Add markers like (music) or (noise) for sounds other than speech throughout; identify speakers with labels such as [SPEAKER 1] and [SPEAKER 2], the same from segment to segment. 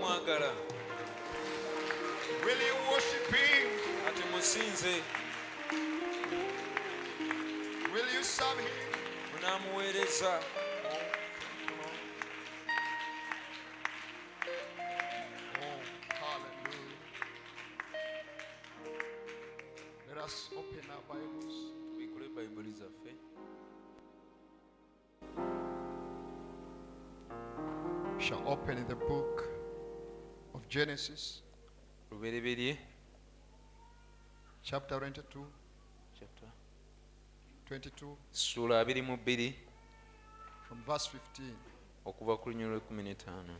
[SPEAKER 1] mwagala
[SPEAKER 2] Will you worship Him?
[SPEAKER 1] kati musinze
[SPEAKER 2] Will you serve Him?
[SPEAKER 1] munaamuweereza
[SPEAKER 2] Oh, hallelujah. Let us open our Bibles
[SPEAKER 1] tubikule bayibuli zaffe
[SPEAKER 2] shall open in the book of Genesis,
[SPEAKER 1] lubereberye
[SPEAKER 2] chapter 22,
[SPEAKER 1] chapter
[SPEAKER 2] 22
[SPEAKER 1] ssuula 22
[SPEAKER 2] from verse 15.
[SPEAKER 1] okuva ku lunyiriro lw'ekumi n'ettaano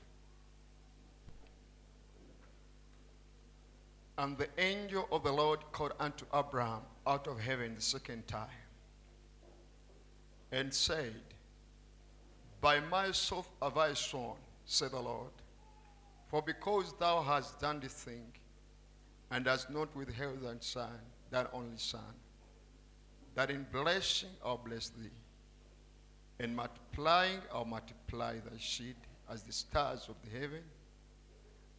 [SPEAKER 2] And the angel of the Lord called unto Abraham out of heaven the second time and said, By myself have I sworn, said the Lord, for because thou hast done this thing, and hast not withheld thy son, thy only son, that in blessing I'll bless thee, and multiplying I'll multiply thy seed as the stars of the heaven,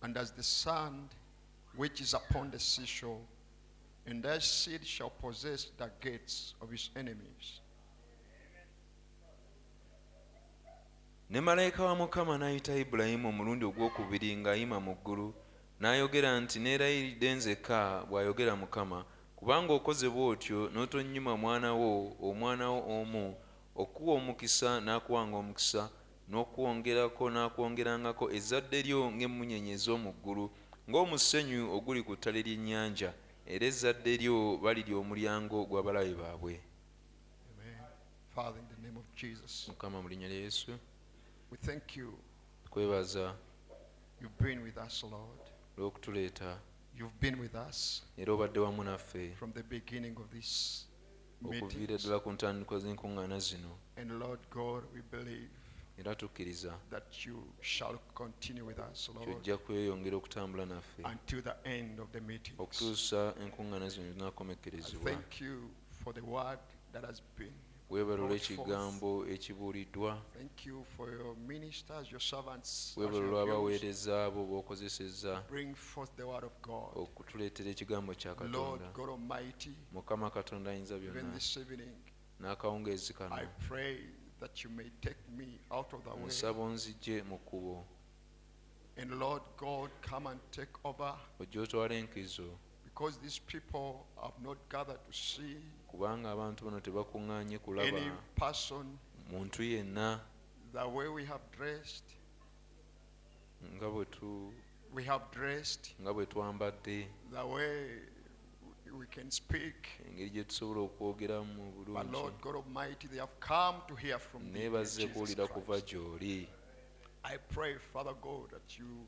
[SPEAKER 2] and as the sand which is upon the seashore, and thy seed shall possess the gates of his enemies.
[SPEAKER 1] ne malayika wa mukama n'ayita ibulayimu omulundi ogwokubiri ng'ayima mu ggulu n'ayogera nti neerayiridde nzeka bw'ayogera mukama kubanga okoze bw'otyo n'otonnyuma mwana wo omwana wo omu okuwa omukisa n'akuwanga omukisa n'okwongerako n'akwongerangako ezzadde lyo ng'emmunyeenye ez'omu ggulu ng'omusenyu oguli ku ttale ly'ennyanja era ezzadde lyo balirya omulyango gw'abalabe baabwe
[SPEAKER 2] Amen. Father, in the name of Jesus,
[SPEAKER 1] mukama mu linnya lya yesu
[SPEAKER 2] we thank you.
[SPEAKER 1] tukwebaza
[SPEAKER 2] You've been with us, Lord.
[SPEAKER 1] olw'okutuleeta
[SPEAKER 2] You've been with us
[SPEAKER 1] era obadde wamu naffe
[SPEAKER 2] from the beginning of this
[SPEAKER 1] okuviira
[SPEAKER 2] meeting.
[SPEAKER 1] ddala ku ntandikwa z'enkuŋŋaana zino
[SPEAKER 2] And Lord God, we believe
[SPEAKER 1] era tukkiriza
[SPEAKER 2] that you shall continue with us, Lord,
[SPEAKER 1] kyojja kweyongera okutambula naffe
[SPEAKER 2] until the end of the meeting.
[SPEAKER 1] okutuusa enkuŋŋaana zino
[SPEAKER 2] I
[SPEAKER 1] zinaakomekerezebwa
[SPEAKER 2] thank you for the word that has been.
[SPEAKER 1] weebalula
[SPEAKER 2] brought forth.
[SPEAKER 1] ekigambo ekibuuliddwa
[SPEAKER 2] Thank you for your ministers, your servants. as you
[SPEAKER 1] weebalula
[SPEAKER 2] have used
[SPEAKER 1] abaweereza abo b'okozesezza
[SPEAKER 2] to Bring forth the word of God.
[SPEAKER 1] okutuleetera ekigambo kya
[SPEAKER 2] Lord
[SPEAKER 1] katonda
[SPEAKER 2] Oh, God Almighty,
[SPEAKER 1] mukama katonda ayinza
[SPEAKER 2] even
[SPEAKER 1] byonna
[SPEAKER 2] this evening,
[SPEAKER 1] n'akawungeezi kano
[SPEAKER 2] I pray that you may take me out of the way.
[SPEAKER 1] nsaba nzije mu kkubo
[SPEAKER 2] And Lord God, come and take over
[SPEAKER 1] ojja otwala enkizo
[SPEAKER 2] because these people have not gathered to see
[SPEAKER 1] kubanga abantu bano tebakuŋŋaanye kulaba
[SPEAKER 2] any person
[SPEAKER 1] muntu yenna
[SPEAKER 2] the way we have dressed.
[SPEAKER 1] nga bwe tu
[SPEAKER 2] We have dressed
[SPEAKER 1] nga bwe twambadde
[SPEAKER 2] the way we- we can speak.
[SPEAKER 1] engeri gye tusobola okwogeramu
[SPEAKER 2] But
[SPEAKER 1] bulungi
[SPEAKER 2] Lord God Almighty, they have come to hear from thee, Lord
[SPEAKER 1] neebaze
[SPEAKER 2] Jesus
[SPEAKER 1] kuwulira kuva
[SPEAKER 2] Christ.
[SPEAKER 1] gy'oli
[SPEAKER 2] I pray, Father God, that you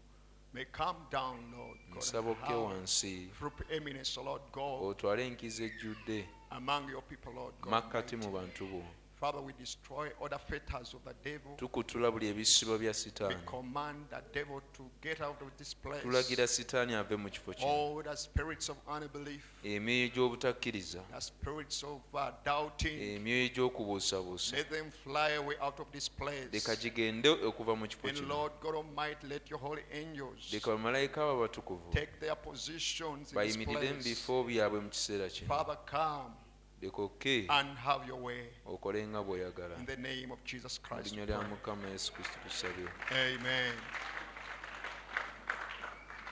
[SPEAKER 2] may come down, Lord
[SPEAKER 1] nsaba
[SPEAKER 2] God,
[SPEAKER 1] okke
[SPEAKER 2] and have
[SPEAKER 1] wansi
[SPEAKER 2] through preeminence, Lord God,
[SPEAKER 1] otwale enkizo ejjudde
[SPEAKER 2] among your people, Lord God.
[SPEAKER 1] makkati mu
[SPEAKER 2] Almighty.
[SPEAKER 1] bantu bo
[SPEAKER 2] Father, we destroy all the fetters of the devil.
[SPEAKER 1] tukutula buli ebisiba bya
[SPEAKER 2] We
[SPEAKER 1] sitaani
[SPEAKER 2] command the devil to get out of this place.
[SPEAKER 1] tulagira sitaani ave mu kifo kino
[SPEAKER 2] All the spirits of unbelief,
[SPEAKER 1] emyoyo gy'obutakkiriza
[SPEAKER 2] the spirits of uh, doubting,
[SPEAKER 1] emyoyo gy'okubuusabuusa
[SPEAKER 2] let them fly away out of this place.
[SPEAKER 1] leka gigende okuva mu kifo
[SPEAKER 2] And
[SPEAKER 1] kino
[SPEAKER 2] Lord God Almighty, let your holy angels
[SPEAKER 1] leka bamalayika abo abatukuvu
[SPEAKER 2] take their positions in this
[SPEAKER 1] bayimirire mu
[SPEAKER 2] place.
[SPEAKER 1] bifo byabwe mu kiseera kino
[SPEAKER 2] Father, come
[SPEAKER 1] leka okke
[SPEAKER 2] and have your way
[SPEAKER 1] okole nga bw'oyagala
[SPEAKER 2] in the name of Jesus
[SPEAKER 1] mu
[SPEAKER 2] Christ.
[SPEAKER 1] linnya
[SPEAKER 2] we
[SPEAKER 1] lya
[SPEAKER 2] pray.
[SPEAKER 1] mukama yesu kristo tusabye
[SPEAKER 2] Amen.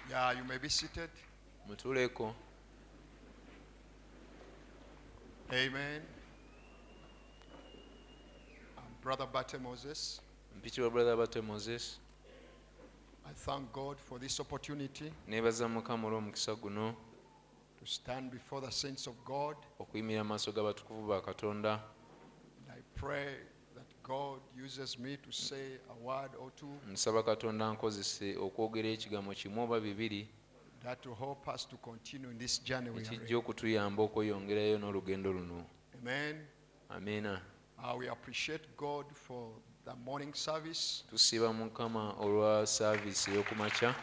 [SPEAKER 2] Yeah, you may be seated.
[SPEAKER 1] mutuuleko
[SPEAKER 2] Amen. Um, Brother Bate Moses,
[SPEAKER 1] mpitibwa brother bate moses
[SPEAKER 2] I thank God for this opportunity
[SPEAKER 1] neebaza mukama olw'omukisa guno
[SPEAKER 2] to stand before the saints of God.
[SPEAKER 1] okuyimirira mu maaso g'abatukuvu ba katonda
[SPEAKER 2] And I pray that God uses me to say a word or two
[SPEAKER 1] nsaba katonda nkozese okwogera ekigambo kimu oba bibiri
[SPEAKER 2] that will help us to continue in this journey we are
[SPEAKER 1] ekijja
[SPEAKER 2] in.
[SPEAKER 1] okutuyamba okweyongerayo n'olugendo luno
[SPEAKER 2] Amen.
[SPEAKER 1] amiina
[SPEAKER 2] Uh, we appreciate God for the morning service.
[SPEAKER 1] tusiiba mukama olwa saaviisi ey'okumakya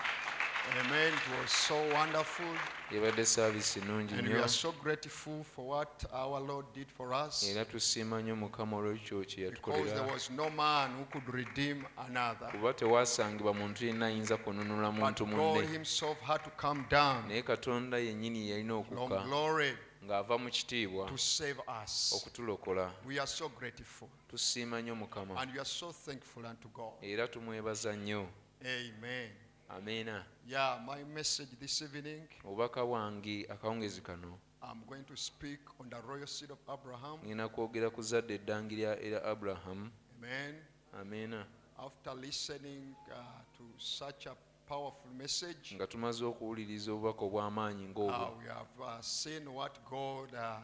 [SPEAKER 2] Amen. It was so wonderful.
[SPEAKER 1] ebadde saavisi nnungi
[SPEAKER 2] And we
[SPEAKER 1] nnyo
[SPEAKER 2] are so grateful for what our Lord did for us.
[SPEAKER 1] era tusiima nnyo mukama olw'ekyo kye
[SPEAKER 2] Because there
[SPEAKER 1] yatukolera
[SPEAKER 2] was no man who could redeem another.
[SPEAKER 1] kuba tewasangibwa muntu yenna ayinza kununula
[SPEAKER 2] But
[SPEAKER 1] muntu
[SPEAKER 2] God
[SPEAKER 1] munne
[SPEAKER 2] Himself had to come down
[SPEAKER 1] naye katonda yennyini yalina
[SPEAKER 2] from
[SPEAKER 1] okukka
[SPEAKER 2] glory
[SPEAKER 1] ng'ava mu kitiibwa
[SPEAKER 2] to save us.
[SPEAKER 1] okutulokola
[SPEAKER 2] We are so grateful
[SPEAKER 1] tusiima nnyo mukama
[SPEAKER 2] and we are so thankful unto God.
[SPEAKER 1] era tumwebaza nnyo
[SPEAKER 2] Amen.
[SPEAKER 1] ameena
[SPEAKER 2] Yeah, my message this evening,
[SPEAKER 1] obubaka bwange akawungezi kano
[SPEAKER 2] I'm going to speak on the royal seed of Abraham.
[SPEAKER 1] ngenda kwogera ku zadde eddangi lya- erya aburahamu
[SPEAKER 2] Amen.
[SPEAKER 1] ameena
[SPEAKER 2] After listening uh, to such a powerful message,
[SPEAKER 1] nga tumaze okuwuliriza obubaka obw'amaanyi ng'obwo
[SPEAKER 2] uh, we have uh, seen what God uh,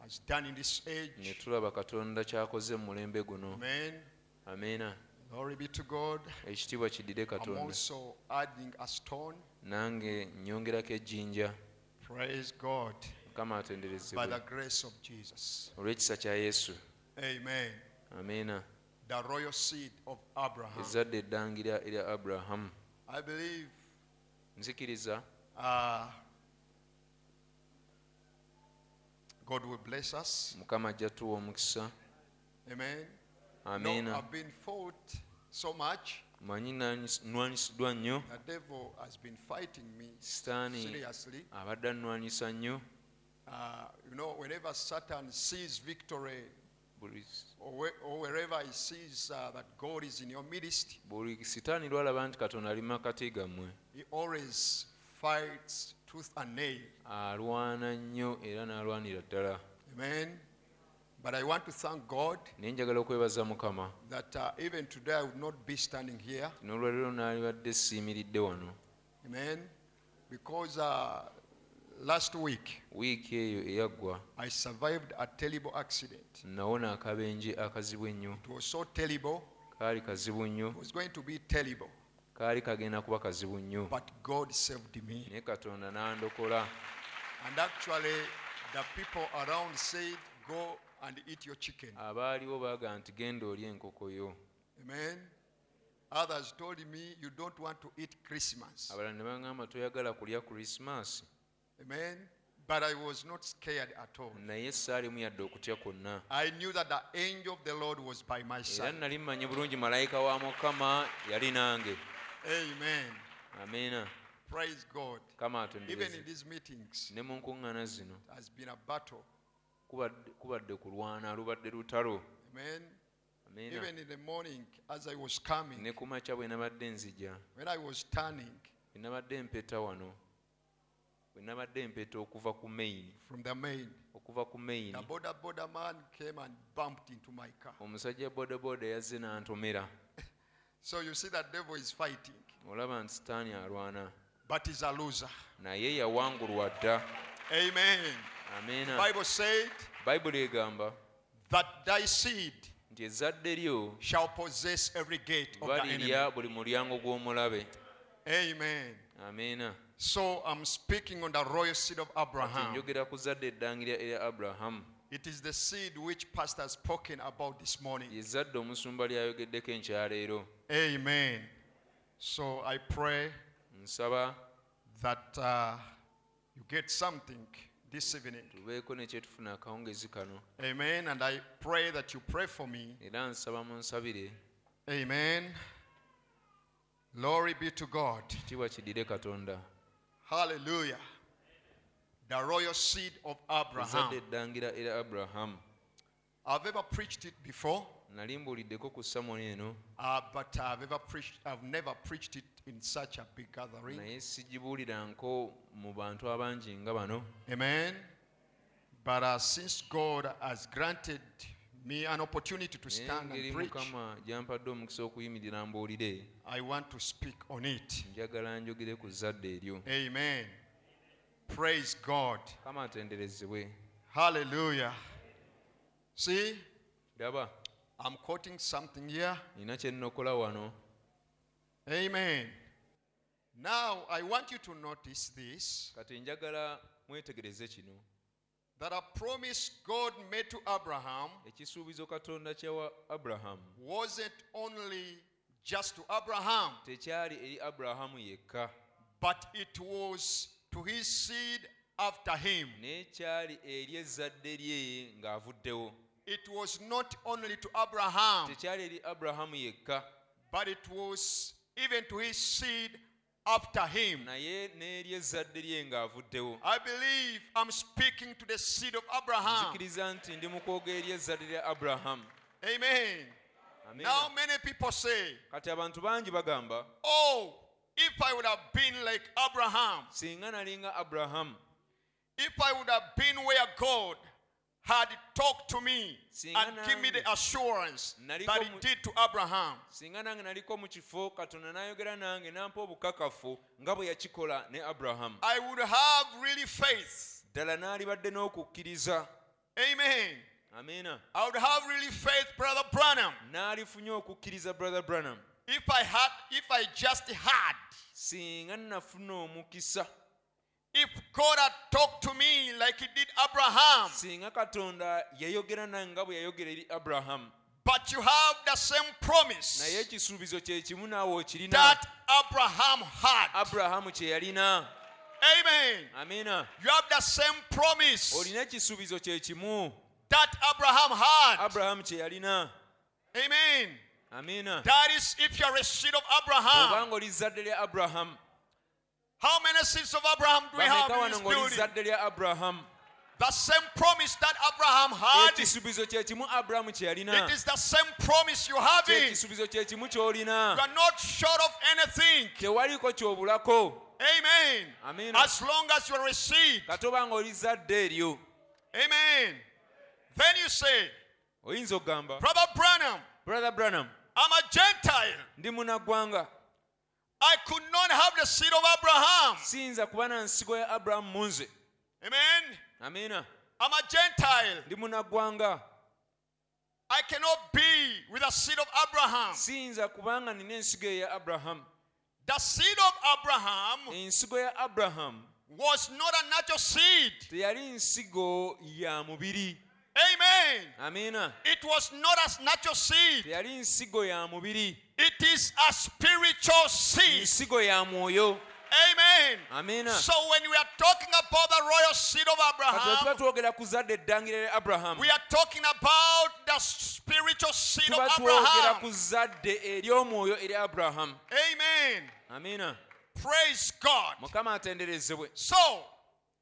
[SPEAKER 2] has done in this
[SPEAKER 1] ne
[SPEAKER 2] age.
[SPEAKER 1] tulaba katonda ky'akoze mu mulembe guno
[SPEAKER 2] Amen.
[SPEAKER 1] ameena
[SPEAKER 2] Glory be to God.
[SPEAKER 1] ekitiibwa kiddire
[SPEAKER 2] I'm
[SPEAKER 1] katonda
[SPEAKER 2] also adding a stone.
[SPEAKER 1] nange nyongerako ejjinja
[SPEAKER 2] Praise God.
[SPEAKER 1] mukama atenderezebwe
[SPEAKER 2] By the grace of Jesus.
[SPEAKER 1] olw'ekisa kya yesu
[SPEAKER 2] Amen.
[SPEAKER 1] ameena
[SPEAKER 2] The royal seed of Abraham.
[SPEAKER 1] ezadde eddangi lya- erya aburahamu
[SPEAKER 2] I believe
[SPEAKER 1] nzikiriza
[SPEAKER 2] uh, God will bless us.
[SPEAKER 1] mukama ajja tuwa omukisa
[SPEAKER 2] Amen. No,
[SPEAKER 1] ameena
[SPEAKER 2] I've been fought so much.
[SPEAKER 1] manyi nanyis- nnwanyisiddwa nnyo
[SPEAKER 2] The devil has been fighting me
[SPEAKER 1] sitaani
[SPEAKER 2] seriously.
[SPEAKER 1] abadde annwanyisa nnyo
[SPEAKER 2] Uh, you know, whenever Satan sees victory
[SPEAKER 1] Buli-
[SPEAKER 2] or, where, or wherever he sees uh, that God is in your midst,
[SPEAKER 1] buli sitaani lwalaba nti katonda ali mu makati gammwe
[SPEAKER 2] he always fights tooth and nail.
[SPEAKER 1] alwana nnyo era n'alwanira ddala
[SPEAKER 2] Amen. But I want to thank God
[SPEAKER 1] naye njagala okwebaza mukama
[SPEAKER 2] that uh, even today I would not be standing here.
[SPEAKER 1] n'olwaliro n'alibadde siimiridde wano
[SPEAKER 2] Amen. Because uh, last week
[SPEAKER 1] wiiki eyo eyaggwa
[SPEAKER 2] I survived a terrible accident.
[SPEAKER 1] nawona akabenje akazibu ennyo
[SPEAKER 2] It was so terrible,
[SPEAKER 1] kaali kazibu nnyo
[SPEAKER 2] it was going to be terrible.
[SPEAKER 1] kaali kagenda kuba kazibu nnyo
[SPEAKER 2] But God saved me.
[SPEAKER 1] naye katonda n'andokola
[SPEAKER 2] And actually, the people around said, Go and eat your chicken.
[SPEAKER 1] abaaliwo baagaa nti genda olya enkoko yo
[SPEAKER 2] Amen. Others told me, You don't want to eat Christmas.
[SPEAKER 1] abalala ne baŋŋamba toyagala kulya krisimaasi
[SPEAKER 2] Amen. But I was not scared at all.
[SPEAKER 1] naye saalimu yadde okutya kwonna
[SPEAKER 2] I knew that the angel of the Lord was by my
[SPEAKER 1] era
[SPEAKER 2] side.
[SPEAKER 1] nali mmanyi bulungi malayika wa mukama yali nange
[SPEAKER 2] Amen.
[SPEAKER 1] ameena
[SPEAKER 2] Praise God.
[SPEAKER 1] kama
[SPEAKER 2] Even in
[SPEAKER 1] atendereze
[SPEAKER 2] these meetings,
[SPEAKER 1] ne mu nkuŋŋaana zino
[SPEAKER 2] it has been a battle.
[SPEAKER 1] kubadde- kubadde kulwana lubadde lutalo
[SPEAKER 2] Amen.
[SPEAKER 1] ameena
[SPEAKER 2] Even in the morning, as I was
[SPEAKER 1] ne
[SPEAKER 2] coming,
[SPEAKER 1] ku makya bwe nabadde nzija
[SPEAKER 2] when I was turning
[SPEAKER 1] bwe nabadde empeta wano bwe nabadde empeta okuva ku maini
[SPEAKER 2] from the main,
[SPEAKER 1] okuva ku maini
[SPEAKER 2] the border border man came and bumped into my car.
[SPEAKER 1] omusajja boodabooda yazze n'antomera
[SPEAKER 2] So you see, the devil is fighting,
[SPEAKER 1] olaba nti sitaani alwana
[SPEAKER 2] but he's a loser.
[SPEAKER 1] naye yawangulwa dda
[SPEAKER 2] Amen.
[SPEAKER 1] ameena
[SPEAKER 2] Bible said
[SPEAKER 1] bayibuli egamba
[SPEAKER 2] that thy seed
[SPEAKER 1] nti ezadde lyo
[SPEAKER 2] shall possess every gate of the enemy.
[SPEAKER 1] balirya buli mulyango gw'omulabe
[SPEAKER 2] Amen.
[SPEAKER 1] ameena
[SPEAKER 2] So I'm speaking on the royal seed of
[SPEAKER 1] Kati
[SPEAKER 2] Abraham.
[SPEAKER 1] njogera ku zadde eddangira erya aburahamu
[SPEAKER 2] It is the seed which Pastor has spoken about this morning.
[SPEAKER 1] lyezadde omusumba lyayogeddeko enkyaleero
[SPEAKER 2] Amen. So I pray
[SPEAKER 1] nsaba
[SPEAKER 2] that uh, you get something this evening.
[SPEAKER 1] tubeeko ne kyetufuna akawungezi kano
[SPEAKER 2] Amen. And I pray that you pray for me.
[SPEAKER 1] era nsaba munsabire
[SPEAKER 2] Amen. Glory be to God.
[SPEAKER 1] kitiibwa kiddire katonda
[SPEAKER 2] Hallelujah. The royal seed of
[SPEAKER 1] ezadde
[SPEAKER 2] Abraham.
[SPEAKER 1] eddangira erya aburahamu
[SPEAKER 2] I've ever preached it before,
[SPEAKER 1] nali mbuuliddeko ku samoni eno
[SPEAKER 2] uh, but I've ever preached. I've never preached it in such a big gathering.
[SPEAKER 1] naye sigibuuliranko mu bantu abangi nga bano
[SPEAKER 2] Amen. But uh, since God has granted me an opportunity to
[SPEAKER 1] naye
[SPEAKER 2] stand
[SPEAKER 1] engeri
[SPEAKER 2] and preach,
[SPEAKER 1] mukama gyampadde omukisa okuyimirira mbuulire
[SPEAKER 2] I want to speak on it.
[SPEAKER 1] njagala njogere ku zadde eryo
[SPEAKER 2] Amen. Praise God.
[SPEAKER 1] kama atenderezebwe
[SPEAKER 2] Hallelujah. See,
[SPEAKER 1] daba
[SPEAKER 2] I'm quoting something here.
[SPEAKER 1] nina kye nnokola wano
[SPEAKER 2] Amen. Now, I want you to notice this
[SPEAKER 1] kati njagala mwetegereze kino
[SPEAKER 2] that a promise God made to Abraham
[SPEAKER 1] ekisuubizo katonda kyawa aburahamu
[SPEAKER 2] wasn't only just to Abraham,
[SPEAKER 1] tekyali eri aburahamu yekka
[SPEAKER 2] but it was to his seed after him.
[SPEAKER 1] naye kyali eri ezzadde lye ng'avuddewo
[SPEAKER 2] It was not only to Abraham,
[SPEAKER 1] tekyali eri aburahamu yekka
[SPEAKER 2] but it was even to his seed after him.
[SPEAKER 1] naye n'eri ezzadde lye ng'avuddewo
[SPEAKER 2] I believe I'm speaking to the seed of Abraham.
[SPEAKER 1] nzikiriza nti ndi mu kwogera eri ezzadde lya aburahamu
[SPEAKER 2] Amen.
[SPEAKER 1] Amen.
[SPEAKER 2] Now, many people say,
[SPEAKER 1] kati abantu bangi bagamba
[SPEAKER 2] Oh, if I would have been like Abraham,
[SPEAKER 1] singa nalinga aburahamu
[SPEAKER 2] if I would have been where God had talked to me and
[SPEAKER 1] Singa
[SPEAKER 2] give me the
[SPEAKER 1] nange-
[SPEAKER 2] assurance
[SPEAKER 1] naliko
[SPEAKER 2] that He
[SPEAKER 1] mu-
[SPEAKER 2] did to Abraham,
[SPEAKER 1] singa nange naliko mu kifo katonda n'ayogera nange nampa obukakafu nga bwe yakikola ne aburahamu
[SPEAKER 2] I would have really faith.
[SPEAKER 1] ddala n'alibadde n'okukkiriza
[SPEAKER 2] Amen.
[SPEAKER 1] amiina
[SPEAKER 2] I would have really faith, Brother Branham,
[SPEAKER 1] n'alifunye okukkiriza brother branham
[SPEAKER 2] if I had, if I just had,
[SPEAKER 1] singa nafuna omukisa
[SPEAKER 2] if God had talked to me like He did Abraham.
[SPEAKER 1] singa katonda yayogera nange nga bwe yayogera eri aburahamu
[SPEAKER 2] But you have the same
[SPEAKER 1] naye
[SPEAKER 2] promise
[SPEAKER 1] ekisuubizo kye kimu naawe okirina
[SPEAKER 2] that Abraham had.
[SPEAKER 1] aburahamu kye yalina
[SPEAKER 2] Amen.
[SPEAKER 1] amiina
[SPEAKER 2] You have the same promise
[SPEAKER 1] olina ekisuubizo kye kimu
[SPEAKER 2] that Abraham had.
[SPEAKER 1] aburahamu kye yalina
[SPEAKER 2] Amen.
[SPEAKER 1] amiina
[SPEAKER 2] That is if you are a seed of Abraham.
[SPEAKER 1] obanga oli zadde lya aburahamu
[SPEAKER 2] How many seeds of Abraham do we have
[SPEAKER 1] bameka
[SPEAKER 2] in
[SPEAKER 1] wano
[SPEAKER 2] this
[SPEAKER 1] ng'oli
[SPEAKER 2] building?
[SPEAKER 1] zadde lya aburahamu
[SPEAKER 2] The same promise that Abraham had.
[SPEAKER 1] ekisuubizo kye kimu aburahamu kye
[SPEAKER 2] It
[SPEAKER 1] yalina
[SPEAKER 2] is the same promise you have in.
[SPEAKER 1] kyekisuubizo kye kimu
[SPEAKER 2] You
[SPEAKER 1] ky'olina
[SPEAKER 2] are not short of anything.
[SPEAKER 1] tewaliko kyobulako
[SPEAKER 2] Amen.
[SPEAKER 1] Amen.
[SPEAKER 2] As long as you are a seed.
[SPEAKER 1] kati obanga oli zadde eryo
[SPEAKER 2] Amen. Then you say,
[SPEAKER 1] oyinza okugamba
[SPEAKER 2] Brother Branham,
[SPEAKER 1] brother branham
[SPEAKER 2] I'm a Gentile.
[SPEAKER 1] ndi munaggwanga
[SPEAKER 2] I could not have the seed of Abraham.
[SPEAKER 1] siyinza kuba na nsigo ya aburahamu mu nze
[SPEAKER 2] Amen.
[SPEAKER 1] amiina
[SPEAKER 2] I'm a Gentile.
[SPEAKER 1] ndi munaggwanga
[SPEAKER 2] I cannot be with the seed of Abraham.
[SPEAKER 1] siyinza kubanga nina ensigo eya aburahamu
[SPEAKER 2] The seed of Abraham
[SPEAKER 1] ensigo ya aburahamu
[SPEAKER 2] was not a natural seed.
[SPEAKER 1] teyali nsigo ya mubiri
[SPEAKER 2] Amen.
[SPEAKER 1] amiina
[SPEAKER 2] It was not a natural seed.
[SPEAKER 1] teyali nsigo ya mubiri
[SPEAKER 2] It is a spiritual seed.
[SPEAKER 1] nsigo ya mwoyo
[SPEAKER 2] Amen.
[SPEAKER 1] amiina
[SPEAKER 2] So when we are talking about the royal seed of
[SPEAKER 1] kati bwe tuba
[SPEAKER 2] Abraham,
[SPEAKER 1] twogera ku zadde eddangira lya aburahamu
[SPEAKER 2] we are talking about the spiritual seed of
[SPEAKER 1] tuba twogera ku
[SPEAKER 2] Abraham.
[SPEAKER 1] zadde ery'omwoyo erya aburahamu
[SPEAKER 2] Amen.
[SPEAKER 1] amiina
[SPEAKER 2] Praise God.
[SPEAKER 1] mukama atenderezebwe
[SPEAKER 2] So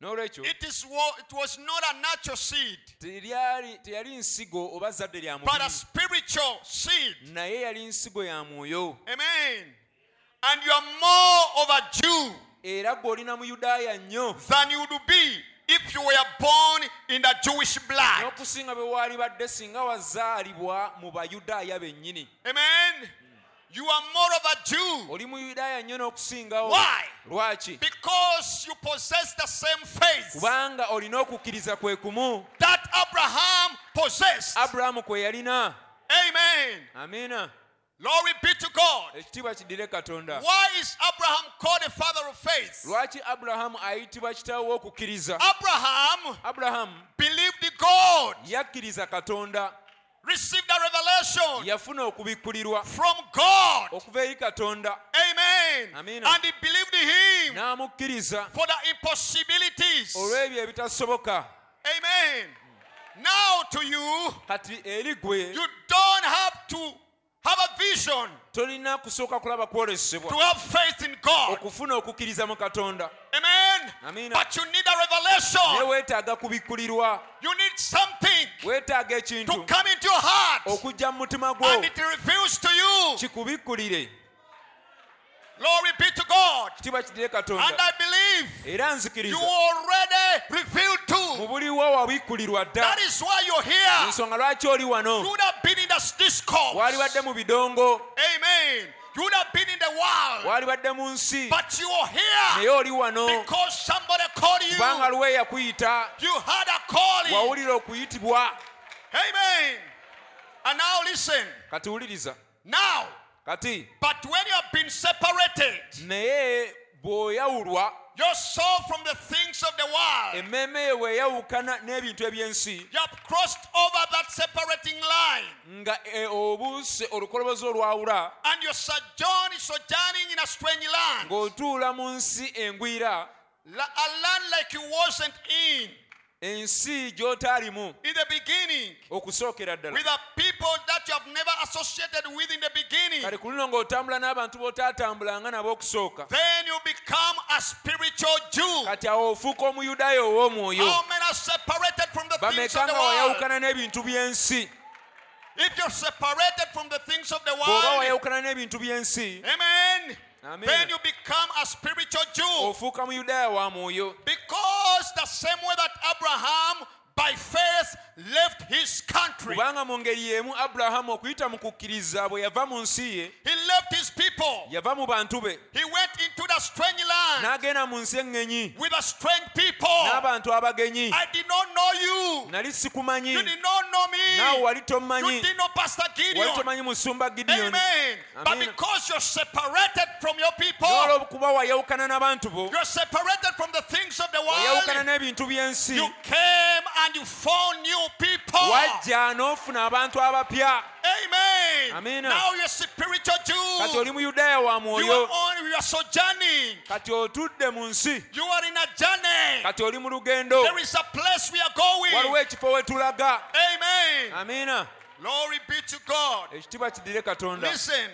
[SPEAKER 1] n'olwekyo
[SPEAKER 2] It is wa- it was not a natural seed,
[SPEAKER 1] teryali- teyali nsigo oba zadde lya
[SPEAKER 2] but a
[SPEAKER 1] mubiri
[SPEAKER 2] spiritual seed.
[SPEAKER 1] naye yali nsigo ya mwoyo
[SPEAKER 2] Amen. And you are more of a Jew
[SPEAKER 1] era gweolina muyudaaya nnyo
[SPEAKER 2] than you would be if you were born in the Jewish blood.
[SPEAKER 1] n'okusinga bwe waalibadde singa wazaalibwa mu bayudaaya bennyini
[SPEAKER 2] Amen. You are more of a Jew
[SPEAKER 1] oli muyudaaya nnyo n'okusingawo
[SPEAKER 2] Why?
[SPEAKER 1] lwaki
[SPEAKER 2] because you possess the same faith
[SPEAKER 1] kubanga olina okukkiriza kwe kumu
[SPEAKER 2] that Abraham possessed.
[SPEAKER 1] abulaamu kwe yalina
[SPEAKER 2] Amen.
[SPEAKER 1] amiina
[SPEAKER 2] Glory be to God.
[SPEAKER 1] ekitiibwa kiddire katonda
[SPEAKER 2] Why is Abraham called a father of faith?
[SPEAKER 1] lwaki abulahamu ayitibwa kitaawo w'okukkiriza
[SPEAKER 2] Abraham
[SPEAKER 1] abulahamu
[SPEAKER 2] believed God.
[SPEAKER 1] yakkiriza katonda
[SPEAKER 2] received a revelation
[SPEAKER 1] yafuna okubikkulirwa
[SPEAKER 2] from God.
[SPEAKER 1] okuva eri katonda
[SPEAKER 2] Amen.
[SPEAKER 1] Amen.
[SPEAKER 2] And he believed him
[SPEAKER 1] n'amukkiriza
[SPEAKER 2] for the impossibilities.
[SPEAKER 1] olw'ebyo ebitasoboka
[SPEAKER 2] Amen. Now to you,
[SPEAKER 1] kati eri gwe
[SPEAKER 2] you don't have to have a vision
[SPEAKER 1] tolina kusooka kulaba
[SPEAKER 2] to
[SPEAKER 1] kwolesebwa
[SPEAKER 2] have faith in God.
[SPEAKER 1] okufuna okukkiriza mu katonda
[SPEAKER 2] Amen.
[SPEAKER 1] Amen.
[SPEAKER 2] But you need a
[SPEAKER 1] naye
[SPEAKER 2] revelation.
[SPEAKER 1] weetaaga kubikkulirwa
[SPEAKER 2] You need something
[SPEAKER 1] weetaaga
[SPEAKER 2] to
[SPEAKER 1] ekintu
[SPEAKER 2] come into your heart
[SPEAKER 1] okujja mu mutima
[SPEAKER 2] and
[SPEAKER 1] gwo
[SPEAKER 2] it reveals to you.
[SPEAKER 1] kikubikkulire
[SPEAKER 2] Glory be to God.
[SPEAKER 1] kitiibwa kiddire
[SPEAKER 2] And
[SPEAKER 1] katonda
[SPEAKER 2] I believe
[SPEAKER 1] era
[SPEAKER 2] you
[SPEAKER 1] nzikiriza
[SPEAKER 2] already revealed
[SPEAKER 1] mu
[SPEAKER 2] to.
[SPEAKER 1] buliwo wabikkulirwa dda
[SPEAKER 2] That is why you're here.
[SPEAKER 1] ensonga lwaki oli
[SPEAKER 2] You
[SPEAKER 1] wano
[SPEAKER 2] would have been in the discourse.
[SPEAKER 1] walibadde mu bidongo
[SPEAKER 2] Amen. You would have been in the world.
[SPEAKER 1] walibadde mu nsi
[SPEAKER 2] But you are here
[SPEAKER 1] naye oli wano
[SPEAKER 2] because somebody called you.
[SPEAKER 1] kubanga lwe yakuyita
[SPEAKER 2] You had a calling.
[SPEAKER 1] wawulira okuyitibwa
[SPEAKER 2] Amen. And now listen.
[SPEAKER 1] kati wuliriza
[SPEAKER 2] Now,
[SPEAKER 1] kati
[SPEAKER 2] but when you have been separated,
[SPEAKER 1] naye bw'oyawulwa
[SPEAKER 2] Your soul from the things of the world.
[SPEAKER 1] emmeeme ye weeyawukana n'ebintu eby'ensi
[SPEAKER 2] You have crossed over that separating line.
[SPEAKER 1] nga e, obuuse olukolobozi olwawula
[SPEAKER 2] And your sojourn is sojourning in a strange land.
[SPEAKER 1] ng'otuula mu nsi engwira
[SPEAKER 2] La- a land like you wasn't in
[SPEAKER 1] ensi gy'otaalimu
[SPEAKER 2] in the beginning.
[SPEAKER 1] okusookera ddala
[SPEAKER 2] With a people that you have never associated with in the
[SPEAKER 1] kale
[SPEAKER 2] beginning.
[SPEAKER 1] ku luno ng'otambula n'abantu b'otaatambulanga nabo okusooka
[SPEAKER 2] Then you become a spiritual Jew.
[SPEAKER 1] kati awo ofuuka omuyudaaya ow'omwoyo
[SPEAKER 2] How many are separated from the things
[SPEAKER 1] bameka
[SPEAKER 2] of the
[SPEAKER 1] nga
[SPEAKER 2] world?
[SPEAKER 1] wayawukana n'ebintu by'ensi
[SPEAKER 2] If you're separated from the things of the
[SPEAKER 1] bw'oba
[SPEAKER 2] world,
[SPEAKER 1] wayawukana n'ebintu by'ensi
[SPEAKER 2] amen,
[SPEAKER 1] Amen.
[SPEAKER 2] then you become a spiritual Jew.
[SPEAKER 1] ofuuka muyudaaya wa mwoyo
[SPEAKER 2] Because the same way that Abraham, by faith, left his country,
[SPEAKER 1] kubanga mu ngeri y'emu abulahamu okuyita mu kukkiriza bwe yava mu nsi ye
[SPEAKER 2] he left his people.
[SPEAKER 1] yava mu bantu be
[SPEAKER 2] He went into the strange land
[SPEAKER 1] n'agenda mu nsi eŋŋenyi
[SPEAKER 2] with a strange people.
[SPEAKER 1] n'abantu abagenyi
[SPEAKER 2] I did not know
[SPEAKER 1] nali
[SPEAKER 2] you.
[SPEAKER 1] sikumanyi
[SPEAKER 2] You did not know
[SPEAKER 1] naawe
[SPEAKER 2] me.
[SPEAKER 1] wali tommanyi
[SPEAKER 2] You did not Pastor
[SPEAKER 1] wali
[SPEAKER 2] Gideon.
[SPEAKER 1] tomanyi musumba gidiyoni
[SPEAKER 2] Amen. But
[SPEAKER 1] Amen.
[SPEAKER 2] because you're separated from your people,
[SPEAKER 1] n'olwokuba wayawukana n'abantu bo
[SPEAKER 2] you're separated from the things of the
[SPEAKER 1] wayawukana
[SPEAKER 2] world,
[SPEAKER 1] n'ebintu by'ensi
[SPEAKER 2] you came and you found new people.
[SPEAKER 1] wajja n'ofuna abantu abapya
[SPEAKER 2] Amen.
[SPEAKER 1] Amen.
[SPEAKER 2] Now you're spiritual
[SPEAKER 1] kati
[SPEAKER 2] Jew.
[SPEAKER 1] oli muyudaaya wa
[SPEAKER 2] You are
[SPEAKER 1] mwoyo
[SPEAKER 2] on. You are sojourning.
[SPEAKER 1] kati otudde mu nsi
[SPEAKER 2] You are in a journey.
[SPEAKER 1] kati oli mu lugendo
[SPEAKER 2] There is a place we are
[SPEAKER 1] waliwo
[SPEAKER 2] going.
[SPEAKER 1] ekifo we tulaga Ah.
[SPEAKER 2] Amen.
[SPEAKER 1] amiina
[SPEAKER 2] Glory be to God.
[SPEAKER 1] ekitiibwa kidire katonda
[SPEAKER 2] Listen.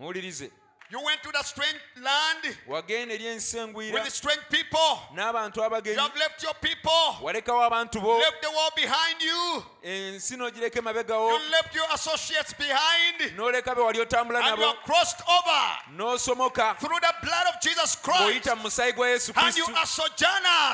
[SPEAKER 1] muwulirize
[SPEAKER 2] You went to the strange land
[SPEAKER 1] wagenda eri ensi engwira
[SPEAKER 2] with the strange people.
[SPEAKER 1] n'abantu
[SPEAKER 2] You
[SPEAKER 1] abagenyi
[SPEAKER 2] have left your people.
[SPEAKER 1] walekawo abantu bo
[SPEAKER 2] Left the world behind you.
[SPEAKER 1] ensi n'ogireka emabegawo
[SPEAKER 2] You left your associates behind.
[SPEAKER 1] n'oleka be wali otambula
[SPEAKER 2] And you
[SPEAKER 1] nabo
[SPEAKER 2] have crossed over
[SPEAKER 1] n'osomoka
[SPEAKER 2] through the blood of Jesus Christ.
[SPEAKER 1] ng'oyita mu musaayi gwa yesu
[SPEAKER 2] And you
[SPEAKER 1] kristo
[SPEAKER 2] are
[SPEAKER 1] era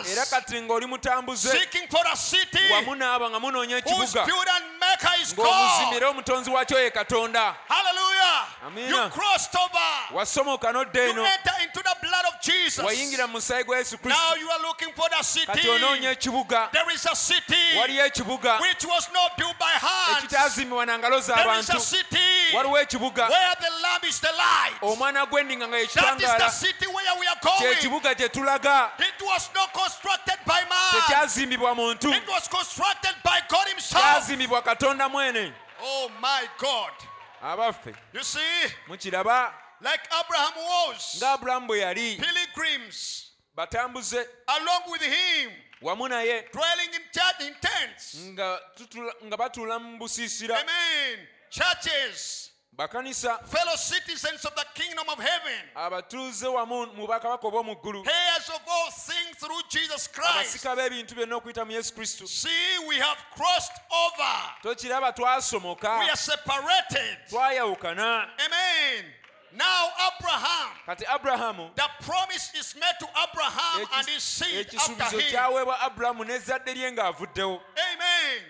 [SPEAKER 2] sojourners
[SPEAKER 1] kati ng'oli mutambuze
[SPEAKER 2] seeking for a city
[SPEAKER 1] wamu n'abo nga munoonya
[SPEAKER 2] whose
[SPEAKER 1] ekibuga
[SPEAKER 2] builder and maker is God.
[SPEAKER 1] ng'omuzimira omutonzi waakyo ye katonda
[SPEAKER 2] Hallelujah.
[SPEAKER 1] Amen.
[SPEAKER 2] You crossed over.
[SPEAKER 1] wasomoka n'odda
[SPEAKER 2] You
[SPEAKER 1] eno
[SPEAKER 2] enter into the blood of Jesus.
[SPEAKER 1] wayingira mu musaayi gwa yesu
[SPEAKER 2] Now
[SPEAKER 1] kristo
[SPEAKER 2] you are looking for the city.
[SPEAKER 1] kati onoonya ekibuga
[SPEAKER 2] There is a city
[SPEAKER 1] waliyo ekibuga
[SPEAKER 2] which was not built by hands.
[SPEAKER 1] ekitaazimibwa na
[SPEAKER 2] There
[SPEAKER 1] ngalo
[SPEAKER 2] is a
[SPEAKER 1] z'abantu
[SPEAKER 2] city
[SPEAKER 1] waliwo ekibuga
[SPEAKER 2] where the lamb is the light.
[SPEAKER 1] omwana gw'enninga nga
[SPEAKER 2] That is the
[SPEAKER 1] yekitangaala
[SPEAKER 2] city where we are going.
[SPEAKER 1] kyekibuga gye tulaga
[SPEAKER 2] It was not constructed by man.
[SPEAKER 1] tekyazimbibwa muntu
[SPEAKER 2] It was constructed by God Himself.
[SPEAKER 1] kyazimbibwa katonda mwene
[SPEAKER 2] Oh my God.
[SPEAKER 1] abaffe
[SPEAKER 2] You see,
[SPEAKER 1] mukiraba
[SPEAKER 2] like Abraham was,
[SPEAKER 1] nga abulamu bwe yali
[SPEAKER 2] pilgrims
[SPEAKER 1] batambuze
[SPEAKER 2] along with him,
[SPEAKER 1] wamu naye
[SPEAKER 2] dwelling in, tent, in tents.
[SPEAKER 1] nga tutula- nga batuula mu busiisira
[SPEAKER 2] Amen. Churches,
[SPEAKER 1] bakanisa
[SPEAKER 2] fellow citizens of the kingdom of heaven,
[SPEAKER 1] abatuuze wamu mu bakabaka ob'omu ggulu
[SPEAKER 2] heirs of all things through Jesus Christ.
[SPEAKER 1] abasika b'ebintu byonna okuyita mu yesu kristo
[SPEAKER 2] See, we have crossed over.
[SPEAKER 1] tokiraba
[SPEAKER 2] We are
[SPEAKER 1] twasomoka
[SPEAKER 2] separated.
[SPEAKER 1] twayawukana
[SPEAKER 2] Amen. Now, Abraham,
[SPEAKER 1] kati aburahamu
[SPEAKER 2] the promise is made to Abraham
[SPEAKER 1] ekis-
[SPEAKER 2] and his seed after
[SPEAKER 1] ekisuubizo
[SPEAKER 2] him.
[SPEAKER 1] kyaweebwa aburahamu n'ezzadde lye ng'avuddewo
[SPEAKER 2] Amen.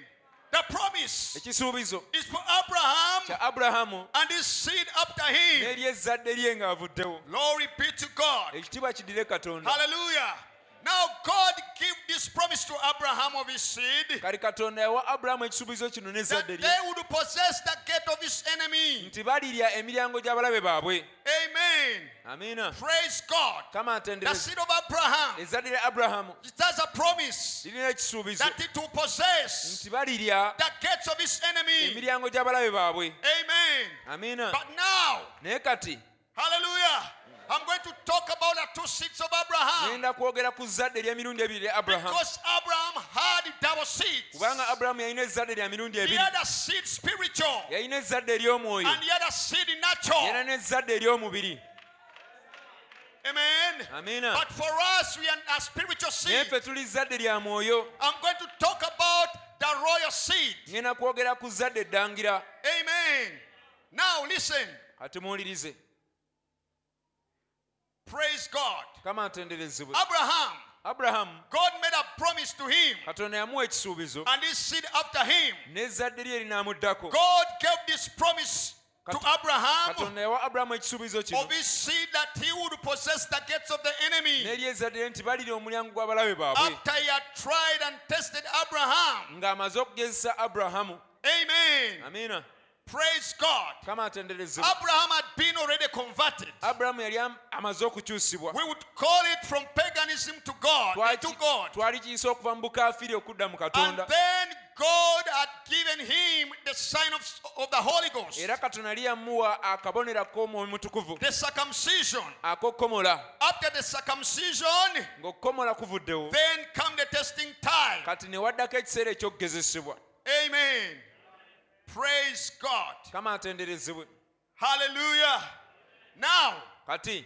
[SPEAKER 2] The promise
[SPEAKER 1] ekisuubizo
[SPEAKER 2] is for Abraham
[SPEAKER 1] kya aburahamu
[SPEAKER 2] and his seed after him.
[SPEAKER 1] n'eryezzadde lye ng'avuddewo
[SPEAKER 2] Glory be to God.
[SPEAKER 1] ekitiibwa kidire katonda
[SPEAKER 2] Hallelujah. Now, God gave this promise to Abraham of his seed
[SPEAKER 1] kale katonda yawa aburahamu ekisuubizo kino
[SPEAKER 2] that
[SPEAKER 1] n'ezzadde lye
[SPEAKER 2] they would possess the gate of his enemy.
[SPEAKER 1] nti balirya emiryango gy'abalabe baabwe
[SPEAKER 2] Amen.
[SPEAKER 1] amiina
[SPEAKER 2] Praise God.
[SPEAKER 1] kama
[SPEAKER 2] The
[SPEAKER 1] atendereza
[SPEAKER 2] seed of Abraham.
[SPEAKER 1] ezzadde lya aburahamu
[SPEAKER 2] It has a promise
[SPEAKER 1] lirina ekisuubizo
[SPEAKER 2] that it will possess
[SPEAKER 1] nti balirya
[SPEAKER 2] the gates of his enemy.
[SPEAKER 1] emiryango gy'abalabe baabwe
[SPEAKER 2] Amen.
[SPEAKER 1] amiina
[SPEAKER 2] But now,
[SPEAKER 1] naye kati
[SPEAKER 2] hallelujah, I'm going to talk about the two seeds of Abraham.
[SPEAKER 1] genda kwogera ku zzadde ly'emirundi ebiri lya aburahamu
[SPEAKER 2] Ah. Because Abraham had double seeds.
[SPEAKER 1] kubanga aburahamu yalina ezzadde lya mirundi
[SPEAKER 2] He
[SPEAKER 1] ebiri
[SPEAKER 2] had a seed spiritual
[SPEAKER 1] yalina ezzadde ery'omwoyo
[SPEAKER 2] and he had a seed natural.
[SPEAKER 1] yalina n'ezzadde ery'omubiri
[SPEAKER 2] Amen.
[SPEAKER 1] amiina
[SPEAKER 2] But for us, we are a spiritual
[SPEAKER 1] naye
[SPEAKER 2] seed.
[SPEAKER 1] ffe tuli zzadde lya mwoyo
[SPEAKER 2] I'm going to talk about the royal seed.
[SPEAKER 1] ŋŋenda kwogera ku zzadde eddangira
[SPEAKER 2] Amen. Now, listen.
[SPEAKER 1] ate muwulirize
[SPEAKER 2] Praise God.
[SPEAKER 1] kama atenderezebwe
[SPEAKER 2] Abraham,
[SPEAKER 1] aburahamu
[SPEAKER 2] God made a promise to him
[SPEAKER 1] katonda yamuwa ekisuubizo
[SPEAKER 2] and his seed after him.
[SPEAKER 1] n'ezzadde lye linaamuddako
[SPEAKER 2] God gave this promise to
[SPEAKER 1] Kat-
[SPEAKER 2] Abraham
[SPEAKER 1] katonda yawa aburahamu ekisuubizo kino
[SPEAKER 2] of his seed that he would possess the gates of the enemy.
[SPEAKER 1] n'eryezzadde lye nti balirya omulyango gw'abalabe baabwe
[SPEAKER 2] After he had tried and tested Abraham.
[SPEAKER 1] ng'amaze okugezesa aburahamu
[SPEAKER 2] Amen.
[SPEAKER 1] amiina
[SPEAKER 2] Praise God.
[SPEAKER 1] mukama atenderezebwa
[SPEAKER 2] Abraham had been already converted.
[SPEAKER 1] abulamu yali am- amaze okukyusibwa
[SPEAKER 2] We would call it from paganism to God,
[SPEAKER 1] Twaki-
[SPEAKER 2] to God.
[SPEAKER 1] twalikiyisa okuva mu bukaafiri okudda
[SPEAKER 2] And
[SPEAKER 1] mu katonda
[SPEAKER 2] then God had given him the sign of, of the Holy Ghost,
[SPEAKER 1] era katonda yali yamuwa akabonero k'omwoyo mutukuvu
[SPEAKER 2] the circumcision.
[SPEAKER 1] ak'okukomola
[SPEAKER 2] After the circumcision,
[SPEAKER 1] ng'okukomola kuvuddewo
[SPEAKER 2] then come the testing time.
[SPEAKER 1] kati ne waddako ekiseera eky'okugezesebwa
[SPEAKER 2] Amen. Praise God.
[SPEAKER 1] kama atenderezebwe
[SPEAKER 2] Hallelujah. Now,
[SPEAKER 1] kati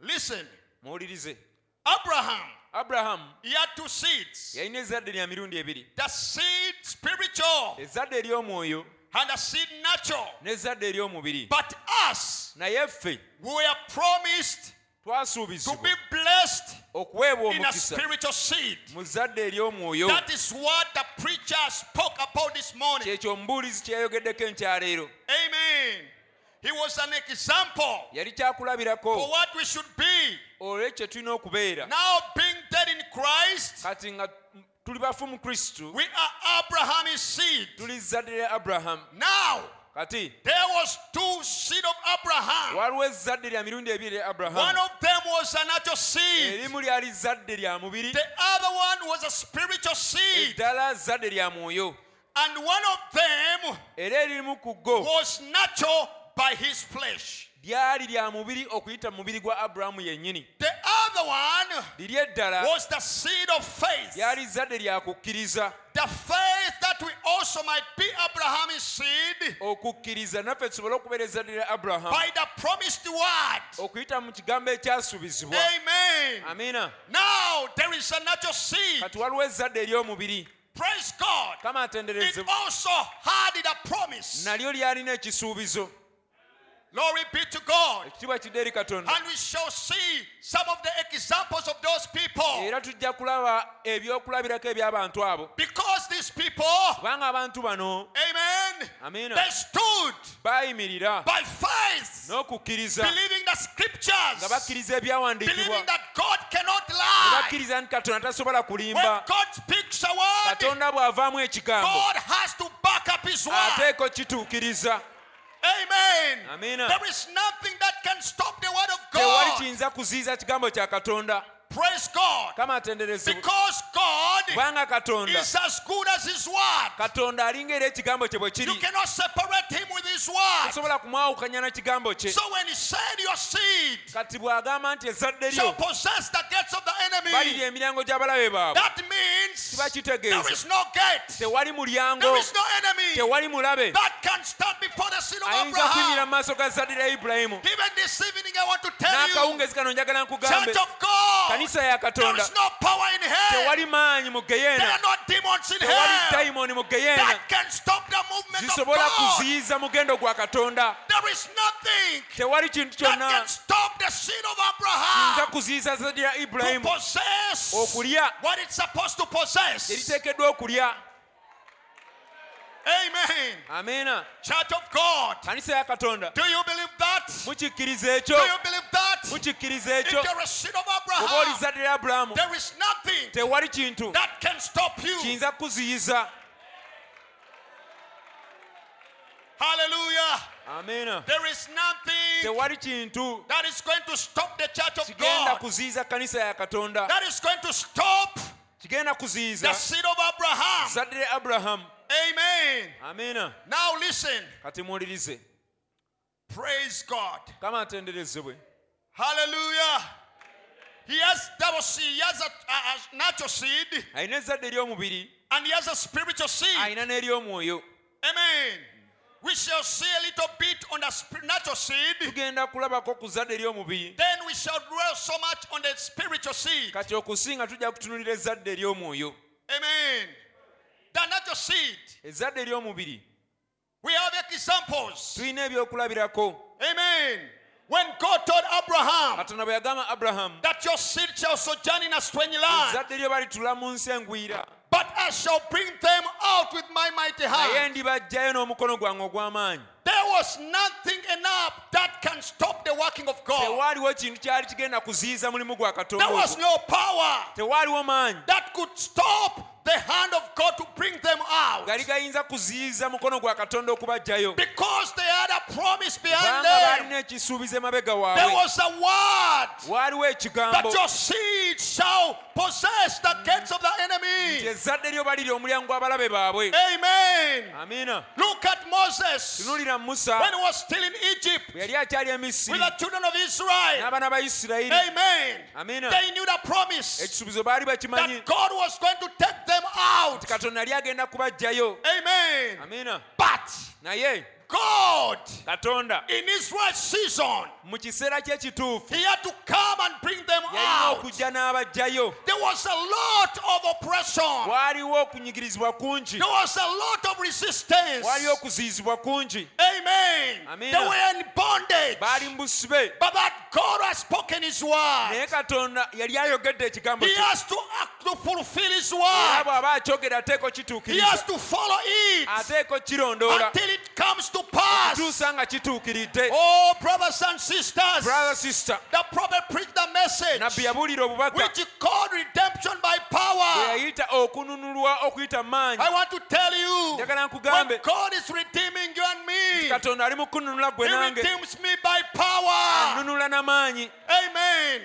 [SPEAKER 2] listen.
[SPEAKER 1] muwulirize
[SPEAKER 2] Abraham,
[SPEAKER 1] abulahamu
[SPEAKER 2] he had two seeds.
[SPEAKER 1] yalina ezzadde lya mirundi ebiri
[SPEAKER 2] The seed spiritual
[SPEAKER 1] ezzadde ery'omwoyo
[SPEAKER 2] and the seed natural.
[SPEAKER 1] n'ezzadde ery'omubiri
[SPEAKER 2] But us,
[SPEAKER 1] naye ffe
[SPEAKER 2] we are promised to
[SPEAKER 1] twasuubizibwa
[SPEAKER 2] be blessed
[SPEAKER 1] okuweebwa
[SPEAKER 2] in a
[SPEAKER 1] omukisa
[SPEAKER 2] spiritual seed.
[SPEAKER 1] mu zzadde ery'omwoyo
[SPEAKER 2] That is what the preacher spoke about this morning.
[SPEAKER 1] kyekyo omubuulizi kyeyayogeddeko enkyaleero
[SPEAKER 2] Amen. He was an example
[SPEAKER 1] yali
[SPEAKER 2] for
[SPEAKER 1] kyakulabirako
[SPEAKER 2] what we should be.
[SPEAKER 1] olwekyo tulina okubeera
[SPEAKER 2] Now, being dead in Christ,
[SPEAKER 1] kati nga mm, tuli bafu mu kristu
[SPEAKER 2] we are Abraham's seed.
[SPEAKER 1] tuli zzadde lya abulahamu
[SPEAKER 2] Now,
[SPEAKER 1] kati
[SPEAKER 2] there was two seed of Abraham.
[SPEAKER 1] waliwo ezzadde lya mirundi ebiri erya
[SPEAKER 2] One
[SPEAKER 1] abulahamu
[SPEAKER 2] of them was a natural seed.
[SPEAKER 1] erimu lyali zzadde lya mubiri
[SPEAKER 2] The other one was a spiritual seed.
[SPEAKER 1] eddala zzadde lya mwoyo
[SPEAKER 2] And one of them
[SPEAKER 1] era eririmu ku go
[SPEAKER 2] was natural by his flesh.
[SPEAKER 1] lyali lya mubiri okuyita mu mubiri gwa abulahamu yennyini
[SPEAKER 2] The other one
[SPEAKER 1] liri eddala
[SPEAKER 2] was the seed of faith.
[SPEAKER 1] lyali zzadde lya kukkiriza
[SPEAKER 2] The faith that we also might be Abraham's seed
[SPEAKER 1] okukkiriza naffe tusobole okubeera ezzadde lya abulahamu
[SPEAKER 2] by the promised word.
[SPEAKER 1] okuyita mu kigambo ekyasuubizibwa
[SPEAKER 2] Amen.
[SPEAKER 1] amiina
[SPEAKER 2] Now there is a natural seed.
[SPEAKER 1] kati waliwo ezzadde ery'omubiri
[SPEAKER 2] Praise God.
[SPEAKER 1] kama
[SPEAKER 2] It
[SPEAKER 1] atenderezebwa
[SPEAKER 2] also had the promise.
[SPEAKER 1] nalyo lyalina ekisuubizo
[SPEAKER 2] Glory be to God.
[SPEAKER 1] ekitiibwa kidde eri katonda
[SPEAKER 2] And we shall see some of the examples of those people.
[SPEAKER 1] era tujja kulaba ebyokulabirako eby'abantu abo
[SPEAKER 2] Because these people,
[SPEAKER 1] kubanga abantu bano
[SPEAKER 2] amen,
[SPEAKER 1] amiina
[SPEAKER 2] they stood
[SPEAKER 1] bayimirira
[SPEAKER 2] by faith,
[SPEAKER 1] n'okukkiriza
[SPEAKER 2] believing the
[SPEAKER 1] nga
[SPEAKER 2] scriptures,
[SPEAKER 1] bakkiriza ebyawandiikibwa
[SPEAKER 2] believing that God cannot
[SPEAKER 1] ne
[SPEAKER 2] lie.
[SPEAKER 1] bakkiriza nti katonda tasobola
[SPEAKER 2] When
[SPEAKER 1] kulimba
[SPEAKER 2] God speaks a word,
[SPEAKER 1] katonda Ah, bw'avaamu ekigambo
[SPEAKER 2] God has to back up His word.
[SPEAKER 1] ateeka okituukiriza
[SPEAKER 2] Amen.
[SPEAKER 1] amiina
[SPEAKER 2] There is nothing that can stop the word of
[SPEAKER 1] tewali
[SPEAKER 2] God.
[SPEAKER 1] kiyinza kuziyiza kigambo kya katonda
[SPEAKER 2] Praise God.
[SPEAKER 1] kama atenderezebwe
[SPEAKER 2] Because God
[SPEAKER 1] kubanga katonda
[SPEAKER 2] is as good as His word.
[SPEAKER 1] katonda alinga era ekigambo kye bwe
[SPEAKER 2] You
[SPEAKER 1] kiri
[SPEAKER 2] cannot separate Him with His word.
[SPEAKER 1] tosobola kumwawukanya na kigambo kye
[SPEAKER 2] So when He said, Your seed
[SPEAKER 1] kati bw'agamba nti ezadde
[SPEAKER 2] shall
[SPEAKER 1] lyo
[SPEAKER 2] possess the gates of the
[SPEAKER 1] balirya
[SPEAKER 2] enemy,
[SPEAKER 1] emiryango gy'abalabe baabwe
[SPEAKER 2] that means
[SPEAKER 1] kiba
[SPEAKER 2] there
[SPEAKER 1] kitegeeza
[SPEAKER 2] is no gate,
[SPEAKER 1] tewali mulyango
[SPEAKER 2] there is no enemy
[SPEAKER 1] tewali mulabe
[SPEAKER 2] that can stand before the seed of
[SPEAKER 1] ayinza kuyimirira
[SPEAKER 2] Abraham.
[SPEAKER 1] mu maaso ga zadde lya ibulayimu
[SPEAKER 2] Even this evening, I want to tell you.
[SPEAKER 1] n'akawungezi kano njagala nkugambe
[SPEAKER 2] Church of God.
[SPEAKER 1] kanisa ya
[SPEAKER 2] There
[SPEAKER 1] katonda
[SPEAKER 2] is no power in hell.
[SPEAKER 1] tewali maanyi mu
[SPEAKER 2] There
[SPEAKER 1] geyeena
[SPEAKER 2] are no demons in
[SPEAKER 1] tewali
[SPEAKER 2] hell
[SPEAKER 1] dayimoni mu
[SPEAKER 2] that
[SPEAKER 1] geyeena
[SPEAKER 2] can stop the movement of
[SPEAKER 1] zisobola
[SPEAKER 2] God.
[SPEAKER 1] kuziyiza mugendo gwa katonda
[SPEAKER 2] There is nothing
[SPEAKER 1] tewali kintu
[SPEAKER 2] that can
[SPEAKER 1] kyonna
[SPEAKER 2] stop the seed of
[SPEAKER 1] kiyinza
[SPEAKER 2] Abraham
[SPEAKER 1] kuziyiza zadde lya
[SPEAKER 2] to
[SPEAKER 1] ibulayimu
[SPEAKER 2] possess
[SPEAKER 1] okulya
[SPEAKER 2] what it's supposed to possess.
[SPEAKER 1] eriteekeddwa okulya
[SPEAKER 2] Amen.
[SPEAKER 1] amiina
[SPEAKER 2] Church of God.
[SPEAKER 1] kanisa ya katonda
[SPEAKER 2] Do you believe that?
[SPEAKER 1] mukikkiriza
[SPEAKER 2] Do
[SPEAKER 1] ekyo
[SPEAKER 2] you believe that?
[SPEAKER 1] mukikkiriza
[SPEAKER 2] If
[SPEAKER 1] ekyo
[SPEAKER 2] you're a seed of
[SPEAKER 1] oba oli
[SPEAKER 2] Abraham,
[SPEAKER 1] zadde lya abulaamu
[SPEAKER 2] there is nothing
[SPEAKER 1] tewali kintu
[SPEAKER 2] that can stop you.
[SPEAKER 1] kiyinza kuziyiza
[SPEAKER 2] Hallelujah.
[SPEAKER 1] amiina
[SPEAKER 2] There is nothing
[SPEAKER 1] tewali kintu
[SPEAKER 2] that is going to stop the church of
[SPEAKER 1] kigenda
[SPEAKER 2] God.
[SPEAKER 1] kuziyiza kanisa ya katonda
[SPEAKER 2] that is going to stop
[SPEAKER 1] kigenda
[SPEAKER 2] the
[SPEAKER 1] kuziyiza
[SPEAKER 2] seed of Abraham.
[SPEAKER 1] zadde lya abulaamu
[SPEAKER 2] Amen.
[SPEAKER 1] amiina
[SPEAKER 2] Now listen.
[SPEAKER 1] kati muwulirize
[SPEAKER 2] Praise God.
[SPEAKER 1] kama atenderezebwe
[SPEAKER 2] Hallelujah. He has double seed. He has a, a, a natural seed
[SPEAKER 1] alina ezzadde ery'omubiri
[SPEAKER 2] and he has a spiritual seed.
[SPEAKER 1] alina n'ery'omwoyo
[SPEAKER 2] Amen. We shall see a little bit on the spir- natural seed.
[SPEAKER 1] tugenda kulabako ku zadde ery'omubiri
[SPEAKER 2] Then we shall dwell so much on the spiritual seed.
[SPEAKER 1] kati okusinga tujja kutunulira ezzadde ery'omwoyo
[SPEAKER 2] Amen. The natural seed.
[SPEAKER 1] ezzadde ery'omubiri
[SPEAKER 2] We have examples.
[SPEAKER 1] tulina ebyokulabirako
[SPEAKER 2] Amen. When God told Abraham,
[SPEAKER 1] katonda bwe yagamba abulaamu
[SPEAKER 2] that your seed shall sojourn in a strange land,
[SPEAKER 1] ezzadde lyo balitula mu nsi engwira
[SPEAKER 2] but But I shall bring them out with my mighty
[SPEAKER 1] naye
[SPEAKER 2] hand.
[SPEAKER 1] ndibajjayo n'omukono gwange ogw'amaanyi
[SPEAKER 2] There was nothing enough that can stop the working of God.
[SPEAKER 1] tewaaliwo kintu kyali kigenda kuziyiza mulimu gwa katonda
[SPEAKER 2] There was
[SPEAKER 1] ogwo.
[SPEAKER 2] no power
[SPEAKER 1] tewaaliwo maanyi
[SPEAKER 2] that could stop the hand of God to bring them out.
[SPEAKER 1] gali gayinza kuziyiza mukono gwa katonda okubajjayo
[SPEAKER 2] Because they had a promise behind
[SPEAKER 1] kubanga
[SPEAKER 2] them.
[SPEAKER 1] balina ekisuubiza emabega
[SPEAKER 2] There
[SPEAKER 1] waabwe
[SPEAKER 2] was a word
[SPEAKER 1] waaliwo
[SPEAKER 2] that
[SPEAKER 1] ekigambo
[SPEAKER 2] your seed shall possess the gates of the
[SPEAKER 1] nti
[SPEAKER 2] enemy.
[SPEAKER 1] ezadde lyo baliri omulyango gw'abalabe baabwe
[SPEAKER 2] Amen.
[SPEAKER 1] amiina
[SPEAKER 2] Look at Moses when
[SPEAKER 1] tunulira musa
[SPEAKER 2] he was still in Egypt
[SPEAKER 1] bwe yali akyali
[SPEAKER 2] with
[SPEAKER 1] emisiri
[SPEAKER 2] the children of Israel.
[SPEAKER 1] n'abaana ba isirayiri
[SPEAKER 2] Amen.
[SPEAKER 1] amiina
[SPEAKER 2] They knew the promise
[SPEAKER 1] ekisuubizo baali bakimanyi
[SPEAKER 2] that God was going to take them out.
[SPEAKER 1] nti katonda yali agenda kubajjayo
[SPEAKER 2] Amen.
[SPEAKER 1] amiina
[SPEAKER 2] But
[SPEAKER 1] naye
[SPEAKER 2] God,
[SPEAKER 1] katonda
[SPEAKER 2] in Israel's season,
[SPEAKER 1] mu kiseera ky'ekituufu
[SPEAKER 2] He had to come and bring them
[SPEAKER 1] yalina
[SPEAKER 2] out.
[SPEAKER 1] okujja n'abajjayo
[SPEAKER 2] There was a lot of oppression.
[SPEAKER 1] waaliwo okunyigirizibwa kungi
[SPEAKER 2] There was a lot of resistance.
[SPEAKER 1] waaliwo okuziyizibwa kungi
[SPEAKER 2] Amen. They
[SPEAKER 1] Amen.
[SPEAKER 2] were in bondage.
[SPEAKER 1] baali mu busibe
[SPEAKER 2] But that God has spoken His word.
[SPEAKER 1] naye katonda yali ayogedde ekigambo
[SPEAKER 2] He
[SPEAKER 1] kye.
[SPEAKER 2] has to act to fulfill His
[SPEAKER 1] era
[SPEAKER 2] word.
[SPEAKER 1] bw'aba akyogera ateeko
[SPEAKER 2] He has
[SPEAKER 1] kituukiriza
[SPEAKER 2] to follow it
[SPEAKER 1] ateeko kirondoola
[SPEAKER 2] until it comes to pass.
[SPEAKER 1] okutuusa nga kituukiridde
[SPEAKER 2] Oh, brothers and sisters,
[SPEAKER 1] brother sister
[SPEAKER 2] the prophet preached the
[SPEAKER 1] nabbi
[SPEAKER 2] message
[SPEAKER 1] yabuulira obubaka
[SPEAKER 2] which he called redemption by
[SPEAKER 1] bwe
[SPEAKER 2] power.
[SPEAKER 1] yayita okununulwa okuyita mu maanyi
[SPEAKER 2] I want to tell you,
[SPEAKER 1] njagala
[SPEAKER 2] when
[SPEAKER 1] nkugambe
[SPEAKER 2] God is redeeming you and me,
[SPEAKER 1] katonda ali mu kununula gwe
[SPEAKER 2] He
[SPEAKER 1] nange
[SPEAKER 2] redeems me by power.
[SPEAKER 1] anunula n'amaanyi
[SPEAKER 2] Amen.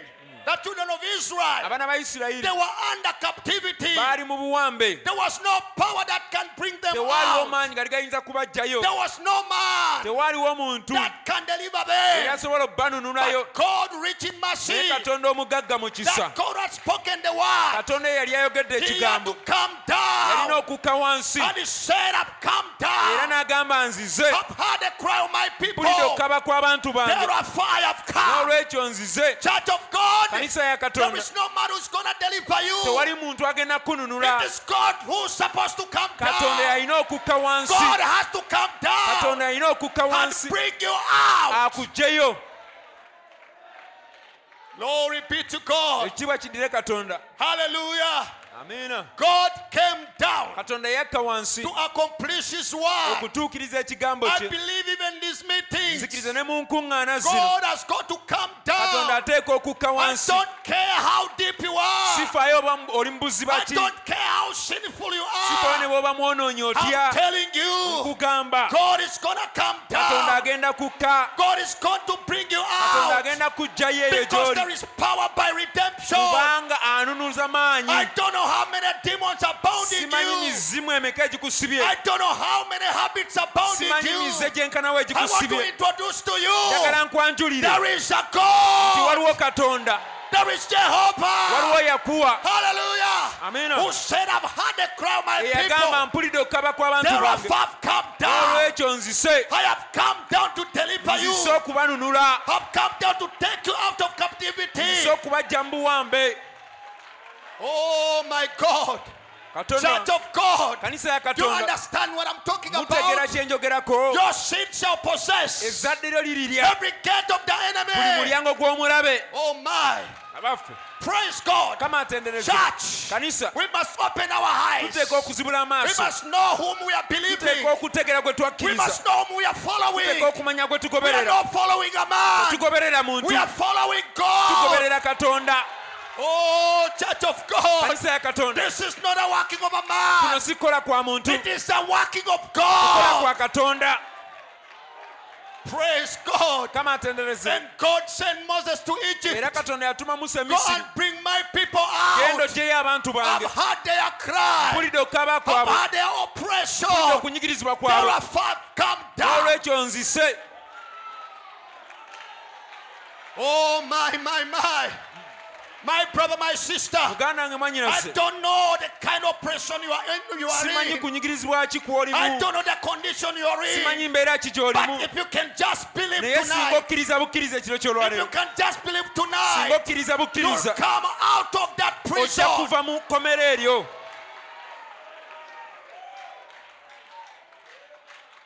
[SPEAKER 2] The children of Israel,
[SPEAKER 1] abaana ba
[SPEAKER 2] they
[SPEAKER 1] isirayiri
[SPEAKER 2] were under captivity.
[SPEAKER 1] baali mu buwambe
[SPEAKER 2] There was no power that can bring them
[SPEAKER 1] tewaaliwo
[SPEAKER 2] out.
[SPEAKER 1] maanyi gali gayinza kubajjayo
[SPEAKER 2] There was no man
[SPEAKER 1] tewaaliwo muntu
[SPEAKER 2] that can deliver them.
[SPEAKER 1] eyasobola obbanunulayo
[SPEAKER 2] But God rich in mercy,
[SPEAKER 1] naye katonda omugagga mu
[SPEAKER 2] that
[SPEAKER 1] kisa
[SPEAKER 2] God had spoken the word.
[SPEAKER 1] katonda ye yali ayogedde
[SPEAKER 2] He had to
[SPEAKER 1] ekigambo
[SPEAKER 2] come
[SPEAKER 1] yalina
[SPEAKER 2] down.
[SPEAKER 1] okukka wansi
[SPEAKER 2] And he said, I've come
[SPEAKER 1] era
[SPEAKER 2] down.
[SPEAKER 1] n'agamba nzize
[SPEAKER 2] I've heard the cry of my people.
[SPEAKER 1] mpulidde okkaba kw'abantu bange
[SPEAKER 2] Therefore I have come.
[SPEAKER 1] n'olwekyo nzize
[SPEAKER 2] Church of God,
[SPEAKER 1] kanisa
[SPEAKER 2] there
[SPEAKER 1] ya katonda
[SPEAKER 2] is no man who's going to deliver you.
[SPEAKER 1] tewali muntu agenda
[SPEAKER 2] It
[SPEAKER 1] kununula
[SPEAKER 2] is God who's supposed to come
[SPEAKER 1] katonda
[SPEAKER 2] down.
[SPEAKER 1] yalina okukka wansi
[SPEAKER 2] God has to come down
[SPEAKER 1] katonda yalina okukka
[SPEAKER 2] and
[SPEAKER 1] wansi
[SPEAKER 2] bring you out.
[SPEAKER 1] Ah. akuggyeyo
[SPEAKER 2] Glory be to God.
[SPEAKER 1] ekitiibwa kidire katonda
[SPEAKER 2] Hallelujah.
[SPEAKER 1] amiina
[SPEAKER 2] God came down
[SPEAKER 1] katonda yakka
[SPEAKER 2] to
[SPEAKER 1] wansi
[SPEAKER 2] accomplish His word.
[SPEAKER 1] okutuukiriza ekigambo
[SPEAKER 2] I
[SPEAKER 1] kye
[SPEAKER 2] believe even these meetings,
[SPEAKER 1] nzikiriza ne mu nkuŋŋaana zino
[SPEAKER 2] God has got to come
[SPEAKER 1] katonda
[SPEAKER 2] down.
[SPEAKER 1] ateeka okukka
[SPEAKER 2] I
[SPEAKER 1] wansi
[SPEAKER 2] don't care how deep you are.
[SPEAKER 1] sifaayo oba mu- oli mu buziba
[SPEAKER 2] I
[SPEAKER 1] ki
[SPEAKER 2] don't care how sinful you
[SPEAKER 1] sifaayo ne
[SPEAKER 2] are.
[SPEAKER 1] bwoba mwonoonyi
[SPEAKER 2] I'm
[SPEAKER 1] otya
[SPEAKER 2] telling you,
[SPEAKER 1] kugamba
[SPEAKER 2] God is going to come
[SPEAKER 1] katonda
[SPEAKER 2] down.
[SPEAKER 1] agenda kukka
[SPEAKER 2] God is going to bring you
[SPEAKER 1] katonda
[SPEAKER 2] out.
[SPEAKER 1] agenda kuggyayo eyo
[SPEAKER 2] Because there
[SPEAKER 1] gy'oli
[SPEAKER 2] is power by redemption.
[SPEAKER 1] kubanga anunuza maanyi
[SPEAKER 2] I don't know how many demons are bound in
[SPEAKER 1] simanyi
[SPEAKER 2] you.
[SPEAKER 1] mizimu emeka egikusibye
[SPEAKER 2] I don't know how many habits are bound in
[SPEAKER 1] simanyi mize
[SPEAKER 2] you.
[SPEAKER 1] gyenkanawo
[SPEAKER 2] I want to
[SPEAKER 1] egikusibye
[SPEAKER 2] introduce to you.
[SPEAKER 1] njagala nkwanjulire
[SPEAKER 2] There is a
[SPEAKER 1] nti
[SPEAKER 2] God.
[SPEAKER 1] waliwo katonda
[SPEAKER 2] There is Jehovah.
[SPEAKER 1] waliwo yakuwa
[SPEAKER 2] Hallelujah. Who
[SPEAKER 1] amina Eh,
[SPEAKER 2] said, I've heard the cry of my
[SPEAKER 1] eyagamba
[SPEAKER 2] people.
[SPEAKER 1] mpulidde okukaba kw'abantu bange
[SPEAKER 2] Therefore, I've come down.
[SPEAKER 1] olwekyo nzise
[SPEAKER 2] I have come down to deliver you.
[SPEAKER 1] nzise okubanunula
[SPEAKER 2] I've come down to take you out of
[SPEAKER 1] nzise
[SPEAKER 2] captivity.
[SPEAKER 1] okubajja mu buwambe
[SPEAKER 2] Oh my God. Church
[SPEAKER 1] katonda
[SPEAKER 2] of God.
[SPEAKER 1] kanisa ya
[SPEAKER 2] Do you
[SPEAKER 1] katonda
[SPEAKER 2] understand what I'm talking
[SPEAKER 1] mutegeera
[SPEAKER 2] about?
[SPEAKER 1] kye njogerako
[SPEAKER 2] Your seed shall possess
[SPEAKER 1] ezzadde lyo lirirya
[SPEAKER 2] every gate of the
[SPEAKER 1] buli
[SPEAKER 2] enemy.
[SPEAKER 1] mulyango gw'omulabe
[SPEAKER 2] Oh my.
[SPEAKER 1] abaffe
[SPEAKER 2] Praise God.
[SPEAKER 1] kama atendereze
[SPEAKER 2] Church,
[SPEAKER 1] kanisa
[SPEAKER 2] we must open our eyes.
[SPEAKER 1] tuteeka
[SPEAKER 2] We
[SPEAKER 1] okuzibula amaaso
[SPEAKER 2] must know whom we are
[SPEAKER 1] tuteeka
[SPEAKER 2] believing.
[SPEAKER 1] okutegera
[SPEAKER 2] We
[SPEAKER 1] gwe twakkiriza
[SPEAKER 2] must know whom we are following.
[SPEAKER 1] tuteeka okumanya gwe
[SPEAKER 2] We are
[SPEAKER 1] tugoberera
[SPEAKER 2] not following a man.
[SPEAKER 1] tugoberera muntu
[SPEAKER 2] We are following God.
[SPEAKER 1] tugoberera katonda
[SPEAKER 2] Oh, Church of God.
[SPEAKER 1] kanisa ya katonda
[SPEAKER 2] This is not a working of a man.
[SPEAKER 1] kuno sikola kwa muntu
[SPEAKER 2] It is the working of God.
[SPEAKER 1] kola kwa katonda
[SPEAKER 2] Praise God.
[SPEAKER 1] kama atendereze
[SPEAKER 2] And God sent Moses to Egypt.
[SPEAKER 1] era katonda yatuma musa e
[SPEAKER 2] Go and
[SPEAKER 1] emisiri
[SPEAKER 2] bring my people
[SPEAKER 1] genda
[SPEAKER 2] out.
[SPEAKER 1] ogyeyo abantu
[SPEAKER 2] I've
[SPEAKER 1] bange
[SPEAKER 2] had their cry.
[SPEAKER 1] mpulidde okukaba
[SPEAKER 2] I've
[SPEAKER 1] kwabwe
[SPEAKER 2] had their
[SPEAKER 1] mpulidde
[SPEAKER 2] oppression.
[SPEAKER 1] okunyigirizibwa
[SPEAKER 2] There
[SPEAKER 1] kwabwe
[SPEAKER 2] are five come down.
[SPEAKER 1] olwekyo nzise
[SPEAKER 2] Oh my, my, my. My brother, my sister.
[SPEAKER 1] muganda wange
[SPEAKER 2] I
[SPEAKER 1] mwanyinase
[SPEAKER 2] don't know the kind of oppression you are in. You are
[SPEAKER 1] simanyi
[SPEAKER 2] in.
[SPEAKER 1] kunyigirizibwa ki
[SPEAKER 2] I
[SPEAKER 1] kwolimu
[SPEAKER 2] don't know the condition you are
[SPEAKER 1] simanyi
[SPEAKER 2] in.
[SPEAKER 1] mbeera ki
[SPEAKER 2] But
[SPEAKER 1] gy'olimu
[SPEAKER 2] if you can just believe
[SPEAKER 1] naye singa
[SPEAKER 2] tonight,
[SPEAKER 1] okkiriza bukkiriza ekiro
[SPEAKER 2] if you
[SPEAKER 1] ky'olwaleero
[SPEAKER 2] can just believe
[SPEAKER 1] singa
[SPEAKER 2] tonight,
[SPEAKER 1] okkiriza
[SPEAKER 2] you'll
[SPEAKER 1] bukkiriza
[SPEAKER 2] come out of that prison.
[SPEAKER 1] ojja kuva mu kkomera eryo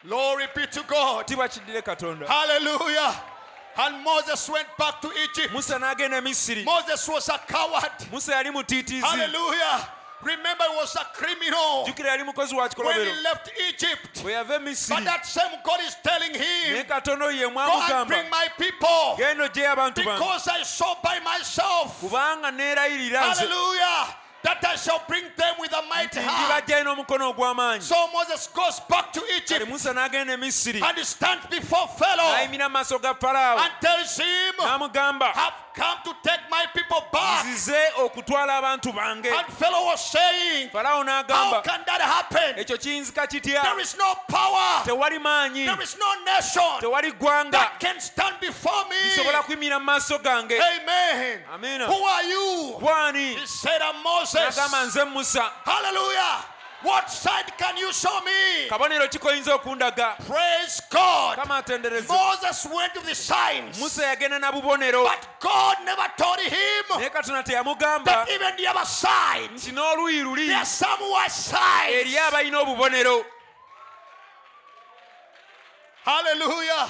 [SPEAKER 2] Glory be to God.
[SPEAKER 1] kitiibwa kiddire katonda
[SPEAKER 2] Hallelujah. And Moses went back to Egypt.
[SPEAKER 1] musa n'agenda emisiri
[SPEAKER 2] Moses was a coward.
[SPEAKER 1] musa yali mutiitiizi
[SPEAKER 2] Hallelujah. Remember, he was a criminal
[SPEAKER 1] jjukira yali mukozi wa
[SPEAKER 2] when
[SPEAKER 1] kikolobero
[SPEAKER 2] he left Egypt.
[SPEAKER 1] bwe yava e misiri
[SPEAKER 2] But that same God is telling
[SPEAKER 1] naye
[SPEAKER 2] him,
[SPEAKER 1] katono
[SPEAKER 2] Go
[SPEAKER 1] ye
[SPEAKER 2] and bring
[SPEAKER 1] mwamugamba
[SPEAKER 2] my people
[SPEAKER 1] genda ogyeyo abantu bange
[SPEAKER 2] because I saw by myself.
[SPEAKER 1] kubanga neerayirira nze
[SPEAKER 2] Hallelujah. That I shall bring them with a mighty hand.
[SPEAKER 1] ndibajjayo n'omukono ogw'amaanyi
[SPEAKER 2] So Moses goes back to
[SPEAKER 1] kale
[SPEAKER 2] Egypt
[SPEAKER 1] musa n'agenda e misiri
[SPEAKER 2] and stands before Pharaoh
[SPEAKER 1] n'ayimira mu maaso ga palaawo
[SPEAKER 2] and tells him,
[SPEAKER 1] n'amugamba
[SPEAKER 2] I've come to take my people back.
[SPEAKER 1] nzize okutwala abantu bange
[SPEAKER 2] And Pharaoh was saying,
[SPEAKER 1] falaawo
[SPEAKER 2] How
[SPEAKER 1] n'agamba
[SPEAKER 2] can that happen?
[SPEAKER 1] ekyo kiyinzika kitya
[SPEAKER 2] There is no power,
[SPEAKER 1] tewali maanyi
[SPEAKER 2] there is no nation
[SPEAKER 1] tewali ggwanga
[SPEAKER 2] that can stand before
[SPEAKER 1] lisobola
[SPEAKER 2] me.
[SPEAKER 1] kuyimirira mu maaso gange
[SPEAKER 2] Amen.
[SPEAKER 1] Amen.
[SPEAKER 2] Who are you?
[SPEAKER 1] gwani
[SPEAKER 2] He said, I'm Moses.
[SPEAKER 1] n'agamba nze musa
[SPEAKER 2] Hallelujah. What side can you show me?
[SPEAKER 1] kabonero kikoyinza okundaga
[SPEAKER 2] Praise God.
[SPEAKER 1] kama atendereze
[SPEAKER 2] Moses went to the signs,
[SPEAKER 1] musa yagenda n'abubonero
[SPEAKER 2] but God never told him
[SPEAKER 1] naye katonda teyamugamba
[SPEAKER 2] that even the other side,
[SPEAKER 1] nti n'oluuyi luli
[SPEAKER 2] there are some who are signs.
[SPEAKER 1] eri abalina obubonero
[SPEAKER 2] Hallelujah.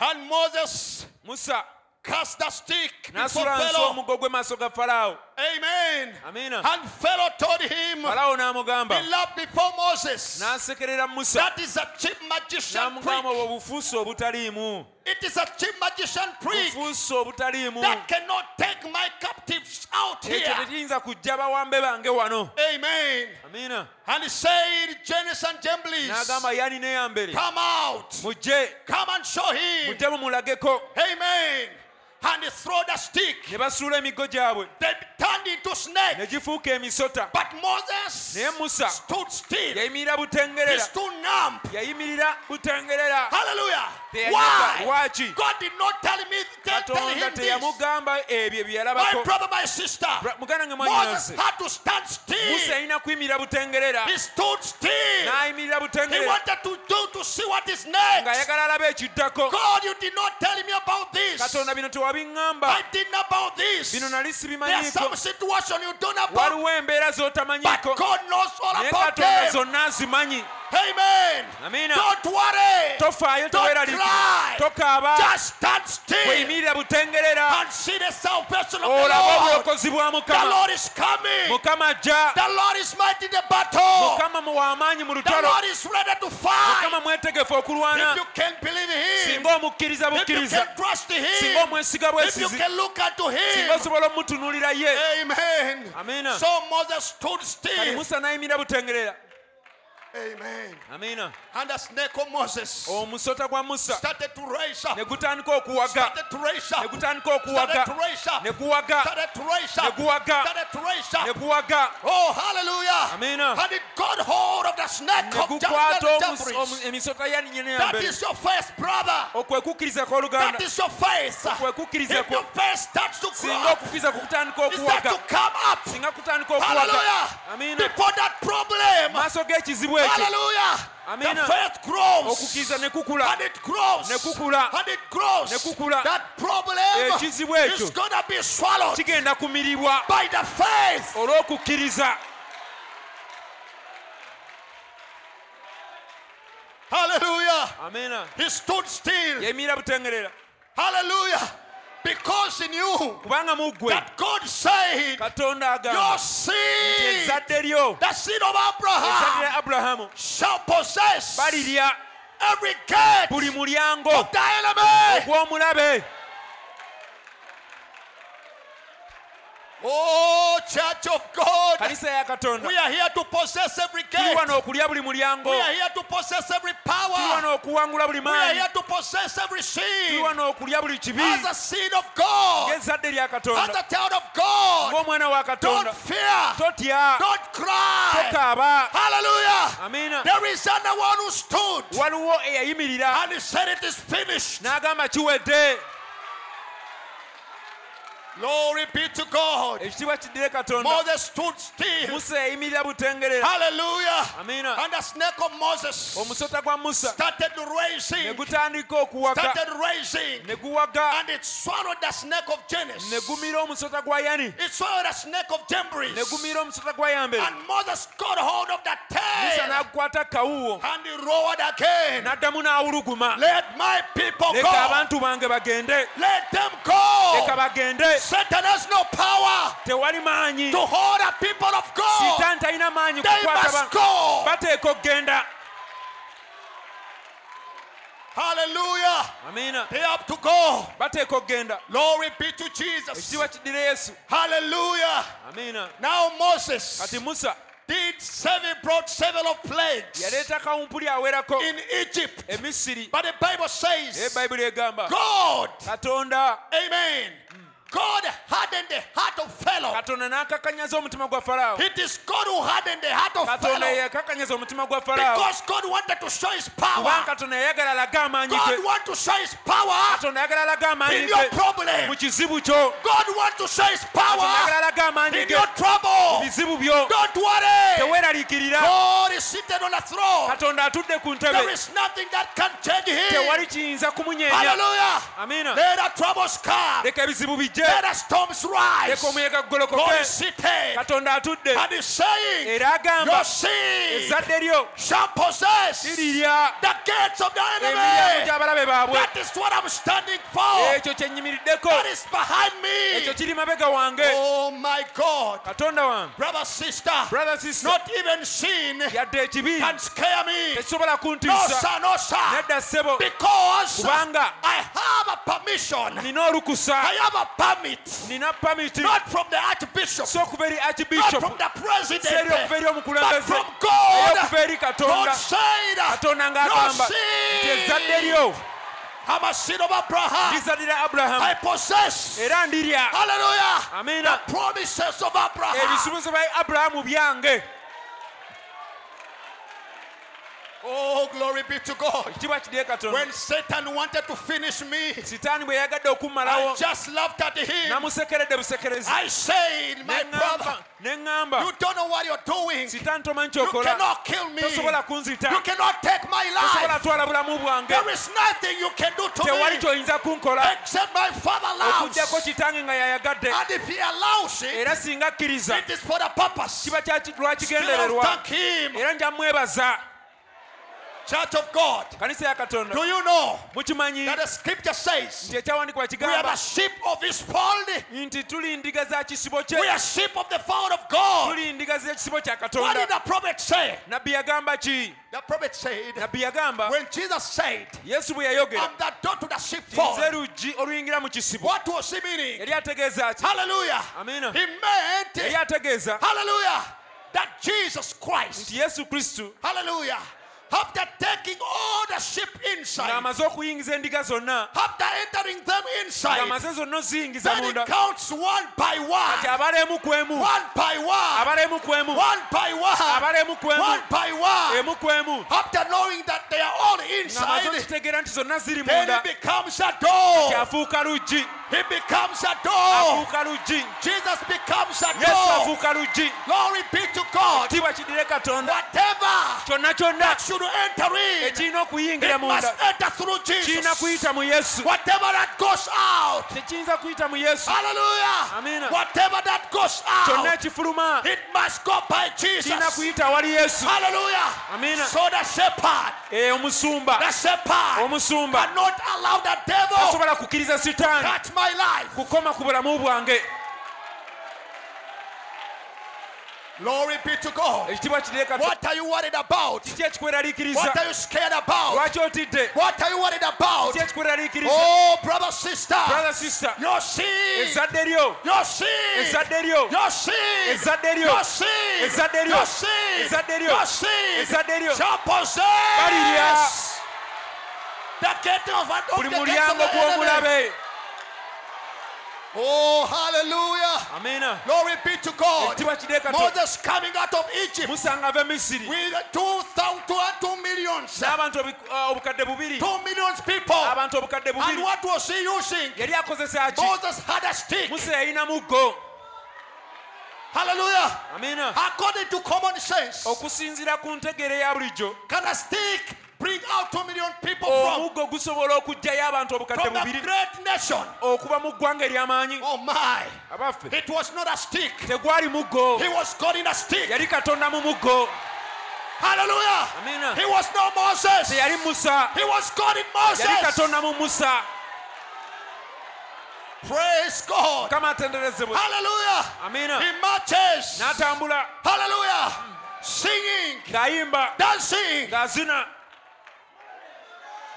[SPEAKER 2] And Moses
[SPEAKER 1] musa
[SPEAKER 2] cast the stick before
[SPEAKER 1] n'asula nsi
[SPEAKER 2] Pharaoh.
[SPEAKER 1] omuggo gw'e maaso ga falaawo
[SPEAKER 2] Amen.
[SPEAKER 1] Ah. amiina
[SPEAKER 2] And Pharaoh told him,
[SPEAKER 1] falaawo n'amugamba
[SPEAKER 2] he loved before Moses.
[SPEAKER 1] n'asekerera musa
[SPEAKER 2] That is a cheap magician
[SPEAKER 1] n'amugamba
[SPEAKER 2] prick.
[SPEAKER 1] obwo bufuusi obutaliimu
[SPEAKER 2] It is a cheap magician prick.
[SPEAKER 1] bufuusi obutaliimu
[SPEAKER 2] that cannot take my captives out
[SPEAKER 1] ekyo
[SPEAKER 2] here.
[SPEAKER 1] tekiyinza kujja bawambe bange wano
[SPEAKER 2] Amen.
[SPEAKER 1] amiina
[SPEAKER 2] And he said, Janus and Jamblis,
[SPEAKER 1] n'agamba yani neyambere
[SPEAKER 2] come out.
[SPEAKER 1] mujje
[SPEAKER 2] Come and show him.
[SPEAKER 1] mujje mumulageko
[SPEAKER 2] Amen. And he threw the stick.
[SPEAKER 1] ne basuula emiggo gyabwe
[SPEAKER 2] They turned into snake.
[SPEAKER 1] ne gifuuka emisota
[SPEAKER 2] But Moses
[SPEAKER 1] naye musa
[SPEAKER 2] stood still. He
[SPEAKER 1] yayimirira butengerera
[SPEAKER 2] stood numb.
[SPEAKER 1] yayimirira butengerera
[SPEAKER 2] Hallelujah.
[SPEAKER 1] Teyayiga.
[SPEAKER 2] Why?
[SPEAKER 1] Lwaki?
[SPEAKER 2] God did not tell me tell, tell
[SPEAKER 1] katonda
[SPEAKER 2] him this.
[SPEAKER 1] teyamugamba ebyo bye
[SPEAKER 2] My
[SPEAKER 1] yalabako
[SPEAKER 2] brother, my sister.
[SPEAKER 1] Bra- muganda wange
[SPEAKER 2] Moses
[SPEAKER 1] mwanyinaze
[SPEAKER 2] had to stand
[SPEAKER 1] musa
[SPEAKER 2] still.
[SPEAKER 1] yalina kuyimirira butengerera
[SPEAKER 2] He stood still.
[SPEAKER 1] n'ayimirira
[SPEAKER 2] He
[SPEAKER 1] butengerera
[SPEAKER 2] wanted to do to see what is next.
[SPEAKER 1] ng'ayagala alabe ekiddako
[SPEAKER 2] God, you did not tell me about this.
[SPEAKER 1] katonda bino tewabiŋŋamba
[SPEAKER 2] I didn't know about this.
[SPEAKER 1] bino nali
[SPEAKER 2] There are some
[SPEAKER 1] sibimanyiiko
[SPEAKER 2] situation you don't know about.
[SPEAKER 1] waliwo embeera
[SPEAKER 2] But
[SPEAKER 1] z'otamanyiiko
[SPEAKER 2] God knows all
[SPEAKER 1] naye
[SPEAKER 2] about
[SPEAKER 1] katonda
[SPEAKER 2] them.
[SPEAKER 1] zonna azimanyi
[SPEAKER 2] Amen.
[SPEAKER 1] amina
[SPEAKER 2] Don't worry.
[SPEAKER 1] tofaayo
[SPEAKER 2] Don't
[SPEAKER 1] teweralika
[SPEAKER 2] cry.
[SPEAKER 1] tokaaba
[SPEAKER 2] Just stand still
[SPEAKER 1] weyimirira butengerera
[SPEAKER 2] and see the salvation of the
[SPEAKER 1] olaba
[SPEAKER 2] Lord.
[SPEAKER 1] obulokozi bwa
[SPEAKER 2] The
[SPEAKER 1] mukama
[SPEAKER 2] Lord is coming.
[SPEAKER 1] mukama ajja
[SPEAKER 2] The Lord is mighty in the battle.
[SPEAKER 1] mukama muwaamaanyi mu
[SPEAKER 2] The
[SPEAKER 1] lutalo
[SPEAKER 2] Lord is ready to fight.
[SPEAKER 1] mukama mwetegefu
[SPEAKER 2] If
[SPEAKER 1] okulwana
[SPEAKER 2] you can believe Him,
[SPEAKER 1] singa omukkiriza
[SPEAKER 2] if you can
[SPEAKER 1] bukkiriza
[SPEAKER 2] trust
[SPEAKER 1] singa
[SPEAKER 2] Him,
[SPEAKER 1] omwesiga
[SPEAKER 2] if you
[SPEAKER 1] bwesizi
[SPEAKER 2] can Eh. look unto
[SPEAKER 1] singa
[SPEAKER 2] Him,
[SPEAKER 1] osobola omutunuulira ye
[SPEAKER 2] Amen.
[SPEAKER 1] Amina.
[SPEAKER 2] So Moses stood
[SPEAKER 1] kali
[SPEAKER 2] still.
[SPEAKER 1] musa n'ayimirira butengerera
[SPEAKER 2] Amen.
[SPEAKER 1] amina
[SPEAKER 2] And the snake of Moses
[SPEAKER 1] omusota gwa Oh, musa
[SPEAKER 2] started to raise up.
[SPEAKER 1] ne gutandika okuwaga
[SPEAKER 2] Started to raise
[SPEAKER 1] ne
[SPEAKER 2] up.
[SPEAKER 1] gutandika
[SPEAKER 2] Started
[SPEAKER 1] okuwaga
[SPEAKER 2] to raise up.
[SPEAKER 1] ne kuwaga
[SPEAKER 2] Started to raise up.
[SPEAKER 1] Neguwaga.
[SPEAKER 2] Started to raise
[SPEAKER 1] ne
[SPEAKER 2] up.
[SPEAKER 1] kuwaga
[SPEAKER 2] Oh, hallelujah.
[SPEAKER 1] Amina.
[SPEAKER 2] And it got hold of the snake
[SPEAKER 1] ne
[SPEAKER 2] of
[SPEAKER 1] gukwata omus- omu-
[SPEAKER 2] Jambres.
[SPEAKER 1] emisota
[SPEAKER 2] That
[SPEAKER 1] yaninyeneyambere
[SPEAKER 2] is your faith,
[SPEAKER 1] Oh,
[SPEAKER 2] brother.
[SPEAKER 1] okwekukkiriza
[SPEAKER 2] That
[SPEAKER 1] kw'oluganda
[SPEAKER 2] is your faith.
[SPEAKER 1] okwekukkiriza
[SPEAKER 2] If your faith starts to
[SPEAKER 1] singa
[SPEAKER 2] grow,
[SPEAKER 1] okukkiriza kukutandika
[SPEAKER 2] it starts
[SPEAKER 1] okuwaga
[SPEAKER 2] to come up.
[SPEAKER 1] singa kutandika okuwaga
[SPEAKER 2] Hallelujah.
[SPEAKER 1] amina
[SPEAKER 2] Before that problem,
[SPEAKER 1] maaso g'ekizibu ekyo
[SPEAKER 2] hallelujah. The
[SPEAKER 1] Amina.
[SPEAKER 2] faith grows.
[SPEAKER 1] okukkiriza ne kukula
[SPEAKER 2] And it grows.
[SPEAKER 1] Ne kukula.
[SPEAKER 2] And it grows.
[SPEAKER 1] Ne kukula. Eh,
[SPEAKER 2] That problem
[SPEAKER 1] Ekizibu ekyo.
[SPEAKER 2] is going to be swallowed
[SPEAKER 1] kigenda kumiribwa
[SPEAKER 2] by the faith.
[SPEAKER 1] Oh. olw'okukkiriza
[SPEAKER 2] Hallelujah.
[SPEAKER 1] amina
[SPEAKER 2] He stood still.
[SPEAKER 1] yemirira butengerera
[SPEAKER 2] Hallelujah. Because he knew
[SPEAKER 1] kubanga muggwe
[SPEAKER 2] that God said,
[SPEAKER 1] katonda
[SPEAKER 2] Your
[SPEAKER 1] agamba nti
[SPEAKER 2] seed,
[SPEAKER 1] ezzadde lyo
[SPEAKER 2] the seed of
[SPEAKER 1] ezzadde
[SPEAKER 2] Abraham,
[SPEAKER 1] lya abulahamu
[SPEAKER 2] shall possess
[SPEAKER 1] balirya
[SPEAKER 2] every gate
[SPEAKER 1] buli mulyango
[SPEAKER 2] of the enemy.
[SPEAKER 1] gw'omulabe
[SPEAKER 2] Oh, Church of God,
[SPEAKER 1] kanisa ya katonda
[SPEAKER 2] we are here to possess every
[SPEAKER 1] tuli
[SPEAKER 2] gate.
[SPEAKER 1] wano okulya buli mulyango
[SPEAKER 2] We are here to possess every
[SPEAKER 1] tuli
[SPEAKER 2] power.
[SPEAKER 1] wano okuwangula buli
[SPEAKER 2] We are
[SPEAKER 1] maanyi
[SPEAKER 2] here to possess every
[SPEAKER 1] tuli
[SPEAKER 2] seed
[SPEAKER 1] wano okulya buli kibi
[SPEAKER 2] as a seed of God,
[SPEAKER 1] ng'ezzadde lya
[SPEAKER 2] as
[SPEAKER 1] katonda
[SPEAKER 2] a child of God.
[SPEAKER 1] ng'omwana wa
[SPEAKER 2] Don't
[SPEAKER 1] katonda
[SPEAKER 2] fear,
[SPEAKER 1] totya
[SPEAKER 2] don't cry.
[SPEAKER 1] tokaaba
[SPEAKER 2] Hallelujah.
[SPEAKER 1] amina
[SPEAKER 2] There is another one who stood
[SPEAKER 1] waliwo eyayimirira
[SPEAKER 2] and he said, It is finished.
[SPEAKER 1] n'agamba kiwedde
[SPEAKER 2] Glory be to God.
[SPEAKER 1] ekitiibwa kiddire katonda
[SPEAKER 2] Moses stood still.
[SPEAKER 1] musa yayimirira butengerera
[SPEAKER 2] Hallelujah.
[SPEAKER 1] amina
[SPEAKER 2] And the snake of Oh, Moses
[SPEAKER 1] omusota gwa musa
[SPEAKER 2] started
[SPEAKER 1] ne
[SPEAKER 2] raising,
[SPEAKER 1] gutandika okuwaga
[SPEAKER 2] started raising,
[SPEAKER 1] ne guwaga
[SPEAKER 2] and it swallowed the snake of Janus.
[SPEAKER 1] ne gumira omusota gwa yani
[SPEAKER 2] It swallowed the snake of
[SPEAKER 1] ne
[SPEAKER 2] Jambres.
[SPEAKER 1] gumira omusota gwa yambere
[SPEAKER 2] And Moses got hold of the
[SPEAKER 1] musa
[SPEAKER 2] tail
[SPEAKER 1] n'agukwata kawuwo
[SPEAKER 2] and he roared again.
[SPEAKER 1] n'addamu n'awuluguma
[SPEAKER 2] Let my people
[SPEAKER 1] leka
[SPEAKER 2] go.
[SPEAKER 1] abantu bange bagende
[SPEAKER 2] Let them
[SPEAKER 1] leka
[SPEAKER 2] go.
[SPEAKER 1] bagende
[SPEAKER 2] Satan has no power
[SPEAKER 1] tewali maanyi
[SPEAKER 2] to hold the people of God.
[SPEAKER 1] sitaani talina maanyi
[SPEAKER 2] They
[SPEAKER 1] kukwata
[SPEAKER 2] must
[SPEAKER 1] ba-
[SPEAKER 2] go.
[SPEAKER 1] bateeka okugenda
[SPEAKER 2] Hallelujah.
[SPEAKER 1] amiina
[SPEAKER 2] They have to go.
[SPEAKER 1] bateeka okugenda
[SPEAKER 2] Glory be to Jesus.
[SPEAKER 1] ekitiibwa kiddira yesu
[SPEAKER 2] Hallelujah.
[SPEAKER 1] amiina
[SPEAKER 2] Now Moses
[SPEAKER 1] kati musa
[SPEAKER 2] did seven, brought seven of plagues
[SPEAKER 1] yaleeta kawumpuli awerako
[SPEAKER 2] in Egypt.
[SPEAKER 1] Eh. emisiri
[SPEAKER 2] But the Bible
[SPEAKER 1] naye
[SPEAKER 2] says,
[SPEAKER 1] bayibuli egamba
[SPEAKER 2] God,
[SPEAKER 1] katonda
[SPEAKER 2] amen. God hardened the heart of Pharaoh.
[SPEAKER 1] katonda n'akakanyaza omutima gwa falaawo
[SPEAKER 2] It is God who hardened the heart of Pharaoh.
[SPEAKER 1] katonda yeyakakanyaza omutima gwa falaawo
[SPEAKER 2] Because God wanted to show his
[SPEAKER 1] kubanga
[SPEAKER 2] power.
[SPEAKER 1] katonda yayagala alage amaanyi
[SPEAKER 2] God
[SPEAKER 1] ge
[SPEAKER 2] wants to show his power
[SPEAKER 1] katonda yagala alage amaanyi
[SPEAKER 2] in your
[SPEAKER 1] ge mu
[SPEAKER 2] problem.
[SPEAKER 1] kizibu kyo
[SPEAKER 2] God wants to show his
[SPEAKER 1] katonda yagala
[SPEAKER 2] power
[SPEAKER 1] alage amaanyi
[SPEAKER 2] in
[SPEAKER 1] ge
[SPEAKER 2] your
[SPEAKER 1] mu
[SPEAKER 2] trouble.
[SPEAKER 1] bizibu byo
[SPEAKER 2] Don't worry.
[SPEAKER 1] teweeraliikirira
[SPEAKER 2] God is seated on the throne.
[SPEAKER 1] katonda atudde ku
[SPEAKER 2] There
[SPEAKER 1] ntebe
[SPEAKER 2] is nothing that can change him.
[SPEAKER 1] tewali kiyinza kumunyeenya
[SPEAKER 2] Hallelujah.
[SPEAKER 1] amiina
[SPEAKER 2] Let the troubles come.
[SPEAKER 1] leka ebizibu bijje
[SPEAKER 2] Let the storms
[SPEAKER 1] leka
[SPEAKER 2] rise.
[SPEAKER 1] omuyaga
[SPEAKER 2] God is
[SPEAKER 1] gugolokoke
[SPEAKER 2] seated.
[SPEAKER 1] katonda atudde
[SPEAKER 2] And he's saying,
[SPEAKER 1] era agamba
[SPEAKER 2] Your seed
[SPEAKER 1] ezzadde lyo
[SPEAKER 2] shall possess
[SPEAKER 1] lirirya
[SPEAKER 2] the gates of the
[SPEAKER 1] emiryango
[SPEAKER 2] enemy.
[SPEAKER 1] gy'abalabe baabwe
[SPEAKER 2] That is what I'm standing for.
[SPEAKER 1] ekyo kye nnyimiriddeko
[SPEAKER 2] That is behind
[SPEAKER 1] ekyo
[SPEAKER 2] me.
[SPEAKER 1] kiri mabega wange
[SPEAKER 2] Oh my God.
[SPEAKER 1] katonda wange
[SPEAKER 2] Brother, sister,
[SPEAKER 1] brother sister
[SPEAKER 2] not even sin
[SPEAKER 1] yadde ekibi
[SPEAKER 2] can scare me. No,
[SPEAKER 1] tekisobola kuntiisa
[SPEAKER 2] sir, no, sir.
[SPEAKER 1] nedda ssebo
[SPEAKER 2] Because
[SPEAKER 1] Kubanga.
[SPEAKER 2] I have a permission.
[SPEAKER 1] nina olukusa
[SPEAKER 2] I have a permit.
[SPEAKER 1] nina pamiti
[SPEAKER 2] Not from the archbishop.
[SPEAKER 1] so okuva eri
[SPEAKER 2] Not from
[SPEAKER 1] archbishop
[SPEAKER 2] the
[SPEAKER 1] si eri okuva
[SPEAKER 2] president.
[SPEAKER 1] eri
[SPEAKER 2] But
[SPEAKER 1] omukulembeze
[SPEAKER 2] from
[SPEAKER 1] naye
[SPEAKER 2] God.
[SPEAKER 1] okuva eri katonda
[SPEAKER 2] God said. No
[SPEAKER 1] katonda ng'agamba nti ezzadde
[SPEAKER 2] seed.
[SPEAKER 1] lyo
[SPEAKER 2] I'm a seed of Abraham.
[SPEAKER 1] lizadira abulahamu
[SPEAKER 2] I possess.
[SPEAKER 1] era ndirya
[SPEAKER 2] Hallelujah.
[SPEAKER 1] Amina.
[SPEAKER 2] The promises of Abraham.
[SPEAKER 1] ebisuubizo bya abulahamu byange
[SPEAKER 2] Oh, glory be to God.
[SPEAKER 1] ekitiibwa kidire katonda
[SPEAKER 2] When Satan wanted to finish me,
[SPEAKER 1] sitaani bwe yayagadde
[SPEAKER 2] I
[SPEAKER 1] okummalawo
[SPEAKER 2] just laughed at him.
[SPEAKER 1] namusekeredde busekerezi
[SPEAKER 2] I said, My brother,
[SPEAKER 1] ne ŋŋamba
[SPEAKER 2] you don't know what you're doing.
[SPEAKER 1] sitaani tomanyi
[SPEAKER 2] You
[SPEAKER 1] kyokola
[SPEAKER 2] cannot kill me.
[SPEAKER 1] tosobola
[SPEAKER 2] You
[SPEAKER 1] kunzita
[SPEAKER 2] cannot take my
[SPEAKER 1] tosobola
[SPEAKER 2] life.
[SPEAKER 1] twala bulamu bwange
[SPEAKER 2] There is nothing you can do to
[SPEAKER 1] tewali
[SPEAKER 2] me
[SPEAKER 1] kyoyinza kunkola
[SPEAKER 2] except my father loves.
[SPEAKER 1] okugjako kitange nga yayagadde
[SPEAKER 2] And if he allows it,
[SPEAKER 1] era singa akkiriza
[SPEAKER 2] it is for the purpose.
[SPEAKER 1] kiba kyaki-
[SPEAKER 2] Still I'll
[SPEAKER 1] lwakigendererwa
[SPEAKER 2] thank him.
[SPEAKER 1] era nja mwebaza
[SPEAKER 2] Church of God,
[SPEAKER 1] kanisa ya katonda
[SPEAKER 2] do you know
[SPEAKER 1] mukimanyi
[SPEAKER 2] that the scripture says
[SPEAKER 1] nti ekyawandiikibwa
[SPEAKER 2] we are
[SPEAKER 1] kigamba
[SPEAKER 2] the sheep of his fold?
[SPEAKER 1] nti tuli ndiga za kisibo
[SPEAKER 2] We
[SPEAKER 1] kye
[SPEAKER 2] are sheep of the fold of God.
[SPEAKER 1] tuli ndiga z'ekisibo kya
[SPEAKER 2] What did
[SPEAKER 1] katonda
[SPEAKER 2] the prophet say?
[SPEAKER 1] nabbi yagamba ki
[SPEAKER 2] The prophet said,
[SPEAKER 1] nabbi yagamba
[SPEAKER 2] when Jesus said,
[SPEAKER 1] yesu bwe
[SPEAKER 2] I'm
[SPEAKER 1] yayogera
[SPEAKER 2] the door to the sheepfold,
[SPEAKER 1] nze luggi oluyingira mu kisibo
[SPEAKER 2] what was he meaning?
[SPEAKER 1] yali ategeeza ki
[SPEAKER 2] Hallelujah.
[SPEAKER 1] Amina.
[SPEAKER 2] He
[SPEAKER 1] yali
[SPEAKER 2] meant,
[SPEAKER 1] ategeeza
[SPEAKER 2] hallelujah, that Jesus Christ,
[SPEAKER 1] nti yesu kristu
[SPEAKER 2] hallelujah, after taking all the sheep inside,
[SPEAKER 1] ng'amaze okuyingiza endiga zonna
[SPEAKER 2] after entering them inside,
[SPEAKER 1] ng'amaze zonna oziyingiza
[SPEAKER 2] then he
[SPEAKER 1] munda
[SPEAKER 2] counts one by
[SPEAKER 1] kati
[SPEAKER 2] one,
[SPEAKER 1] abalemu ku emu
[SPEAKER 2] one by one,
[SPEAKER 1] abalemu ku emu
[SPEAKER 2] one by one,
[SPEAKER 1] abalemu ku
[SPEAKER 2] one
[SPEAKER 1] emu
[SPEAKER 2] by one.
[SPEAKER 1] emu ku emu
[SPEAKER 2] After knowing that they are all
[SPEAKER 1] ng'amaze
[SPEAKER 2] inside,
[SPEAKER 1] okitegeera nti zonna ziri
[SPEAKER 2] Then
[SPEAKER 1] munda
[SPEAKER 2] he becomes a door.
[SPEAKER 1] kyafuuka luggi
[SPEAKER 2] He becomes a door.
[SPEAKER 1] afuuka luggi
[SPEAKER 2] Jesus becomes a
[SPEAKER 1] yesu
[SPEAKER 2] door.
[SPEAKER 1] afuuka luggi
[SPEAKER 2] Glory be to God.
[SPEAKER 1] kitiibwa kidire katonda
[SPEAKER 2] Whatever
[SPEAKER 1] kyonna kyonna
[SPEAKER 2] should enter in,
[SPEAKER 1] ekirina okuyingira
[SPEAKER 2] it must
[SPEAKER 1] munda
[SPEAKER 2] enter through
[SPEAKER 1] kirina
[SPEAKER 2] Jesus.
[SPEAKER 1] kuyita mu yesu
[SPEAKER 2] Whatever that goes out,
[SPEAKER 1] tekiyinza kuyita mu yesu
[SPEAKER 2] hallelujah.
[SPEAKER 1] Amina.
[SPEAKER 2] Whatever that goes
[SPEAKER 1] kyonna
[SPEAKER 2] out,
[SPEAKER 1] ekifuluma
[SPEAKER 2] it must go by Jesus.
[SPEAKER 1] kirina kuyita awali yesu
[SPEAKER 2] Ah. Hallelujah.
[SPEAKER 1] Amina.
[SPEAKER 2] So the shepherd,
[SPEAKER 1] Eh, omusumba
[SPEAKER 2] the shepherd
[SPEAKER 1] omusumba
[SPEAKER 2] cannot allow the devil
[SPEAKER 1] tasobola kukkiriza
[SPEAKER 2] to
[SPEAKER 1] sitaani
[SPEAKER 2] touch my life.
[SPEAKER 1] kukoma ku bulamu bwange
[SPEAKER 2] Glory be to God.
[SPEAKER 1] ekitiibwa kidire katonda
[SPEAKER 2] What are you worried about?
[SPEAKER 1] kiki ekikweraliikiriza
[SPEAKER 2] What are you scared about?
[SPEAKER 1] lwaki otidde
[SPEAKER 2] What are you worried about?
[SPEAKER 1] kiki ekikweraliikiriza
[SPEAKER 2] Oh, brother, sister,
[SPEAKER 1] brother sister
[SPEAKER 2] your sin,
[SPEAKER 1] ezadde lyo
[SPEAKER 2] your sin,
[SPEAKER 1] ezadde lyo
[SPEAKER 2] your sin,
[SPEAKER 1] ezadde lyo
[SPEAKER 2] your sin,
[SPEAKER 1] Ezadde lyo.
[SPEAKER 2] your sin,
[SPEAKER 1] Ezadde lyo.
[SPEAKER 2] your sin,
[SPEAKER 1] ezadde lyo
[SPEAKER 2] shall
[SPEAKER 1] balirya
[SPEAKER 2] possess the gate of of
[SPEAKER 1] buli
[SPEAKER 2] the gates of
[SPEAKER 1] mulyango
[SPEAKER 2] the enemy.
[SPEAKER 1] gw'omulabe
[SPEAKER 2] Oh, hallelujah.
[SPEAKER 1] amina
[SPEAKER 2] Glory be to God.
[SPEAKER 1] ekitiibwa kidire katonda
[SPEAKER 2] Moses coming out of Egypt
[SPEAKER 1] musa ng'ava e misiri
[SPEAKER 2] with two thou- two- two millions,
[SPEAKER 1] n'abantu obi- ah, obukadde bubiri
[SPEAKER 2] two millions people.
[SPEAKER 1] abantu obukadde
[SPEAKER 2] And
[SPEAKER 1] bubiri
[SPEAKER 2] what was he using?
[SPEAKER 1] yali akozesa ki
[SPEAKER 2] Moses had a stick.
[SPEAKER 1] musa yayina muggo
[SPEAKER 2] Hallelujah.
[SPEAKER 1] amina
[SPEAKER 2] According to common sense,
[SPEAKER 1] okusinziira ku ntegere eya bulijjo
[SPEAKER 2] can a stick bring out two million people
[SPEAKER 1] Oh,
[SPEAKER 2] from,
[SPEAKER 1] omuggo gusobola okuggyayo abantu obukadde
[SPEAKER 2] from a
[SPEAKER 1] bubiri
[SPEAKER 2] great nation?
[SPEAKER 1] okuva mu ggwanga ery'amaanyi
[SPEAKER 2] Oh my.
[SPEAKER 1] abaffe
[SPEAKER 2] It was not a stick.
[SPEAKER 1] tegwali muggo
[SPEAKER 2] He was God in a stick.
[SPEAKER 1] yali katonda mu muggo
[SPEAKER 2] Hallelujah.
[SPEAKER 1] amina
[SPEAKER 2] He was no Moses.
[SPEAKER 1] teyali musa
[SPEAKER 2] He was God in
[SPEAKER 1] yali
[SPEAKER 2] Moses.
[SPEAKER 1] katonda mu musa
[SPEAKER 2] Praise God.
[SPEAKER 1] mukama atenderezebwe
[SPEAKER 2] Hallelujah.
[SPEAKER 1] amina
[SPEAKER 2] He marches.
[SPEAKER 1] n'atambula
[SPEAKER 2] Hallelujah. Singing,
[SPEAKER 1] ng'ayimba
[SPEAKER 2] dancing.
[SPEAKER 1] ng'azina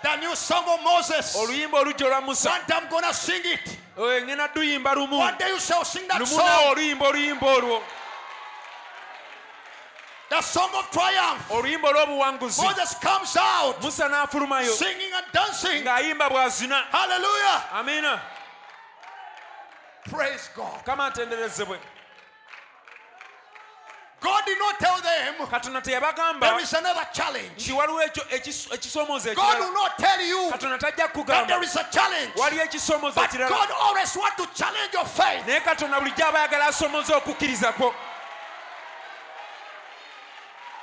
[SPEAKER 2] The new song of Moses.
[SPEAKER 1] oluyimba olujja olwa musa
[SPEAKER 2] One day I'm going to sing it.
[SPEAKER 1] Eh, ngenda duyimba lumu
[SPEAKER 2] One day you shall sing that
[SPEAKER 1] lumu nawe
[SPEAKER 2] song.
[SPEAKER 1] oluyimba oluyimba olwo
[SPEAKER 2] The song of triumph.
[SPEAKER 1] oluyimba olw'obuwanguzi
[SPEAKER 2] Moses comes out
[SPEAKER 1] musa n'afulumayo
[SPEAKER 2] singing and dancing.
[SPEAKER 1] ng'ayimba bw'azina
[SPEAKER 2] Hallelujah.
[SPEAKER 1] amina
[SPEAKER 2] Praise God.
[SPEAKER 1] mukama atenderezebwe
[SPEAKER 2] God did not tell them
[SPEAKER 1] katonda teyabagamba
[SPEAKER 2] there is another challenge.
[SPEAKER 1] nti waliwo ekyo ekis- ekisomozo
[SPEAKER 2] God
[SPEAKER 1] ekirala
[SPEAKER 2] will not tell you
[SPEAKER 1] katonda tajja
[SPEAKER 2] that
[SPEAKER 1] kukugamba
[SPEAKER 2] there is a challenge.
[SPEAKER 1] waliyo ekisomozo
[SPEAKER 2] But
[SPEAKER 1] ekirala
[SPEAKER 2] God always wants to challenge your faith.
[SPEAKER 1] naye katonda bulijjo aba yagala asomoza okukkiriza kwo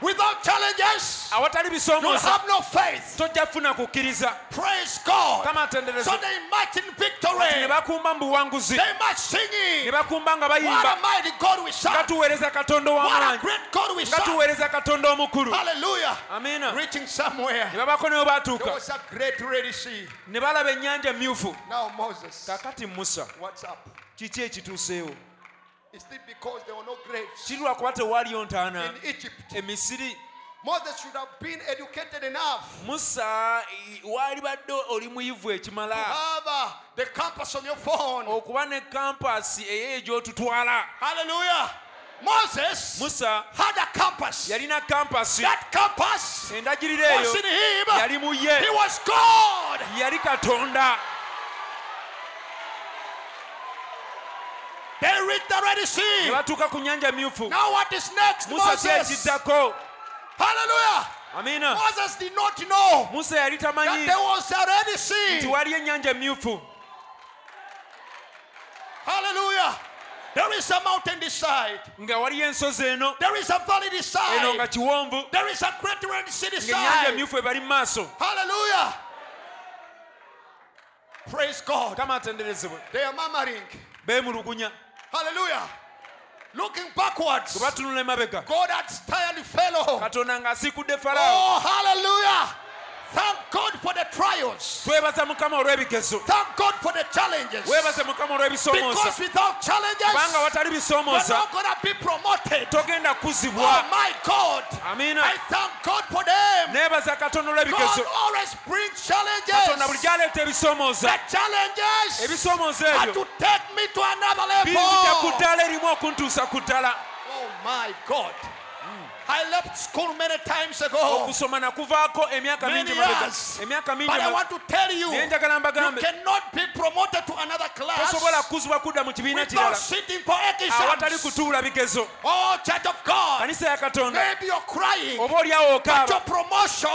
[SPEAKER 2] Without challenges,
[SPEAKER 1] awatali
[SPEAKER 2] you'll
[SPEAKER 1] bisomozo
[SPEAKER 2] have no faith.
[SPEAKER 1] tojja kufuna kukkiriza
[SPEAKER 2] Praise God.
[SPEAKER 1] mukama
[SPEAKER 2] So
[SPEAKER 1] atenderezebwe
[SPEAKER 2] they march in
[SPEAKER 1] ne
[SPEAKER 2] victory.
[SPEAKER 1] bakumba mu buwanguzi
[SPEAKER 2] They march
[SPEAKER 1] ne
[SPEAKER 2] singing.
[SPEAKER 1] bakumba nga
[SPEAKER 2] What
[SPEAKER 1] bayimba
[SPEAKER 2] a mighty God we
[SPEAKER 1] nga
[SPEAKER 2] serve.
[SPEAKER 1] tuweereza katonda
[SPEAKER 2] What a
[SPEAKER 1] ow'amaanyi
[SPEAKER 2] great God we
[SPEAKER 1] nga
[SPEAKER 2] serve.
[SPEAKER 1] tuweereza katonda omukulu
[SPEAKER 2] Hallelujah.
[SPEAKER 1] amina
[SPEAKER 2] Reaching somewhere.
[SPEAKER 1] ne babako ne
[SPEAKER 2] There
[SPEAKER 1] we baatuuka
[SPEAKER 2] was a great Red Sea.
[SPEAKER 1] ne balaba ennyanja emyufu
[SPEAKER 2] Now Moses,
[SPEAKER 1] kakati musa
[SPEAKER 2] what's up?
[SPEAKER 1] kiki ekituuseewo
[SPEAKER 2] Is it because there were no graves
[SPEAKER 1] kirwa kuba tewaliyo
[SPEAKER 2] in
[SPEAKER 1] ntaana
[SPEAKER 2] Egypt?
[SPEAKER 1] emisiri
[SPEAKER 2] Moses should have been educated enough
[SPEAKER 1] musa i- waalibadde oli muyivu
[SPEAKER 2] to
[SPEAKER 1] ekimala
[SPEAKER 2] have uh, the compass on your phone.
[SPEAKER 1] okuba ne kampasi eyo egyotutwala
[SPEAKER 2] Hallelujah. Moses
[SPEAKER 1] musa
[SPEAKER 2] had a compass.
[SPEAKER 1] yalina kampasi
[SPEAKER 2] That compass
[SPEAKER 1] endagiriro
[SPEAKER 2] was
[SPEAKER 1] eyo
[SPEAKER 2] in him.
[SPEAKER 1] yali mu
[SPEAKER 2] He
[SPEAKER 1] ye
[SPEAKER 2] was God.
[SPEAKER 1] yali katonda
[SPEAKER 2] They reached the Red
[SPEAKER 1] ne
[SPEAKER 2] Sea.
[SPEAKER 1] batuuka ku nnyanja myufu
[SPEAKER 2] Now what is next,
[SPEAKER 1] musa
[SPEAKER 2] Moses?
[SPEAKER 1] kyekiddako
[SPEAKER 2] Hallelujah.
[SPEAKER 1] amina
[SPEAKER 2] Moses did not know
[SPEAKER 1] musa yali
[SPEAKER 2] that
[SPEAKER 1] tamanyi
[SPEAKER 2] there was a Red
[SPEAKER 1] nti
[SPEAKER 2] Sea.
[SPEAKER 1] waliyo ennyanja emyufu
[SPEAKER 2] Hallelujah. There is a mountain this side.
[SPEAKER 1] nga waliyo ensozi eno
[SPEAKER 2] There is a valley this
[SPEAKER 1] eno nga
[SPEAKER 2] side.
[SPEAKER 1] kiwonvu
[SPEAKER 2] There is a great Red Sea this
[SPEAKER 1] ngaennyanja
[SPEAKER 2] side.
[SPEAKER 1] emyufu ebali mu maaso
[SPEAKER 2] Hallelujah. Praise God.
[SPEAKER 1] mukama atenderezebwe
[SPEAKER 2] They are murmuring.
[SPEAKER 1] beemulugunya
[SPEAKER 2] Hallelujah. Looking backwards.
[SPEAKER 1] bwe batunula emabega
[SPEAKER 2] God had tired fellow.
[SPEAKER 1] katonda ng'asiikudde falaawo
[SPEAKER 2] Oh, hallelujah. Thank God for the trials.
[SPEAKER 1] twebaza mukama olw'ebigezo
[SPEAKER 2] Thank God for the challenges.
[SPEAKER 1] weebaze mukama olw'ebisomoosa
[SPEAKER 2] Because without
[SPEAKER 1] kubanga
[SPEAKER 2] challenges,
[SPEAKER 1] watali
[SPEAKER 2] you're
[SPEAKER 1] bisomoosa
[SPEAKER 2] not going to be promoted.
[SPEAKER 1] togenda
[SPEAKER 2] Oh,
[SPEAKER 1] kuzibwa
[SPEAKER 2] my God. I
[SPEAKER 1] amina
[SPEAKER 2] thank God for them.
[SPEAKER 1] neebaza katonda
[SPEAKER 2] God
[SPEAKER 1] olw'ebigezo
[SPEAKER 2] always brings
[SPEAKER 1] katonda
[SPEAKER 2] challenges.
[SPEAKER 1] bulijjo aleeta
[SPEAKER 2] The
[SPEAKER 1] ebisomooza
[SPEAKER 2] challenges
[SPEAKER 1] ebisomooza
[SPEAKER 2] are
[SPEAKER 1] ebyo
[SPEAKER 2] to take me to another
[SPEAKER 1] binzija ku
[SPEAKER 2] level.
[SPEAKER 1] ttaala erimu okuntuusa ku ddala
[SPEAKER 2] Oh my God. I left school many times ago.
[SPEAKER 1] okusoma nakuvaako emyaka
[SPEAKER 2] Many
[SPEAKER 1] mingi emabega-
[SPEAKER 2] years.
[SPEAKER 1] emyaka mingi
[SPEAKER 2] Oh. But I
[SPEAKER 1] emabega.
[SPEAKER 2] want to tell you,
[SPEAKER 1] naye
[SPEAKER 2] you
[SPEAKER 1] njagala mbagambe
[SPEAKER 2] cannot be promoted to another
[SPEAKER 1] tosobola
[SPEAKER 2] class
[SPEAKER 1] kuzibwa kudda mu kibiina
[SPEAKER 2] without
[SPEAKER 1] kirala
[SPEAKER 2] sitting for
[SPEAKER 1] awatali
[SPEAKER 2] exams.
[SPEAKER 1] kutuula bigezo
[SPEAKER 2] Oh, Church of God,
[SPEAKER 1] Ah, kanisa ya katonda
[SPEAKER 2] maybe you're crying,
[SPEAKER 1] oba oliawo
[SPEAKER 2] but your
[SPEAKER 1] okaaba
[SPEAKER 2] promotion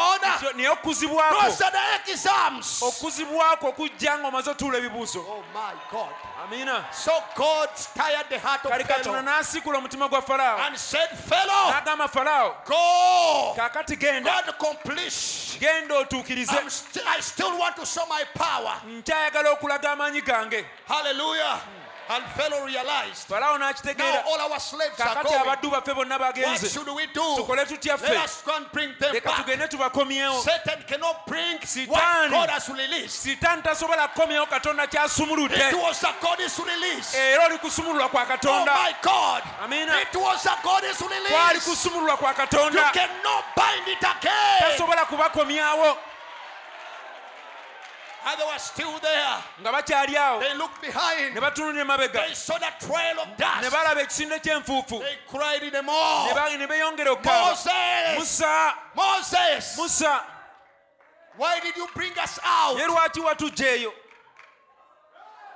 [SPEAKER 1] naye okuzibwako
[SPEAKER 2] goes at the exams.
[SPEAKER 1] okuzibwako okujja nga omaze otuula ebibuuzo
[SPEAKER 2] Oh my God.
[SPEAKER 1] amina
[SPEAKER 2] So God tired the heart
[SPEAKER 1] kali
[SPEAKER 2] of
[SPEAKER 1] katonda
[SPEAKER 2] Pharaoh
[SPEAKER 1] n'asikula omutima gwa falaawo
[SPEAKER 2] and said, Fellow,
[SPEAKER 1] n'agamba falaawo
[SPEAKER 2] go.
[SPEAKER 1] kaakati genda
[SPEAKER 2] God complete.
[SPEAKER 1] genda otuukirize
[SPEAKER 2] I'm st- I still want to show my power.
[SPEAKER 1] nkyayagala okulaga amaanyi gange
[SPEAKER 2] Hallelujah. And fellow realized.
[SPEAKER 1] falaawo
[SPEAKER 2] Now
[SPEAKER 1] n'akitegeera
[SPEAKER 2] all our slaves are
[SPEAKER 1] kaakati
[SPEAKER 2] going.
[SPEAKER 1] abaddu baffe bonna
[SPEAKER 2] What
[SPEAKER 1] bagenze
[SPEAKER 2] should we do?
[SPEAKER 1] tukole tutya
[SPEAKER 2] Let
[SPEAKER 1] ffe
[SPEAKER 2] us go and bring them
[SPEAKER 1] leka
[SPEAKER 2] back.
[SPEAKER 1] tugende tubakomyewo
[SPEAKER 2] Satan cannot bring what
[SPEAKER 1] Sitaani.
[SPEAKER 2] God has released.
[SPEAKER 1] sitaani tasobola kukomyawo katonda kyasumuludde
[SPEAKER 2] It was a God's release.
[SPEAKER 1] era oli kusumululwa kwa
[SPEAKER 2] Oh
[SPEAKER 1] katonda
[SPEAKER 2] my God.
[SPEAKER 1] Eh, amina
[SPEAKER 2] It was a God's
[SPEAKER 1] kwali
[SPEAKER 2] release.
[SPEAKER 1] kusumululwa kwa
[SPEAKER 2] You
[SPEAKER 1] katonda
[SPEAKER 2] cannot bind it again.
[SPEAKER 1] tasobola kubakomyawo
[SPEAKER 2] And they were still there.
[SPEAKER 1] nga bakyali awo
[SPEAKER 2] They looked
[SPEAKER 1] ne
[SPEAKER 2] behind.
[SPEAKER 1] batunulira emabega
[SPEAKER 2] They saw the trail of
[SPEAKER 1] ne
[SPEAKER 2] dust.
[SPEAKER 1] balaba ekisinde ky'enfuufu
[SPEAKER 2] They cried in the
[SPEAKER 1] Ne
[SPEAKER 2] mall.
[SPEAKER 1] ba- ne beeyongera okukaaba
[SPEAKER 2] Moses,
[SPEAKER 1] musa
[SPEAKER 2] Moses,
[SPEAKER 1] musa
[SPEAKER 2] why did you bring us out?
[SPEAKER 1] ye lwaki watujja eyo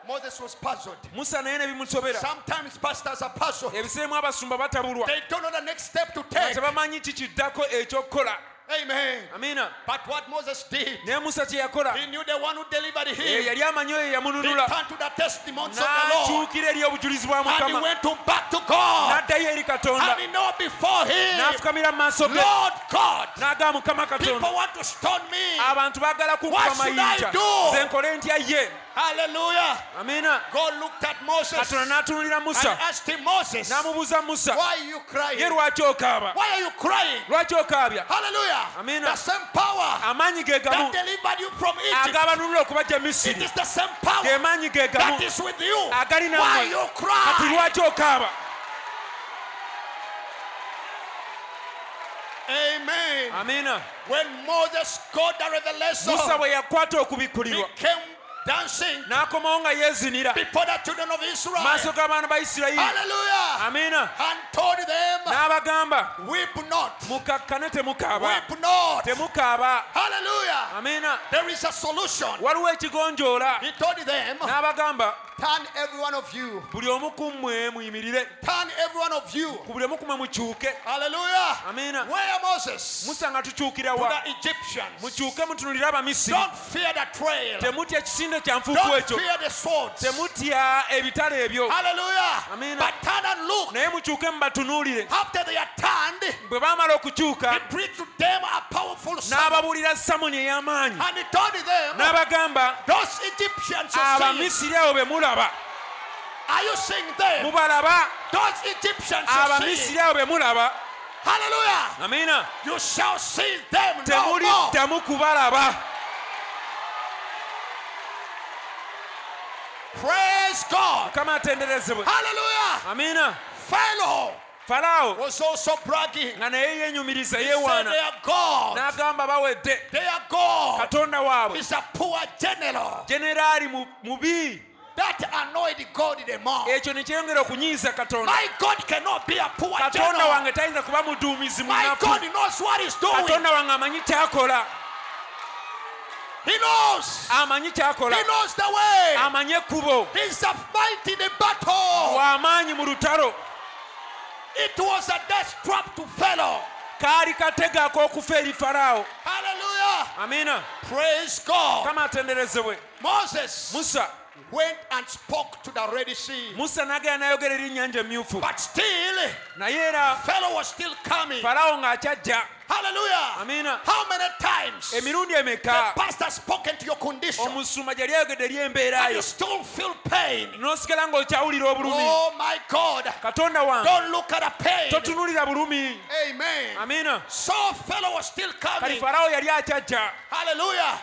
[SPEAKER 2] Moses was puzzled.
[SPEAKER 1] musa naye ne bimusobera
[SPEAKER 2] Sometimes pastors are puzzled.
[SPEAKER 1] ebiseemu abasumba batabulwa
[SPEAKER 2] They don't know the next step to
[SPEAKER 1] nga
[SPEAKER 2] take.
[SPEAKER 1] tebamanyi kikiddako ekyokukola
[SPEAKER 2] Amen.
[SPEAKER 1] amina
[SPEAKER 2] But what Moses did,
[SPEAKER 1] naye musa kye yakola
[SPEAKER 2] he knew the one who delivered
[SPEAKER 1] ye
[SPEAKER 2] him.
[SPEAKER 1] yali amanyi oyo
[SPEAKER 2] He
[SPEAKER 1] yamununula
[SPEAKER 2] turned to the testimonies of the Lord
[SPEAKER 1] n'akyukira eri obujulizi bwa
[SPEAKER 2] and he
[SPEAKER 1] mukama
[SPEAKER 2] went to back to God.
[SPEAKER 1] n'addayo eri katonda
[SPEAKER 2] And he knelt before him,
[SPEAKER 1] n'afukamira mu maaso ge
[SPEAKER 2] Lord God,
[SPEAKER 1] n'agamba mukama
[SPEAKER 2] people
[SPEAKER 1] katonda
[SPEAKER 2] want to stone me.
[SPEAKER 1] abantu baagala kunkuba
[SPEAKER 2] What should I
[SPEAKER 1] mayinja
[SPEAKER 2] do?
[SPEAKER 1] nze nkole ntya ye
[SPEAKER 2] Hallelujah.
[SPEAKER 1] amina
[SPEAKER 2] God looked at Moses
[SPEAKER 1] katonda
[SPEAKER 2] and
[SPEAKER 1] n'atunulira musa
[SPEAKER 2] asked him, Moses,
[SPEAKER 1] n'amubuuza musa
[SPEAKER 2] why are you
[SPEAKER 1] ye
[SPEAKER 2] crying?
[SPEAKER 1] lwaki okaaba
[SPEAKER 2] Why are you crying?
[SPEAKER 1] lwaki okaabya
[SPEAKER 2] Hallelujah.
[SPEAKER 1] Amen.
[SPEAKER 2] The same power
[SPEAKER 1] amaanyi ge
[SPEAKER 2] that
[SPEAKER 1] gamu
[SPEAKER 2] delivered you from Egypt.
[SPEAKER 1] agabanunula okubajja e
[SPEAKER 2] It
[SPEAKER 1] misiri
[SPEAKER 2] is the same power
[SPEAKER 1] ge maanyi ge gamu
[SPEAKER 2] that is with you.
[SPEAKER 1] agali nammwe.
[SPEAKER 2] Why you
[SPEAKER 1] kati
[SPEAKER 2] cry?
[SPEAKER 1] lwaki okaaba
[SPEAKER 2] Amen.
[SPEAKER 1] amina
[SPEAKER 2] When Moses got the revelation,
[SPEAKER 1] musa bwe yakwata
[SPEAKER 2] he
[SPEAKER 1] okubikkulirwa
[SPEAKER 2] came dancing
[SPEAKER 1] n'akomawo nga yeezinira
[SPEAKER 2] before the children of Israel.
[SPEAKER 1] mu maaso g'abaana ba isirayiri
[SPEAKER 2] Hallelujah.
[SPEAKER 1] amina
[SPEAKER 2] And told them,
[SPEAKER 1] n'abagamba
[SPEAKER 2] Weep not.
[SPEAKER 1] mukakkane temukaaba
[SPEAKER 2] Weep not.
[SPEAKER 1] temukaaba
[SPEAKER 2] Hallelujah.
[SPEAKER 1] amina
[SPEAKER 2] There is a solution.
[SPEAKER 1] waliwo ekigonjoola
[SPEAKER 2] He told them,
[SPEAKER 1] n'abagamba
[SPEAKER 2] Turn every one of you.
[SPEAKER 1] buli omu ku mmwe muyimirire
[SPEAKER 2] Turn every one of you.
[SPEAKER 1] ku buli omu kumwe mukyuke
[SPEAKER 2] Hallelujah.
[SPEAKER 1] amina
[SPEAKER 2] Where Moses?
[SPEAKER 1] musa nga tukyukira
[SPEAKER 2] To
[SPEAKER 1] wa
[SPEAKER 2] the Egyptians.
[SPEAKER 1] mukyuke mutunulire abamisiri
[SPEAKER 2] Don't fear the trail.
[SPEAKER 1] temutya ekisinde kya nfuufu
[SPEAKER 2] Don't
[SPEAKER 1] ekyo
[SPEAKER 2] fear the swords.
[SPEAKER 1] temutya ebitale ebyo
[SPEAKER 2] Hallelujah.
[SPEAKER 1] Amen.
[SPEAKER 2] But turn and look.
[SPEAKER 1] naye mukyuke mubatunuulire
[SPEAKER 2] After they are turned,
[SPEAKER 1] bwe baamala okukyuka
[SPEAKER 2] he preached to them a powerful sermon.
[SPEAKER 1] n'ababuulira samoni ey'amaanyi
[SPEAKER 2] And he told them,
[SPEAKER 1] n'abagamba
[SPEAKER 2] Those Egyptians you see,
[SPEAKER 1] abamisiri abo be mulaba
[SPEAKER 2] are you seeing them?
[SPEAKER 1] mubalaba
[SPEAKER 2] Those Egyptians you see,
[SPEAKER 1] abamisiri abo be mulaba
[SPEAKER 2] hallelujah.
[SPEAKER 1] amina
[SPEAKER 2] You shall see them no more.
[SPEAKER 1] temuliddamu kubalaba
[SPEAKER 2] Praise God.
[SPEAKER 1] mukama atenderezebwe
[SPEAKER 2] Hallelujah.
[SPEAKER 1] amina
[SPEAKER 2] Pharaoh
[SPEAKER 1] falaawo
[SPEAKER 2] was also bragging.
[SPEAKER 1] nga naye yeenyumiriza
[SPEAKER 2] He said
[SPEAKER 1] yeewaana
[SPEAKER 2] they are God.
[SPEAKER 1] n'agamba bawedde
[SPEAKER 2] They are God.
[SPEAKER 1] katonda waabwe
[SPEAKER 2] He's a poor general.
[SPEAKER 1] generaali mu- mubi
[SPEAKER 2] That annoyed God the more.
[SPEAKER 1] ekyo ne kyeyongera okunyiiza katonda
[SPEAKER 2] My God cannot be a poor
[SPEAKER 1] katonda
[SPEAKER 2] general.
[SPEAKER 1] wange tayinza kuba muduumizi
[SPEAKER 2] My
[SPEAKER 1] munafu
[SPEAKER 2] God knows what he's doing.
[SPEAKER 1] katonda wange amanyi kyakola
[SPEAKER 2] He knows.
[SPEAKER 1] amanyi
[SPEAKER 2] He
[SPEAKER 1] kyakola
[SPEAKER 2] knows the way.
[SPEAKER 1] amanyi ekkubo
[SPEAKER 2] He's a mighty in the battle.
[SPEAKER 1] w'amaanyi mu lutalo
[SPEAKER 2] It was a death trap to fellow.
[SPEAKER 1] kaali katega ak'okufa eri faraawo
[SPEAKER 2] Hallelujah.
[SPEAKER 1] amina
[SPEAKER 2] Praise God.
[SPEAKER 1] kama atenderezebwe
[SPEAKER 2] Moses.
[SPEAKER 1] musa
[SPEAKER 2] went and spoke to the Red Sea.
[SPEAKER 1] musa n'agenda n'ayogera eri ennyanja emyufu
[SPEAKER 2] But still,
[SPEAKER 1] naye era
[SPEAKER 2] fellow was still coming.
[SPEAKER 1] faraawo ng'akyajja
[SPEAKER 2] Hallelujah.
[SPEAKER 1] amina
[SPEAKER 2] How many times
[SPEAKER 1] emirundi
[SPEAKER 2] the
[SPEAKER 1] emeka
[SPEAKER 2] pastor spoken to your condition
[SPEAKER 1] omusumba gyali ayogedde eri
[SPEAKER 2] and you
[SPEAKER 1] embeerayo
[SPEAKER 2] still feel pain?
[SPEAKER 1] n'osigala ng'okyawulira obulumi
[SPEAKER 2] Oh my God.
[SPEAKER 1] katonda wange
[SPEAKER 2] Don't look at the pain.
[SPEAKER 1] totunulira bulumi
[SPEAKER 2] Amen.
[SPEAKER 1] amina
[SPEAKER 2] So fellow was still
[SPEAKER 1] kati
[SPEAKER 2] coming.
[SPEAKER 1] faraawo yali akyajja
[SPEAKER 2] Hallelujah.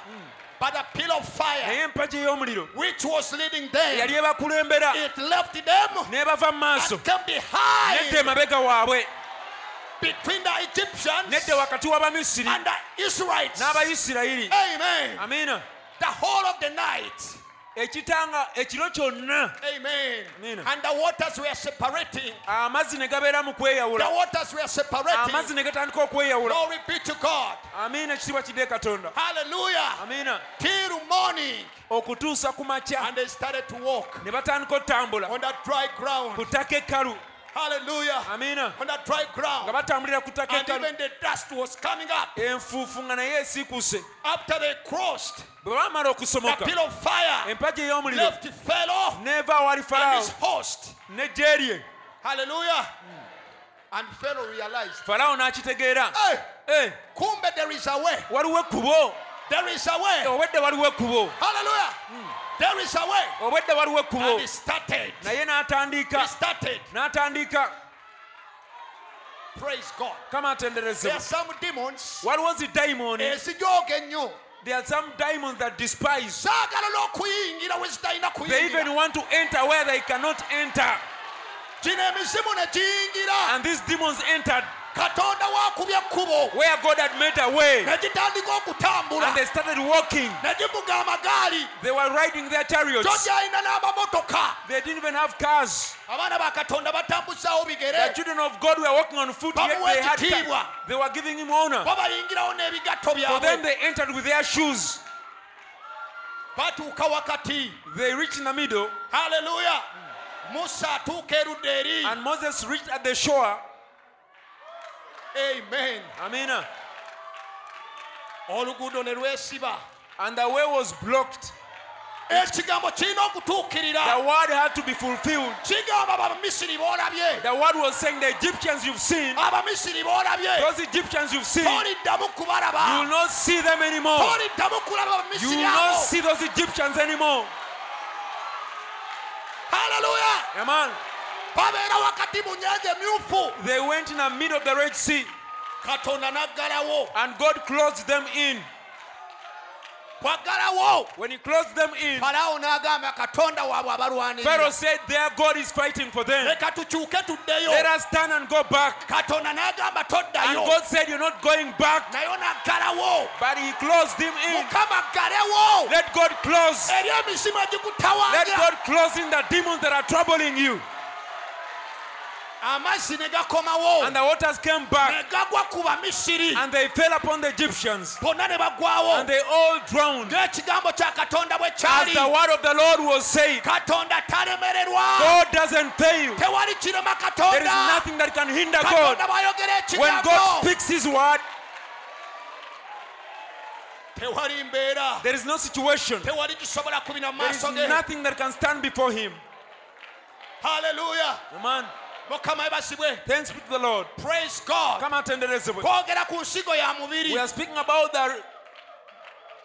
[SPEAKER 2] But the pillar of fire
[SPEAKER 1] naye empagi ey'omuliro
[SPEAKER 2] which was leading them,
[SPEAKER 1] yali ebakulembera
[SPEAKER 2] it left them
[SPEAKER 1] n'ebava mu maaso
[SPEAKER 2] and came
[SPEAKER 1] nedda
[SPEAKER 2] behind
[SPEAKER 1] emabega waabwe
[SPEAKER 2] between the Egyptians
[SPEAKER 1] nedda wakati w'abamisiri
[SPEAKER 2] and the Israelites.
[SPEAKER 1] n'abaisirayiri
[SPEAKER 2] Amen.
[SPEAKER 1] amina
[SPEAKER 2] The whole of the night.
[SPEAKER 1] ekitanga ekiro kyonna
[SPEAKER 2] Amen.
[SPEAKER 1] Amen.
[SPEAKER 2] And the waters were separating.
[SPEAKER 1] amazzi ne gabeera mu
[SPEAKER 2] The
[SPEAKER 1] kweyawula
[SPEAKER 2] waters were
[SPEAKER 1] amazzi
[SPEAKER 2] separating.
[SPEAKER 1] ne gatandika okweyawula
[SPEAKER 2] Glory be to God.
[SPEAKER 1] amina ekitiibwa kidde katonda
[SPEAKER 2] Hallelujah.
[SPEAKER 1] amina
[SPEAKER 2] Till morning.
[SPEAKER 1] okutuusa ku makya
[SPEAKER 2] And they started to walk
[SPEAKER 1] ne batandika otambula
[SPEAKER 2] on that dry ground.
[SPEAKER 1] ku ttaka ekkalu
[SPEAKER 2] Hallelujah.
[SPEAKER 1] amina
[SPEAKER 2] On that dry
[SPEAKER 1] nga
[SPEAKER 2] ground.
[SPEAKER 1] batambulira ku ttaka
[SPEAKER 2] And
[SPEAKER 1] ekkalu
[SPEAKER 2] even the dust was coming up
[SPEAKER 1] enfuufu nga naye esiikuuse
[SPEAKER 2] after they crossed
[SPEAKER 1] bwe bamala
[SPEAKER 2] the
[SPEAKER 1] okusomoka
[SPEAKER 2] pillar of fire.
[SPEAKER 1] empagi ey'omuliro
[SPEAKER 2] Left fellow
[SPEAKER 1] neeva
[SPEAKER 2] and
[SPEAKER 1] awali
[SPEAKER 2] his
[SPEAKER 1] falaawo
[SPEAKER 2] host.
[SPEAKER 1] n'ejje lye
[SPEAKER 2] Hallelujah. And fellow realized,
[SPEAKER 1] falaawo n'akitegeera
[SPEAKER 2] hey,
[SPEAKER 1] Eh,
[SPEAKER 2] kumbe there is a way.
[SPEAKER 1] waliwo ekkubo
[SPEAKER 2] There is a way.
[SPEAKER 1] obwedde waliwo ekkubo
[SPEAKER 2] Hallelujah. There is a way.
[SPEAKER 1] obwedde waliwo ekkubo
[SPEAKER 2] And it started.
[SPEAKER 1] naye
[SPEAKER 2] It
[SPEAKER 1] n'atandika
[SPEAKER 2] started.
[SPEAKER 1] n'atandika
[SPEAKER 2] Praise God.
[SPEAKER 1] kama
[SPEAKER 2] There are
[SPEAKER 1] atenderezebwa
[SPEAKER 2] some demons.
[SPEAKER 1] waliwo zi diamond
[SPEAKER 2] ezijooga ennyo
[SPEAKER 1] there are some diamonds that despise
[SPEAKER 2] zaagala n'okuyingira we zitalina
[SPEAKER 1] they even
[SPEAKER 2] kuyingira
[SPEAKER 1] want to enter where they cannot enter
[SPEAKER 2] gino emizimu ne giyingira
[SPEAKER 1] and these demons entered
[SPEAKER 2] katonda waakubya ekkubo
[SPEAKER 1] where god had made a way
[SPEAKER 2] ne gitandika okutambula
[SPEAKER 1] and they started walking
[SPEAKER 2] ne givuga amagaali
[SPEAKER 1] they were riding their chariots
[SPEAKER 2] togyalina n'amamotoka
[SPEAKER 1] they didn't even have cars
[SPEAKER 2] abaana ba katonda batambuzaawo
[SPEAKER 1] the
[SPEAKER 2] bigere
[SPEAKER 1] children of god were walking on foot yet they had cars. they were giving him honor
[SPEAKER 2] babayingirawo n'ebigatto
[SPEAKER 1] for them
[SPEAKER 2] byabwe
[SPEAKER 1] they entered with their shoes
[SPEAKER 2] batuuka wakati
[SPEAKER 1] they reached in the middle
[SPEAKER 2] haleluya musa atuuka erudda eri
[SPEAKER 1] and moses reached at the shore
[SPEAKER 2] amen
[SPEAKER 1] amina
[SPEAKER 2] oluguudo ne lwesiba
[SPEAKER 1] and the way was blocked
[SPEAKER 2] ekigambo kirina
[SPEAKER 1] the
[SPEAKER 2] okutuukirira
[SPEAKER 1] word had to be fulfilled
[SPEAKER 2] kigamba abamisiri boolabye
[SPEAKER 1] The word was saying, The Egyptians you've seen,
[SPEAKER 2] abamisiri boolabye
[SPEAKER 1] those Egyptians you've seen, you
[SPEAKER 2] toliddamu
[SPEAKER 1] will
[SPEAKER 2] kubalaba
[SPEAKER 1] not see them anymore.
[SPEAKER 2] toliddamu kulaba
[SPEAKER 1] You will
[SPEAKER 2] abamisiri
[SPEAKER 1] not
[SPEAKER 2] abo
[SPEAKER 1] see those Egyptians anymore.
[SPEAKER 2] haleluya
[SPEAKER 1] Amen.
[SPEAKER 2] babeera wakati mu nyanja emyufu
[SPEAKER 1] They went in the middle of the Red Sea.
[SPEAKER 2] katonda n'aggalawo
[SPEAKER 1] And God clothes them in.
[SPEAKER 2] bwaggalawo
[SPEAKER 1] When He clothes them in,
[SPEAKER 2] falaawo n'agamba katonda waabwe
[SPEAKER 1] Pharaoh
[SPEAKER 2] abalwanirira
[SPEAKER 1] said, Their God is fighting for them.
[SPEAKER 2] leka tukyuke
[SPEAKER 1] Let
[SPEAKER 2] tuddeyo
[SPEAKER 1] us turn and go back.
[SPEAKER 2] katonda n'agamba
[SPEAKER 1] And
[SPEAKER 2] toddayo
[SPEAKER 1] God said, You're not going back.
[SPEAKER 2] naye onaggalawo
[SPEAKER 1] But He closed them in.
[SPEAKER 2] mukama aggalewo
[SPEAKER 1] Let God close.
[SPEAKER 2] eri emisimu
[SPEAKER 1] Let
[SPEAKER 2] egikutawaanya
[SPEAKER 1] God close in the demons that are troubling you.
[SPEAKER 2] amazzi ne gakomawo
[SPEAKER 1] And the waters came back.
[SPEAKER 2] ne gagwa ku bamisiri
[SPEAKER 1] And they fell upon the Egyptians.
[SPEAKER 2] bonna ne bagwawo
[SPEAKER 1] And they all drowned.
[SPEAKER 2] ng'ekigambo kya katonda bwe
[SPEAKER 1] As
[SPEAKER 2] kyali
[SPEAKER 1] the word of the Lord was said,
[SPEAKER 2] katonda talemererwa
[SPEAKER 1] God doesn't fail.
[SPEAKER 2] tewali kirema
[SPEAKER 1] There is
[SPEAKER 2] katonda
[SPEAKER 1] nothing that can hinder God.
[SPEAKER 2] katonda bw'ayogera e
[SPEAKER 1] When God
[SPEAKER 2] ekigambo
[SPEAKER 1] speaks His word,
[SPEAKER 2] tewali mbeera
[SPEAKER 1] there is no situation.
[SPEAKER 2] tewali kisobola kubina mu
[SPEAKER 1] There is
[SPEAKER 2] maaso ge
[SPEAKER 1] nothing that can stand before Him.
[SPEAKER 2] haleluya
[SPEAKER 1] Amen.
[SPEAKER 2] mukama ebasibwe
[SPEAKER 1] Thanks be to the Lord.
[SPEAKER 2] praise god
[SPEAKER 1] Come out and We
[SPEAKER 2] twogera ku nsigo ya mubiri
[SPEAKER 1] are speaking about the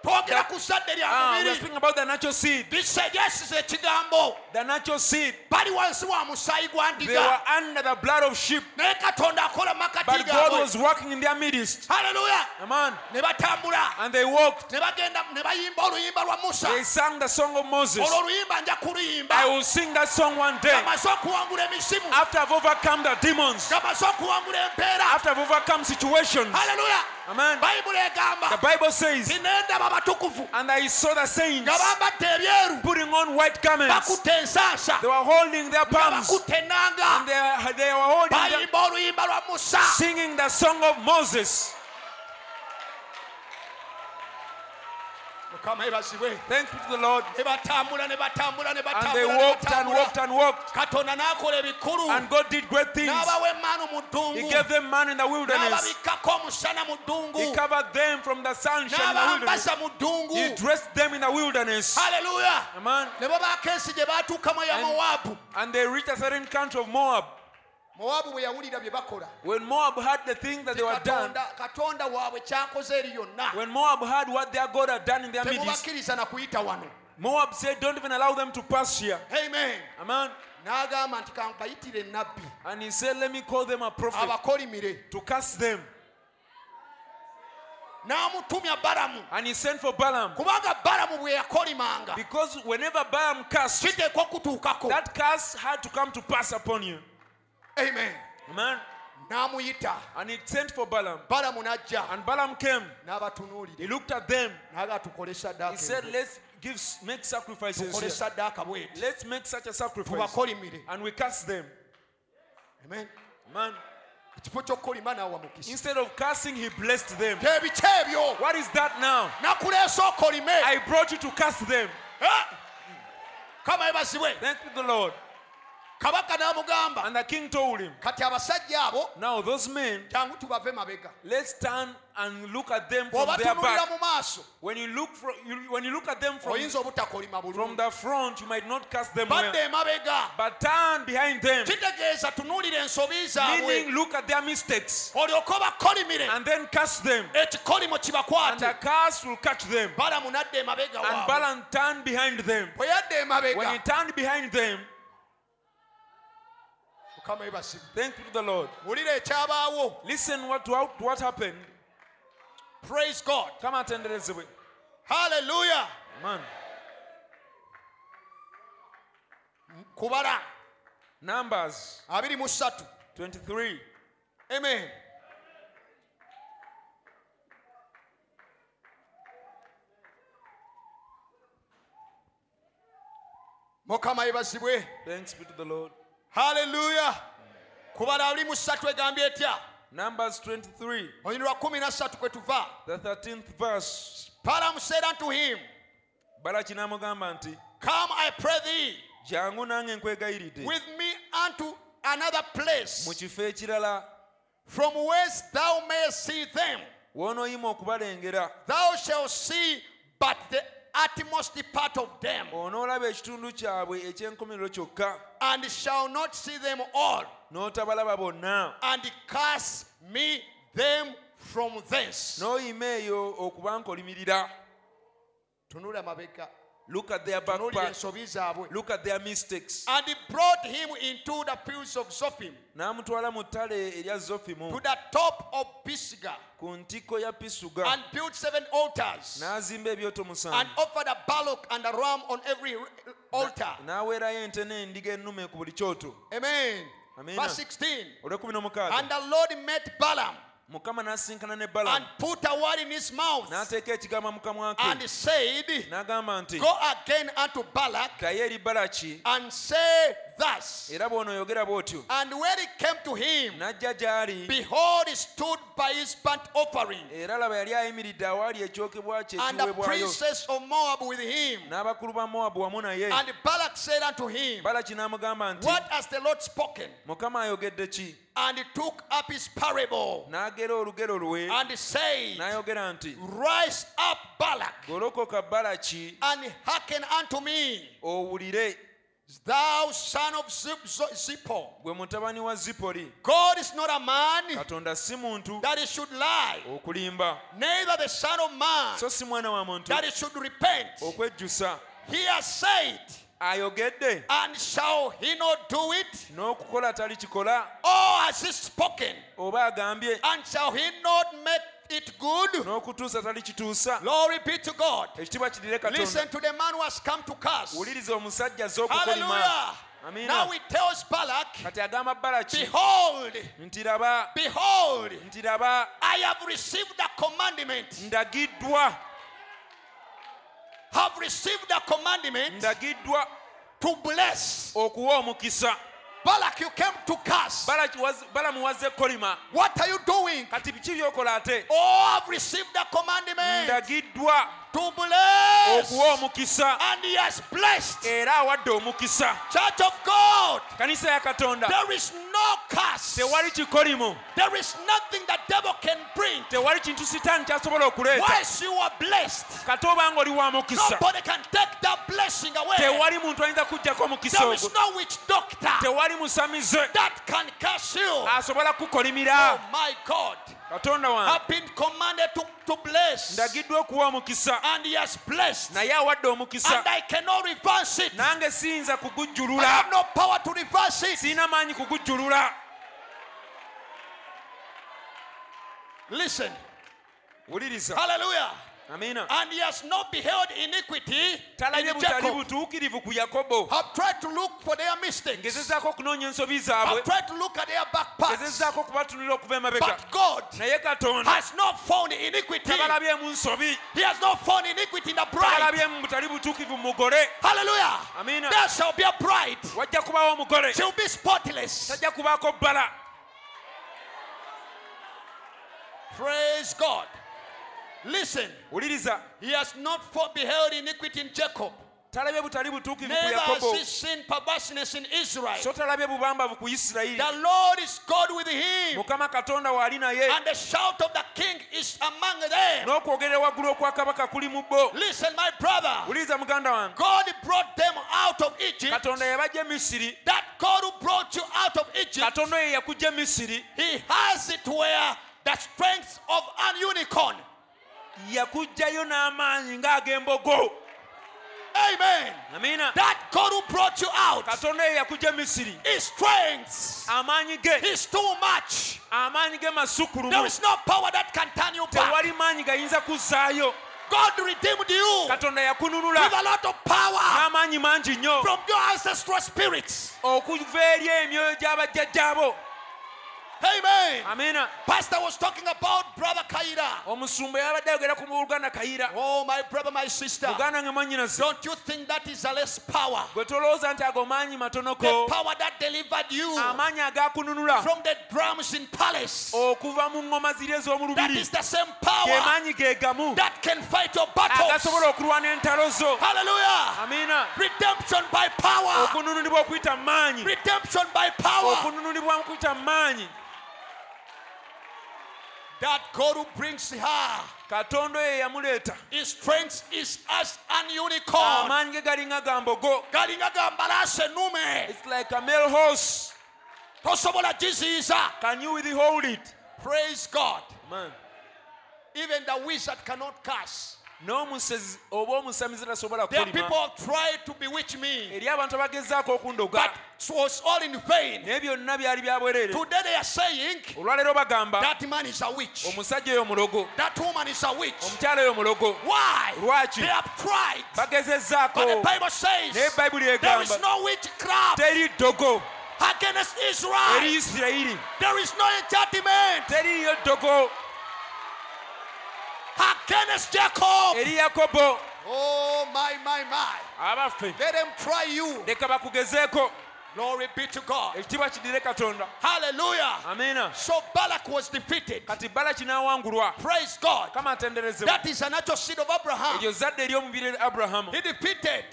[SPEAKER 2] twogera ku sadde lya
[SPEAKER 1] ah, we are
[SPEAKER 2] mubiri
[SPEAKER 1] speaking about the natural seed.
[SPEAKER 2] bisegyesiza ekigambo
[SPEAKER 1] The natural seed.
[SPEAKER 2] bali wansi wa musaayi gwa
[SPEAKER 1] They were
[SPEAKER 2] ndiga
[SPEAKER 1] under the blood of sheep,
[SPEAKER 2] naye katonda akola makati
[SPEAKER 1] but God
[SPEAKER 2] gaabwe
[SPEAKER 1] was working in their midst.
[SPEAKER 2] haleluya
[SPEAKER 1] Amen.
[SPEAKER 2] ne batambula
[SPEAKER 1] And they walked.
[SPEAKER 2] ne bagenda ne bayimba oluyimba lwa musa
[SPEAKER 1] They sang the song of Moses.
[SPEAKER 2] olwo oluyimba nja kuluyimba
[SPEAKER 1] I will sing that song one day.
[SPEAKER 2] gamaze okuwangula emisimu
[SPEAKER 1] After I've overcome the demons,
[SPEAKER 2] gamaze okuwangula empeera
[SPEAKER 1] after I've overcome situations.
[SPEAKER 2] haleluya
[SPEAKER 1] Amen.
[SPEAKER 2] bayibuli
[SPEAKER 1] The
[SPEAKER 2] egamba
[SPEAKER 1] Bible says,
[SPEAKER 2] tinendaba abatukuvu
[SPEAKER 1] and I saw the saints
[SPEAKER 2] nga bambatte ebyeru
[SPEAKER 1] putting on white garments.
[SPEAKER 2] bakutte ensansa
[SPEAKER 1] They were holding their
[SPEAKER 2] nga
[SPEAKER 1] palms.
[SPEAKER 2] bakutte enanga
[SPEAKER 1] And they, they were holding their,
[SPEAKER 2] bayimba oluyimba lwa musa
[SPEAKER 1] singing the song of Moses.
[SPEAKER 2] mukama ebazibwe
[SPEAKER 1] Thanks be to the Lord.
[SPEAKER 2] ne batambula ne batambula ne
[SPEAKER 1] And they
[SPEAKER 2] batambula ne
[SPEAKER 1] walked and walked
[SPEAKER 2] batambula
[SPEAKER 1] and walked.
[SPEAKER 2] katonda n'akola ebikulu
[SPEAKER 1] And God did great things.
[SPEAKER 2] n'abawa emmaanu mu
[SPEAKER 1] He
[SPEAKER 2] ddungu
[SPEAKER 1] gave them man in the wilderness.
[SPEAKER 2] n'ababikkako omusana mu
[SPEAKER 1] He
[SPEAKER 2] ddungu
[SPEAKER 1] covered them from the sunshine in the wilderness.
[SPEAKER 2] n'abambaza mu ddungu
[SPEAKER 1] He dressed them in the wilderness.
[SPEAKER 2] haleluya
[SPEAKER 1] Amen.
[SPEAKER 2] ne babaako ensi gye baatuukamu eya
[SPEAKER 1] And-
[SPEAKER 2] mowaabu
[SPEAKER 1] And they reached a certain country of Moab.
[SPEAKER 2] mowaabu bwe yawulira bye bakola
[SPEAKER 1] When Moab heard the things that they were done,
[SPEAKER 2] Katonda- katonda waabwe kyakoze eri yonna
[SPEAKER 1] when Moab heard what their God had done in their midst,
[SPEAKER 2] temubakkiriza na kuyita wano
[SPEAKER 1] Moab said, Don't even allow them to pass here.
[SPEAKER 2] amen
[SPEAKER 1] Amen.
[SPEAKER 2] n'agamba nti kambayitire enabbi
[SPEAKER 1] And he said, Let me call them a prophet
[SPEAKER 2] abakolimire
[SPEAKER 1] to curse them.
[SPEAKER 2] n'amutumya balamu
[SPEAKER 1] And he sent for Balaam.
[SPEAKER 2] kubanga balamu bwe yakolimanga
[SPEAKER 1] Because whenever Balaam cursed,
[SPEAKER 2] kiteeka okutuukako
[SPEAKER 1] that curse had to come to pass upon you.
[SPEAKER 2] amen
[SPEAKER 1] Amen.
[SPEAKER 2] n'amuyita
[SPEAKER 1] And he sent for Balaam.
[SPEAKER 2] balamu n'ajja
[SPEAKER 1] And Balaam came. He
[SPEAKER 2] n'abatunuulire
[SPEAKER 1] looked at them.
[SPEAKER 2] n'aga tukole
[SPEAKER 1] He said,
[SPEAKER 2] saddaaka
[SPEAKER 1] Let's give make sacrifices.
[SPEAKER 2] tukole
[SPEAKER 1] here.
[SPEAKER 2] saddaaka bweti
[SPEAKER 1] Let's make such a sacrifice.
[SPEAKER 2] tubakolimire
[SPEAKER 1] And we curse them.
[SPEAKER 2] amen
[SPEAKER 1] Man.
[SPEAKER 2] ekifo ky'okukolima naawa mukisa
[SPEAKER 1] Instead of cursing, he blessed them.
[SPEAKER 2] tebiki ebyo
[SPEAKER 1] What is that now?
[SPEAKER 2] nakuleesa okolime
[SPEAKER 1] I brought you to curse them.
[SPEAKER 2] kama ebazibwe
[SPEAKER 1] Thank you, the Lord.
[SPEAKER 2] kabaka n'amugamba
[SPEAKER 1] And the king told him,
[SPEAKER 2] kati abasajja abo
[SPEAKER 1] Now those men,
[SPEAKER 2] jangu tubave mabega
[SPEAKER 1] let's turn and look at them from their
[SPEAKER 2] bw'obatunuulira
[SPEAKER 1] back.
[SPEAKER 2] mu maaso
[SPEAKER 1] When you look from, you, when you look at them from,
[SPEAKER 2] oyinza obutakolima
[SPEAKER 1] from
[SPEAKER 2] bulungi
[SPEAKER 1] the front, you might not curse them well.
[SPEAKER 2] badde emabega
[SPEAKER 1] But turn behind them,
[SPEAKER 2] kitegeeza tunuulira ensobi
[SPEAKER 1] meaning
[SPEAKER 2] zaabwe
[SPEAKER 1] look at their mistakes,
[SPEAKER 2] olyoke obakolimire
[SPEAKER 1] and then curse them.
[SPEAKER 2] ekikolimo
[SPEAKER 1] And the
[SPEAKER 2] kibakwate
[SPEAKER 1] curse will catch them.
[SPEAKER 2] balamu nadda emabega
[SPEAKER 1] And
[SPEAKER 2] waabwe
[SPEAKER 1] Balaam turned behind them.
[SPEAKER 2] bwe yadda
[SPEAKER 1] When he
[SPEAKER 2] emabega
[SPEAKER 1] turned behind them,
[SPEAKER 2] mukama ebasibu
[SPEAKER 1] thank you to the Lord.
[SPEAKER 2] wulira ekyabaawo
[SPEAKER 1] Listen what, what, what happened.
[SPEAKER 2] praise god
[SPEAKER 1] Come and attend this way.
[SPEAKER 2] halleluya
[SPEAKER 1] Man.
[SPEAKER 2] kubala
[SPEAKER 1] Numbers
[SPEAKER 2] 23
[SPEAKER 1] 23.
[SPEAKER 2] amen mukama yebazibwe
[SPEAKER 1] Thanks be to the Lord.
[SPEAKER 2] haleluya kubala abiri mu ssatu egambye etya
[SPEAKER 1] Numbers 23,
[SPEAKER 2] olunyirwa 13 kwe tuva
[SPEAKER 1] the 13th verse.
[SPEAKER 2] balamu said unto him
[SPEAKER 1] balaki n'amugamba nti
[SPEAKER 2] come i pray thee
[SPEAKER 1] jangu nange nkwegayiridde
[SPEAKER 2] with me unto another
[SPEAKER 1] mu
[SPEAKER 2] place
[SPEAKER 1] kifo ekirala
[SPEAKER 2] from whence thou mayest see them
[SPEAKER 1] w'onooyima okubalengera
[SPEAKER 2] thou shalt see but the utmost part of them
[SPEAKER 1] onoolaba ekitundu kyabwe eky'enkomerero kyokka
[SPEAKER 2] and shall not see them all
[SPEAKER 1] n'otabalaba bonna
[SPEAKER 2] and cast me them from thence
[SPEAKER 1] n'oyima eyo okuba nkolimirira
[SPEAKER 2] tunula mabega
[SPEAKER 1] Look at their
[SPEAKER 2] tunulira
[SPEAKER 1] backpack.
[SPEAKER 2] ensobi zaabwe
[SPEAKER 1] Look at their mistakes.
[SPEAKER 2] and he brought him into the fields of zophim
[SPEAKER 1] N'amutwala mu ttale erya
[SPEAKER 2] to
[SPEAKER 1] Zofimu
[SPEAKER 2] the top of pisgah
[SPEAKER 1] ku ntikko ya
[SPEAKER 2] and
[SPEAKER 1] Pisuga
[SPEAKER 2] built seven altars
[SPEAKER 1] n'azimba ebyoto
[SPEAKER 2] and
[SPEAKER 1] musanvu
[SPEAKER 2] offered a bullock and a ram on every altar
[SPEAKER 1] n'aweerayo ente n'endiga ennume ku buli kyoto.
[SPEAKER 2] amen
[SPEAKER 1] Amen.
[SPEAKER 2] verse 16
[SPEAKER 1] olw'ekumi
[SPEAKER 2] and
[SPEAKER 1] n'omukaaga
[SPEAKER 2] the lord met balaam
[SPEAKER 1] mukama n'asinkana ne
[SPEAKER 2] and
[SPEAKER 1] balamu
[SPEAKER 2] put a word in his mouth
[SPEAKER 1] n'ateeka ekigambo mu kamwa
[SPEAKER 2] and
[SPEAKER 1] ke
[SPEAKER 2] said
[SPEAKER 1] n'agamba nti
[SPEAKER 2] go again unto balak
[SPEAKER 1] ddayo eri balaki
[SPEAKER 2] and say thus
[SPEAKER 1] era bw'onooyogera bw'otyo
[SPEAKER 2] and when he came to him
[SPEAKER 1] n'ajja gy'ali
[SPEAKER 2] Behold, he stood by his burnt offering,
[SPEAKER 1] era laba yali ayimiridde awaali ekyokebwa kye
[SPEAKER 2] and the
[SPEAKER 1] ekiweebwayo
[SPEAKER 2] princess of Moab with him.
[SPEAKER 1] n'abakulu ba mowabu wamu naye
[SPEAKER 2] And Balak said unto him,
[SPEAKER 1] balaki n'amugamba nti
[SPEAKER 2] What has the Lord spoken?
[SPEAKER 1] mukama ayogedde ki
[SPEAKER 2] And he took up his parable
[SPEAKER 1] n'agera olugero lwe
[SPEAKER 2] and he said,
[SPEAKER 1] n'ayogera nti
[SPEAKER 2] Rise up, Balak,
[SPEAKER 1] golokoka balaki
[SPEAKER 2] and hearken unto me,
[SPEAKER 1] owulire
[SPEAKER 2] thou son of Zip- Zo- Zippor.
[SPEAKER 1] gwe mutabani wa zipoli
[SPEAKER 2] God is not a man
[SPEAKER 1] katonda si muntu
[SPEAKER 2] that he should lie,
[SPEAKER 1] okulimba
[SPEAKER 2] neither the son of man
[SPEAKER 1] so Oh, si mwana wa muntu
[SPEAKER 2] that he should repent.
[SPEAKER 1] okwejjusa
[SPEAKER 2] He has said,
[SPEAKER 1] ayogedde
[SPEAKER 2] And shall he not do it?
[SPEAKER 1] n'okukola talikikola
[SPEAKER 2] Oh, has he spoken?
[SPEAKER 1] oba agambye
[SPEAKER 2] And shall he not make it good?
[SPEAKER 1] n'okutuusa talikituusa
[SPEAKER 2] Glory be to God.
[SPEAKER 1] ekitiibwa kirire
[SPEAKER 2] Listen
[SPEAKER 1] katonda
[SPEAKER 2] to the man who has come to curse.
[SPEAKER 1] wuliriza omusajja z'okukolima
[SPEAKER 2] Hallelujah.
[SPEAKER 1] Amina.
[SPEAKER 2] Now he tells Balak,
[SPEAKER 1] kati agamba balaki
[SPEAKER 2] Behold,
[SPEAKER 1] nti raba
[SPEAKER 2] behold,
[SPEAKER 1] nti raba
[SPEAKER 2] I have received the commandment.
[SPEAKER 1] Mm. ndagiddwa
[SPEAKER 2] Have received the commandment
[SPEAKER 1] ndagiddwa
[SPEAKER 2] to bless.
[SPEAKER 1] okuwa omukisa
[SPEAKER 2] Balak, you came to curse.
[SPEAKER 1] Balaki waz- balamu wazze kolima
[SPEAKER 2] What are you doing?
[SPEAKER 1] kati biki byokola ate
[SPEAKER 2] Oh, I've received the commandment
[SPEAKER 1] ndagiddwa
[SPEAKER 2] to bless.
[SPEAKER 1] okuwa omukisa
[SPEAKER 2] And he has blessed.
[SPEAKER 1] era awadde omukisa
[SPEAKER 2] Church of God,
[SPEAKER 1] kanisa ya katonda
[SPEAKER 2] there is no curse.
[SPEAKER 1] tewali kikolimo
[SPEAKER 2] There is nothing the devil can bring.
[SPEAKER 1] tewali kintu sitaani kyasobola okuleeta
[SPEAKER 2] Once you are blessed,
[SPEAKER 1] kati oba ng'oli wa mukisa
[SPEAKER 2] nobody can take that blessing away.
[SPEAKER 1] tewali muntu ayinza kugjako omukisa
[SPEAKER 2] There is
[SPEAKER 1] ogwo
[SPEAKER 2] no witch doctor
[SPEAKER 1] tewali musamize
[SPEAKER 2] that can curse you.
[SPEAKER 1] asobola
[SPEAKER 2] Oh
[SPEAKER 1] kukolimira
[SPEAKER 2] my God.
[SPEAKER 1] katonda wange
[SPEAKER 2] I've been commanded to, to bless.
[SPEAKER 1] ndagiddwa okuwa omukisa
[SPEAKER 2] And he has blessed. And
[SPEAKER 1] naye awadde omukisa
[SPEAKER 2] I cannot reverse it. I
[SPEAKER 1] nange siyinza kugujjulula
[SPEAKER 2] have no power to reverse it.
[SPEAKER 1] sirina maanyi kugujjulula
[SPEAKER 2] Listen.
[SPEAKER 1] wuliriza
[SPEAKER 2] Hallelujah.
[SPEAKER 1] amina
[SPEAKER 2] And he has not beheld iniquity.
[SPEAKER 1] talabye
[SPEAKER 2] In
[SPEAKER 1] butali
[SPEAKER 2] Jacob.
[SPEAKER 1] butuukirivu ku yakobo
[SPEAKER 2] I've tried to look for their mistakes.
[SPEAKER 1] ngezezaako okunoonya ensobi
[SPEAKER 2] I've
[SPEAKER 1] zaabwe
[SPEAKER 2] tried to look at their backpacks.
[SPEAKER 1] ngezezaako okubatunulira okuva emabeka
[SPEAKER 2] But God
[SPEAKER 1] naye katonda
[SPEAKER 2] has not found iniquity.
[SPEAKER 1] tabalabyemu nsobi
[SPEAKER 2] He has not found iniquity in the bride.
[SPEAKER 1] tabalabyemu butali butuukivu mu mugole
[SPEAKER 2] Hallelujah.
[SPEAKER 1] Amina.
[SPEAKER 2] There shall be a bride.
[SPEAKER 1] wajja kubawo omugole
[SPEAKER 2] She'll be spotless.
[SPEAKER 1] tajja kubaako bbala
[SPEAKER 2] Praise God. Listen,
[SPEAKER 1] wuliriza
[SPEAKER 2] he has not for- beheld iniquity in Jacob.
[SPEAKER 1] talabye butali butuukivu ku
[SPEAKER 2] Neither has
[SPEAKER 1] yakobo
[SPEAKER 2] he seen perverseness in
[SPEAKER 1] so
[SPEAKER 2] Israel.
[SPEAKER 1] talabye bubambavu ku isirayiri
[SPEAKER 2] The Lord is God with him,
[SPEAKER 1] mukama katonda waali naye
[SPEAKER 2] and the shout of the king is among them.
[SPEAKER 1] n'okwogerera waggulu okwa kabaka kuli mu bo
[SPEAKER 2] Listen, my brother,
[SPEAKER 1] wuliriza muganda wange
[SPEAKER 2] God brought them out of Egypt.
[SPEAKER 1] katonda yabajja e misiri
[SPEAKER 2] That God who brought you out of Egypt
[SPEAKER 1] katonda oyo yakujja e misiri
[SPEAKER 2] He has it where the strength of an unicorn.
[SPEAKER 1] yakugjayo n'amaanyi ng'ag'embogo
[SPEAKER 2] Amen.
[SPEAKER 1] amina
[SPEAKER 2] That God who brought you out,
[SPEAKER 1] katonda oyo yakujja e misiri
[SPEAKER 2] His strength
[SPEAKER 1] amaanyi ge
[SPEAKER 2] is too much.
[SPEAKER 1] amaanyi ge
[SPEAKER 2] There
[SPEAKER 1] masukulumu
[SPEAKER 2] is no power that can turn you back.
[SPEAKER 1] tewali maanyi gayinza kuzzaayo
[SPEAKER 2] God redeemed you
[SPEAKER 1] katonda
[SPEAKER 2] with
[SPEAKER 1] yakununula
[SPEAKER 2] a lot of power
[SPEAKER 1] n'amaanyi mangi nnyo
[SPEAKER 2] from your ancestral spirits.
[SPEAKER 1] okuva eri emyoyo gy'abajjajjaabo
[SPEAKER 2] Amen.
[SPEAKER 1] amina
[SPEAKER 2] Pastor was talking about Brother Kaira.
[SPEAKER 1] omusumba yabadde ayogera ku muluganda kayira
[SPEAKER 2] Oh, my brother, my sister.
[SPEAKER 1] muganda nge mwanyinaze
[SPEAKER 2] Don't you think that is a less power?
[SPEAKER 1] gwe tolowooza nti ago maanyi
[SPEAKER 2] The
[SPEAKER 1] matonoko
[SPEAKER 2] power that delivered you
[SPEAKER 1] amaanyi agakununula
[SPEAKER 2] from the drums in palace.
[SPEAKER 1] okuva mu ŋŋoma ziri ez'omu
[SPEAKER 2] That
[SPEAKER 1] lubiri
[SPEAKER 2] is the same
[SPEAKER 1] ge
[SPEAKER 2] power
[SPEAKER 1] maanyi ge gamu
[SPEAKER 2] that can fight your battles.
[SPEAKER 1] agasobola okulwana entalo zo
[SPEAKER 2] Hallelujah.
[SPEAKER 1] amina
[SPEAKER 2] Redemption by
[SPEAKER 1] Oh,
[SPEAKER 2] power.
[SPEAKER 1] okununulibwa okuyita mu maanyi
[SPEAKER 2] Redemption by
[SPEAKER 1] Oh,
[SPEAKER 2] power.
[SPEAKER 1] okununulibwa okuyita mu maanyi
[SPEAKER 2] That God who brings her,
[SPEAKER 1] katonda oyo eyamuleeta
[SPEAKER 2] his strength is as an unicorn.
[SPEAKER 1] amaanyi ge galinga ga mbogo
[SPEAKER 2] galinga ga mbalasa ennume
[SPEAKER 1] It's like a male horse.
[SPEAKER 2] tosobola giziyiza
[SPEAKER 1] Can you withhold it?
[SPEAKER 2] praise god
[SPEAKER 1] Man.
[SPEAKER 2] even the wizard cannot curse
[SPEAKER 1] n'omusezi oba omusamize tasobola
[SPEAKER 2] There are
[SPEAKER 1] kukolima
[SPEAKER 2] people tried to bewitch me,
[SPEAKER 1] eri abantu abagezaako okundoga
[SPEAKER 2] but it was all in vain.
[SPEAKER 1] naye byonna byali byabwerere
[SPEAKER 2] Today they are saying
[SPEAKER 1] olwaleero bagamba
[SPEAKER 2] that man is a witch,
[SPEAKER 1] omusajja oyo mulogo
[SPEAKER 2] that woman is a witch.
[SPEAKER 1] omukyala oyo mulogo
[SPEAKER 2] Why?
[SPEAKER 1] Lwaki?
[SPEAKER 2] They have tried,
[SPEAKER 1] bagezezzaako
[SPEAKER 2] but the Bible
[SPEAKER 1] naye
[SPEAKER 2] says
[SPEAKER 1] bayibuli
[SPEAKER 2] there is
[SPEAKER 1] egamba
[SPEAKER 2] no witchcraft
[SPEAKER 1] teri ddogo
[SPEAKER 2] against
[SPEAKER 1] eri
[SPEAKER 2] Israel.
[SPEAKER 1] isirayiri
[SPEAKER 2] There is no enchantment
[SPEAKER 1] teriiyo ddogo
[SPEAKER 2] against Jacob.
[SPEAKER 1] eri yakobo
[SPEAKER 2] Oh my my my!
[SPEAKER 1] abaffe
[SPEAKER 2] Let them try you.
[SPEAKER 1] leka bakugezeeko
[SPEAKER 2] Glory be to God.
[SPEAKER 1] ekitiibwa kidire katonda
[SPEAKER 2] Hallelujah.
[SPEAKER 1] amiina
[SPEAKER 2] So Balak was defeated.
[SPEAKER 1] kati balaki n'awangulwa
[SPEAKER 2] Praise God.
[SPEAKER 1] kama atenderezebwa
[SPEAKER 2] That is a natural seed of Abraham.
[SPEAKER 1] eryo zadde ery'omubiri aburahamu
[SPEAKER 2] He defeated.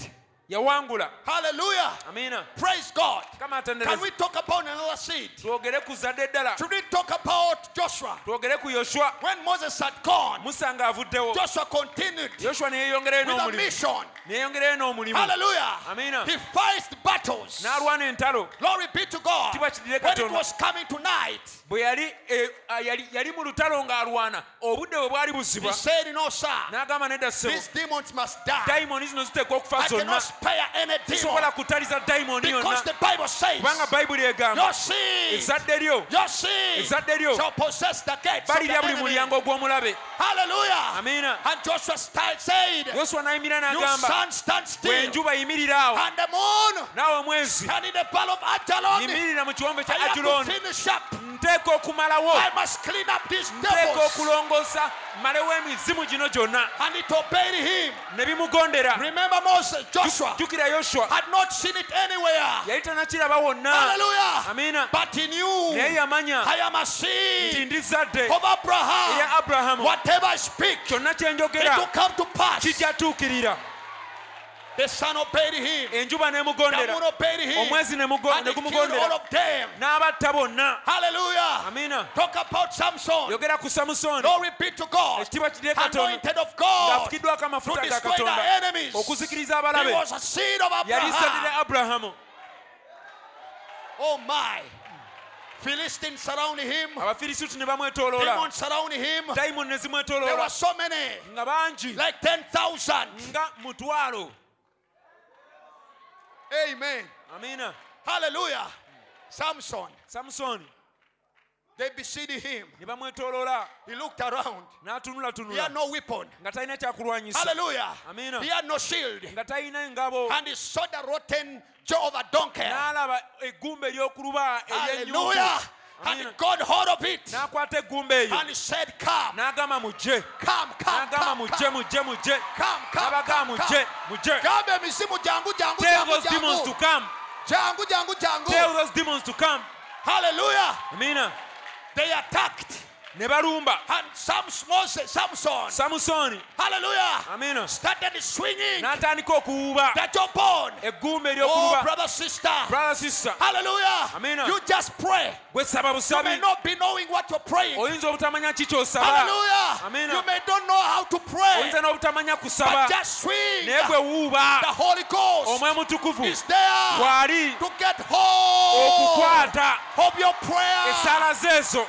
[SPEAKER 1] yawangula
[SPEAKER 2] Hallelujah.
[SPEAKER 1] amiina
[SPEAKER 2] Praise God.
[SPEAKER 1] kama
[SPEAKER 2] Can we
[SPEAKER 1] atenderezebwa
[SPEAKER 2] talk about another seed?
[SPEAKER 1] twogere ku zadde eddala
[SPEAKER 2] Should we talk about Joshua?
[SPEAKER 1] twogere ku yoswa
[SPEAKER 2] When Moses had gone,
[SPEAKER 1] musa nga avuddewo
[SPEAKER 2] Joshua continued
[SPEAKER 1] yoswa neyeeyongerayo
[SPEAKER 2] with a
[SPEAKER 1] n'omulimu
[SPEAKER 2] mission.
[SPEAKER 1] neyeeyongerayo n'omulimu
[SPEAKER 2] Hallelujah.
[SPEAKER 1] Amina.
[SPEAKER 2] He fights battles.
[SPEAKER 1] n'alwana entalo
[SPEAKER 2] Glory be to God.
[SPEAKER 1] Kitiibwa kidire
[SPEAKER 2] When it
[SPEAKER 1] Katonda.
[SPEAKER 2] was coming tonight,
[SPEAKER 1] bwe yali e- a- yali- yali mu lutalo ng'alwana obudde bwe bwali
[SPEAKER 2] he
[SPEAKER 1] buziba
[SPEAKER 2] said, No, sir,
[SPEAKER 1] n'agamba nedda ssebo
[SPEAKER 2] these demons must die.
[SPEAKER 1] dayimoni zino ziteekwa okufa
[SPEAKER 2] I
[SPEAKER 1] zonna
[SPEAKER 2] cannot spare any demon
[SPEAKER 1] sobola kutaliza dayimoni
[SPEAKER 2] because
[SPEAKER 1] yonna
[SPEAKER 2] the Bible says,
[SPEAKER 1] kubanga bayibuli egamba
[SPEAKER 2] Your seed,
[SPEAKER 1] ezadde lyo
[SPEAKER 2] your seed
[SPEAKER 1] Ezadde lyo.
[SPEAKER 2] shall possess the gates. of
[SPEAKER 1] balirya
[SPEAKER 2] the enemy."
[SPEAKER 1] buli mulyango gw'omulabe
[SPEAKER 2] Hallelujah.
[SPEAKER 1] amiina
[SPEAKER 2] And Joshua st- said,
[SPEAKER 1] yoswa n'ayimira
[SPEAKER 2] You
[SPEAKER 1] n'agamba
[SPEAKER 2] sun stand still,
[SPEAKER 1] bwe
[SPEAKER 2] and
[SPEAKER 1] enjuba yimiriraawo
[SPEAKER 2] the moon,
[SPEAKER 1] naawe omwezi
[SPEAKER 2] and in the battle of Ajalon,
[SPEAKER 1] yimirira mu kiwombe
[SPEAKER 2] I
[SPEAKER 1] kya
[SPEAKER 2] have to
[SPEAKER 1] ajuloni
[SPEAKER 2] finish up.
[SPEAKER 1] nteeka okumalawo
[SPEAKER 2] I must clean up these
[SPEAKER 1] nteeka
[SPEAKER 2] devils.
[SPEAKER 1] okulongoosa malewo emizimu gino gyonna
[SPEAKER 2] And it obeyed him.
[SPEAKER 1] ne bimugondera
[SPEAKER 2] Remember Moses, Joshua
[SPEAKER 1] jjukira yoswa
[SPEAKER 2] had not seen it anywhere.
[SPEAKER 1] yali tanakiraba wonna
[SPEAKER 2] Hallelujah.
[SPEAKER 1] amiina
[SPEAKER 2] But he
[SPEAKER 1] naye
[SPEAKER 2] knew,
[SPEAKER 1] yamanya
[SPEAKER 2] I am a
[SPEAKER 1] nti
[SPEAKER 2] seed
[SPEAKER 1] ndizadde
[SPEAKER 2] of
[SPEAKER 1] erya
[SPEAKER 2] Abraham.
[SPEAKER 1] aburahamu
[SPEAKER 2] Whatever I speak, it
[SPEAKER 1] kyonna kye
[SPEAKER 2] will
[SPEAKER 1] njogera
[SPEAKER 2] come to pass.
[SPEAKER 1] kijja tuukirira
[SPEAKER 2] The sun obeyed him.
[SPEAKER 1] enjuba
[SPEAKER 2] The moon
[SPEAKER 1] n'emugondera
[SPEAKER 2] obeyed him.
[SPEAKER 1] Eh, omwezi ne mugo-
[SPEAKER 2] And
[SPEAKER 1] ne
[SPEAKER 2] he killed all
[SPEAKER 1] gumugondera
[SPEAKER 2] of them.
[SPEAKER 1] n'abatta bonna
[SPEAKER 2] Hallelujah.
[SPEAKER 1] amiina
[SPEAKER 2] Talk about Samson.
[SPEAKER 1] yogera ku samusoni
[SPEAKER 2] Glory be to God.
[SPEAKER 1] ekitiibwa kirye katonda
[SPEAKER 2] Anointed of God. To
[SPEAKER 1] ng'afukiddwako amafuta ga
[SPEAKER 2] destroy the
[SPEAKER 1] katonda
[SPEAKER 2] enemies. He
[SPEAKER 1] okuzikiriza abalabe
[SPEAKER 2] was a seed of
[SPEAKER 1] yali sadde
[SPEAKER 2] Abraham.
[SPEAKER 1] lya aburahamu
[SPEAKER 2] Oh my. Philistines surrounded him.
[SPEAKER 1] abafirisuuti ne bamwetoloola
[SPEAKER 2] Demons surrounded him.
[SPEAKER 1] dayimoni ne
[SPEAKER 2] There were
[SPEAKER 1] zimwetoloola
[SPEAKER 2] so many.
[SPEAKER 1] nga bangi
[SPEAKER 2] Like 10,000.
[SPEAKER 1] nga mutwalo
[SPEAKER 2] Amen.
[SPEAKER 1] amiina
[SPEAKER 2] Hallelujah. Samson.
[SPEAKER 1] samusoni
[SPEAKER 2] They besieged him.
[SPEAKER 1] ne bamwetoloola
[SPEAKER 2] He looked around. He had
[SPEAKER 1] n'atunulatunula
[SPEAKER 2] no weapon.
[SPEAKER 1] nga talina kyakulwanyisa
[SPEAKER 2] Hallelujah.
[SPEAKER 1] Amina.
[SPEAKER 2] He had no shield.
[SPEAKER 1] nga talina ngabo
[SPEAKER 2] And he saw the rotten jaw of a donkey.
[SPEAKER 1] n'alaba eggumba ery'okuluba
[SPEAKER 2] Hallelujah. And
[SPEAKER 1] Amen.
[SPEAKER 2] God hold of it.
[SPEAKER 1] n'akwata eggumba eyo
[SPEAKER 2] And he said, Come,
[SPEAKER 1] n'agamba mujje
[SPEAKER 2] come, come,
[SPEAKER 1] n'agamba
[SPEAKER 2] come,
[SPEAKER 1] mujje
[SPEAKER 2] come,
[SPEAKER 1] mujje mujje
[SPEAKER 2] come, come,
[SPEAKER 1] n'abagaa
[SPEAKER 2] come,
[SPEAKER 1] mujje
[SPEAKER 2] come.
[SPEAKER 1] mujje
[SPEAKER 2] Gamba emisimu jangu jangu jangu
[SPEAKER 1] tell those demons to
[SPEAKER 2] jangu
[SPEAKER 1] come
[SPEAKER 2] jangu jangu
[SPEAKER 1] tell
[SPEAKER 2] jangu.
[SPEAKER 1] those demons to come
[SPEAKER 2] Hallelujah.
[SPEAKER 1] amina
[SPEAKER 2] They attacked.
[SPEAKER 1] ne balumba
[SPEAKER 2] And some Moses, Samson.
[SPEAKER 1] samusoni
[SPEAKER 2] Hallelujah.
[SPEAKER 1] amina
[SPEAKER 2] Started swinging
[SPEAKER 1] n'atandika okuwuuba
[SPEAKER 2] that your bone.
[SPEAKER 1] eggumba
[SPEAKER 2] Oh,
[SPEAKER 1] ery'okuluba
[SPEAKER 2] brother, sister.
[SPEAKER 1] brother sister
[SPEAKER 2] Hallelujah.
[SPEAKER 1] Amina.
[SPEAKER 2] You just pray.
[SPEAKER 1] gwe saba
[SPEAKER 2] You may
[SPEAKER 1] busabi
[SPEAKER 2] not be knowing what you're praying.
[SPEAKER 1] oyinza obutamanya ki ky'osaba
[SPEAKER 2] Hallelujah.
[SPEAKER 1] Oh, Amina. Oh,
[SPEAKER 2] You may don't know how to pray.
[SPEAKER 1] oyinza n'obutamanya kusaba
[SPEAKER 2] But just swing.
[SPEAKER 1] naye gwe
[SPEAKER 2] The
[SPEAKER 1] wuuba
[SPEAKER 2] Holy Ghost
[SPEAKER 1] omwe mutukuvu
[SPEAKER 2] is there
[SPEAKER 1] wali
[SPEAKER 2] to get Oh.
[SPEAKER 1] Oh,
[SPEAKER 2] hold
[SPEAKER 1] okukwata
[SPEAKER 2] of your prayer.
[SPEAKER 1] esaala zeezo